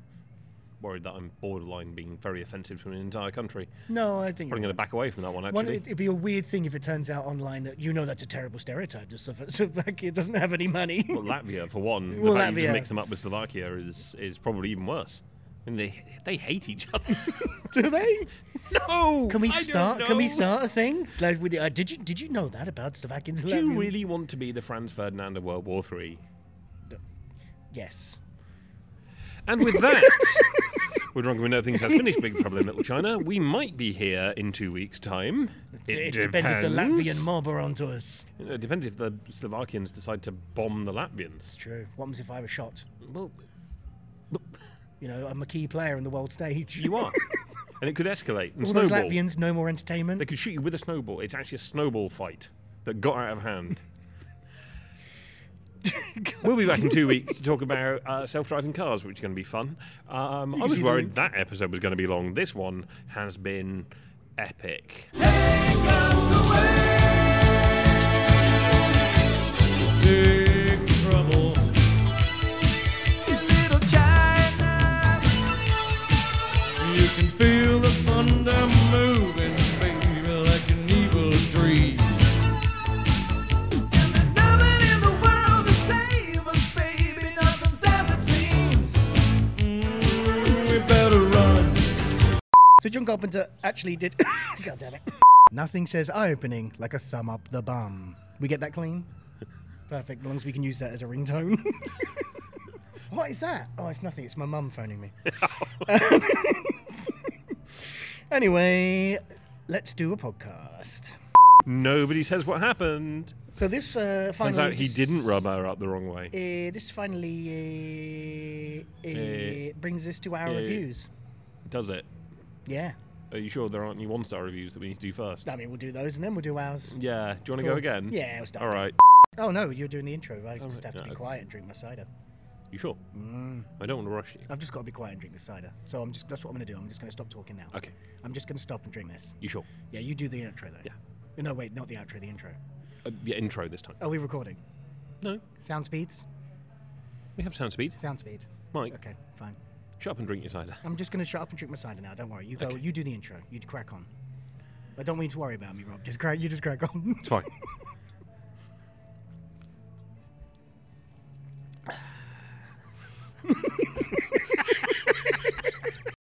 [SPEAKER 1] Worried that I'm borderline being very offensive to an entire country.
[SPEAKER 2] No, I think.
[SPEAKER 1] Probably going to back away from that one,
[SPEAKER 2] One,
[SPEAKER 1] actually.
[SPEAKER 2] it, it'd be a weird thing if it turns out online that you know that's a terrible stereotype. That *laughs* Slova- Slovakia doesn't have any money.
[SPEAKER 1] Well, Latvia, for one.
[SPEAKER 2] Well,
[SPEAKER 1] the fact you
[SPEAKER 2] Latvia.
[SPEAKER 1] just mix them up with Slovakia is, is probably even worse. I mean, they, they hate each other.
[SPEAKER 2] *laughs*
[SPEAKER 1] *laughs*
[SPEAKER 2] Do they?
[SPEAKER 1] no!
[SPEAKER 2] Can we
[SPEAKER 1] I don't
[SPEAKER 2] start? Can we
[SPEAKER 1] know.
[SPEAKER 2] start a thing? Like, with the, uh, did you did you know that about Slovakians? and
[SPEAKER 1] Do you
[SPEAKER 2] Latvians?
[SPEAKER 1] really want to be the Franz Ferdinand of World War Three?
[SPEAKER 2] Yes.
[SPEAKER 1] And with that, we're drunk and we know things have finished Big Trouble in Little China. We might be here in two weeks' time.
[SPEAKER 2] It, depends if the
[SPEAKER 1] depends.
[SPEAKER 2] Latvian mob are onto us.
[SPEAKER 1] Uh, It depends if the Slovakians decide to bomb the Latvians.
[SPEAKER 2] It's true. What happens if I was shot?
[SPEAKER 1] Well,
[SPEAKER 2] You know, I'm a key player in the world stage.
[SPEAKER 1] you
[SPEAKER 2] *laughs*
[SPEAKER 1] are. and it could escalate and
[SPEAKER 2] All those
[SPEAKER 1] snowball.
[SPEAKER 2] Latvians, no more entertainment.
[SPEAKER 1] They could shoot you with a snowball. It's actually a snowball fight that got out of hand. we'll be back in two weeks to talk about uh, self-driving cars, which is going to be fun. Um, I was
[SPEAKER 2] see the
[SPEAKER 1] worried
[SPEAKER 2] link.
[SPEAKER 1] that episode was going to be long. This one has been epic.
[SPEAKER 4] Big trouble. Little China. You can feel the thunder moving, baby, like an evil dream. And there's nothing in the world to save us, baby. Nothing's as it seems. Mm, we better run.
[SPEAKER 2] So John Carpenter actually did. *coughs* God damn it. Nothing says eye opening like a thumb up the bum. We get that clean? Perfect. As long as we can use that as a ringtone. *laughs* what is that? Oh, it's nothing. It's my mum phoning me. *laughs* anyway, let's do a podcast.
[SPEAKER 1] Nobody says what happened.
[SPEAKER 2] So this uh, finally.
[SPEAKER 1] Turns out he
[SPEAKER 2] this-
[SPEAKER 1] didn't rub her up the wrong way.
[SPEAKER 2] Uh, this finally uh, uh,
[SPEAKER 1] Eh,
[SPEAKER 2] brings us to our
[SPEAKER 1] eh.
[SPEAKER 2] reviews.
[SPEAKER 1] Does it?
[SPEAKER 2] Yeah.
[SPEAKER 1] Are you sure there aren't any one-star reviews that we need to do first?
[SPEAKER 2] I mean, we'll do those and then we'll do ours.
[SPEAKER 1] Yeah. Do you want to go
[SPEAKER 2] Cool.
[SPEAKER 1] again?
[SPEAKER 2] Yeah, we'll start.
[SPEAKER 1] All right.
[SPEAKER 2] Oh no, you're doing the intro. I
[SPEAKER 1] Oh, right.
[SPEAKER 2] just have to
[SPEAKER 1] Yeah,
[SPEAKER 2] be
[SPEAKER 1] okay.
[SPEAKER 2] quiet and drink my cider.
[SPEAKER 1] You sure? I don't want to rush you.
[SPEAKER 2] I've just got to be quiet and drink the cider. So I'm just that's what I'm going to do. I'm just going to stop talking now.
[SPEAKER 1] Okay.
[SPEAKER 2] I'm just going to stop and drink this.
[SPEAKER 1] You sure?
[SPEAKER 2] Yeah, you do the intro though. Yeah. No, wait, not the outro, the intro.
[SPEAKER 1] Uh, yeah. Intro this time.
[SPEAKER 2] Are we recording?
[SPEAKER 1] No.
[SPEAKER 2] Sound speeds?
[SPEAKER 1] We have sound speed.
[SPEAKER 2] Sound speed.
[SPEAKER 1] Mike,
[SPEAKER 2] Okay, fine.
[SPEAKER 1] shut up and drink your cider.
[SPEAKER 2] I'm just going to shut up and drink my cider now. Don't worry. You go.
[SPEAKER 1] Okay.
[SPEAKER 2] You do the intro. You crack on. I don't want you to worry about me, Rob. Just crack. You just crack on. *laughs*
[SPEAKER 1] It's fine.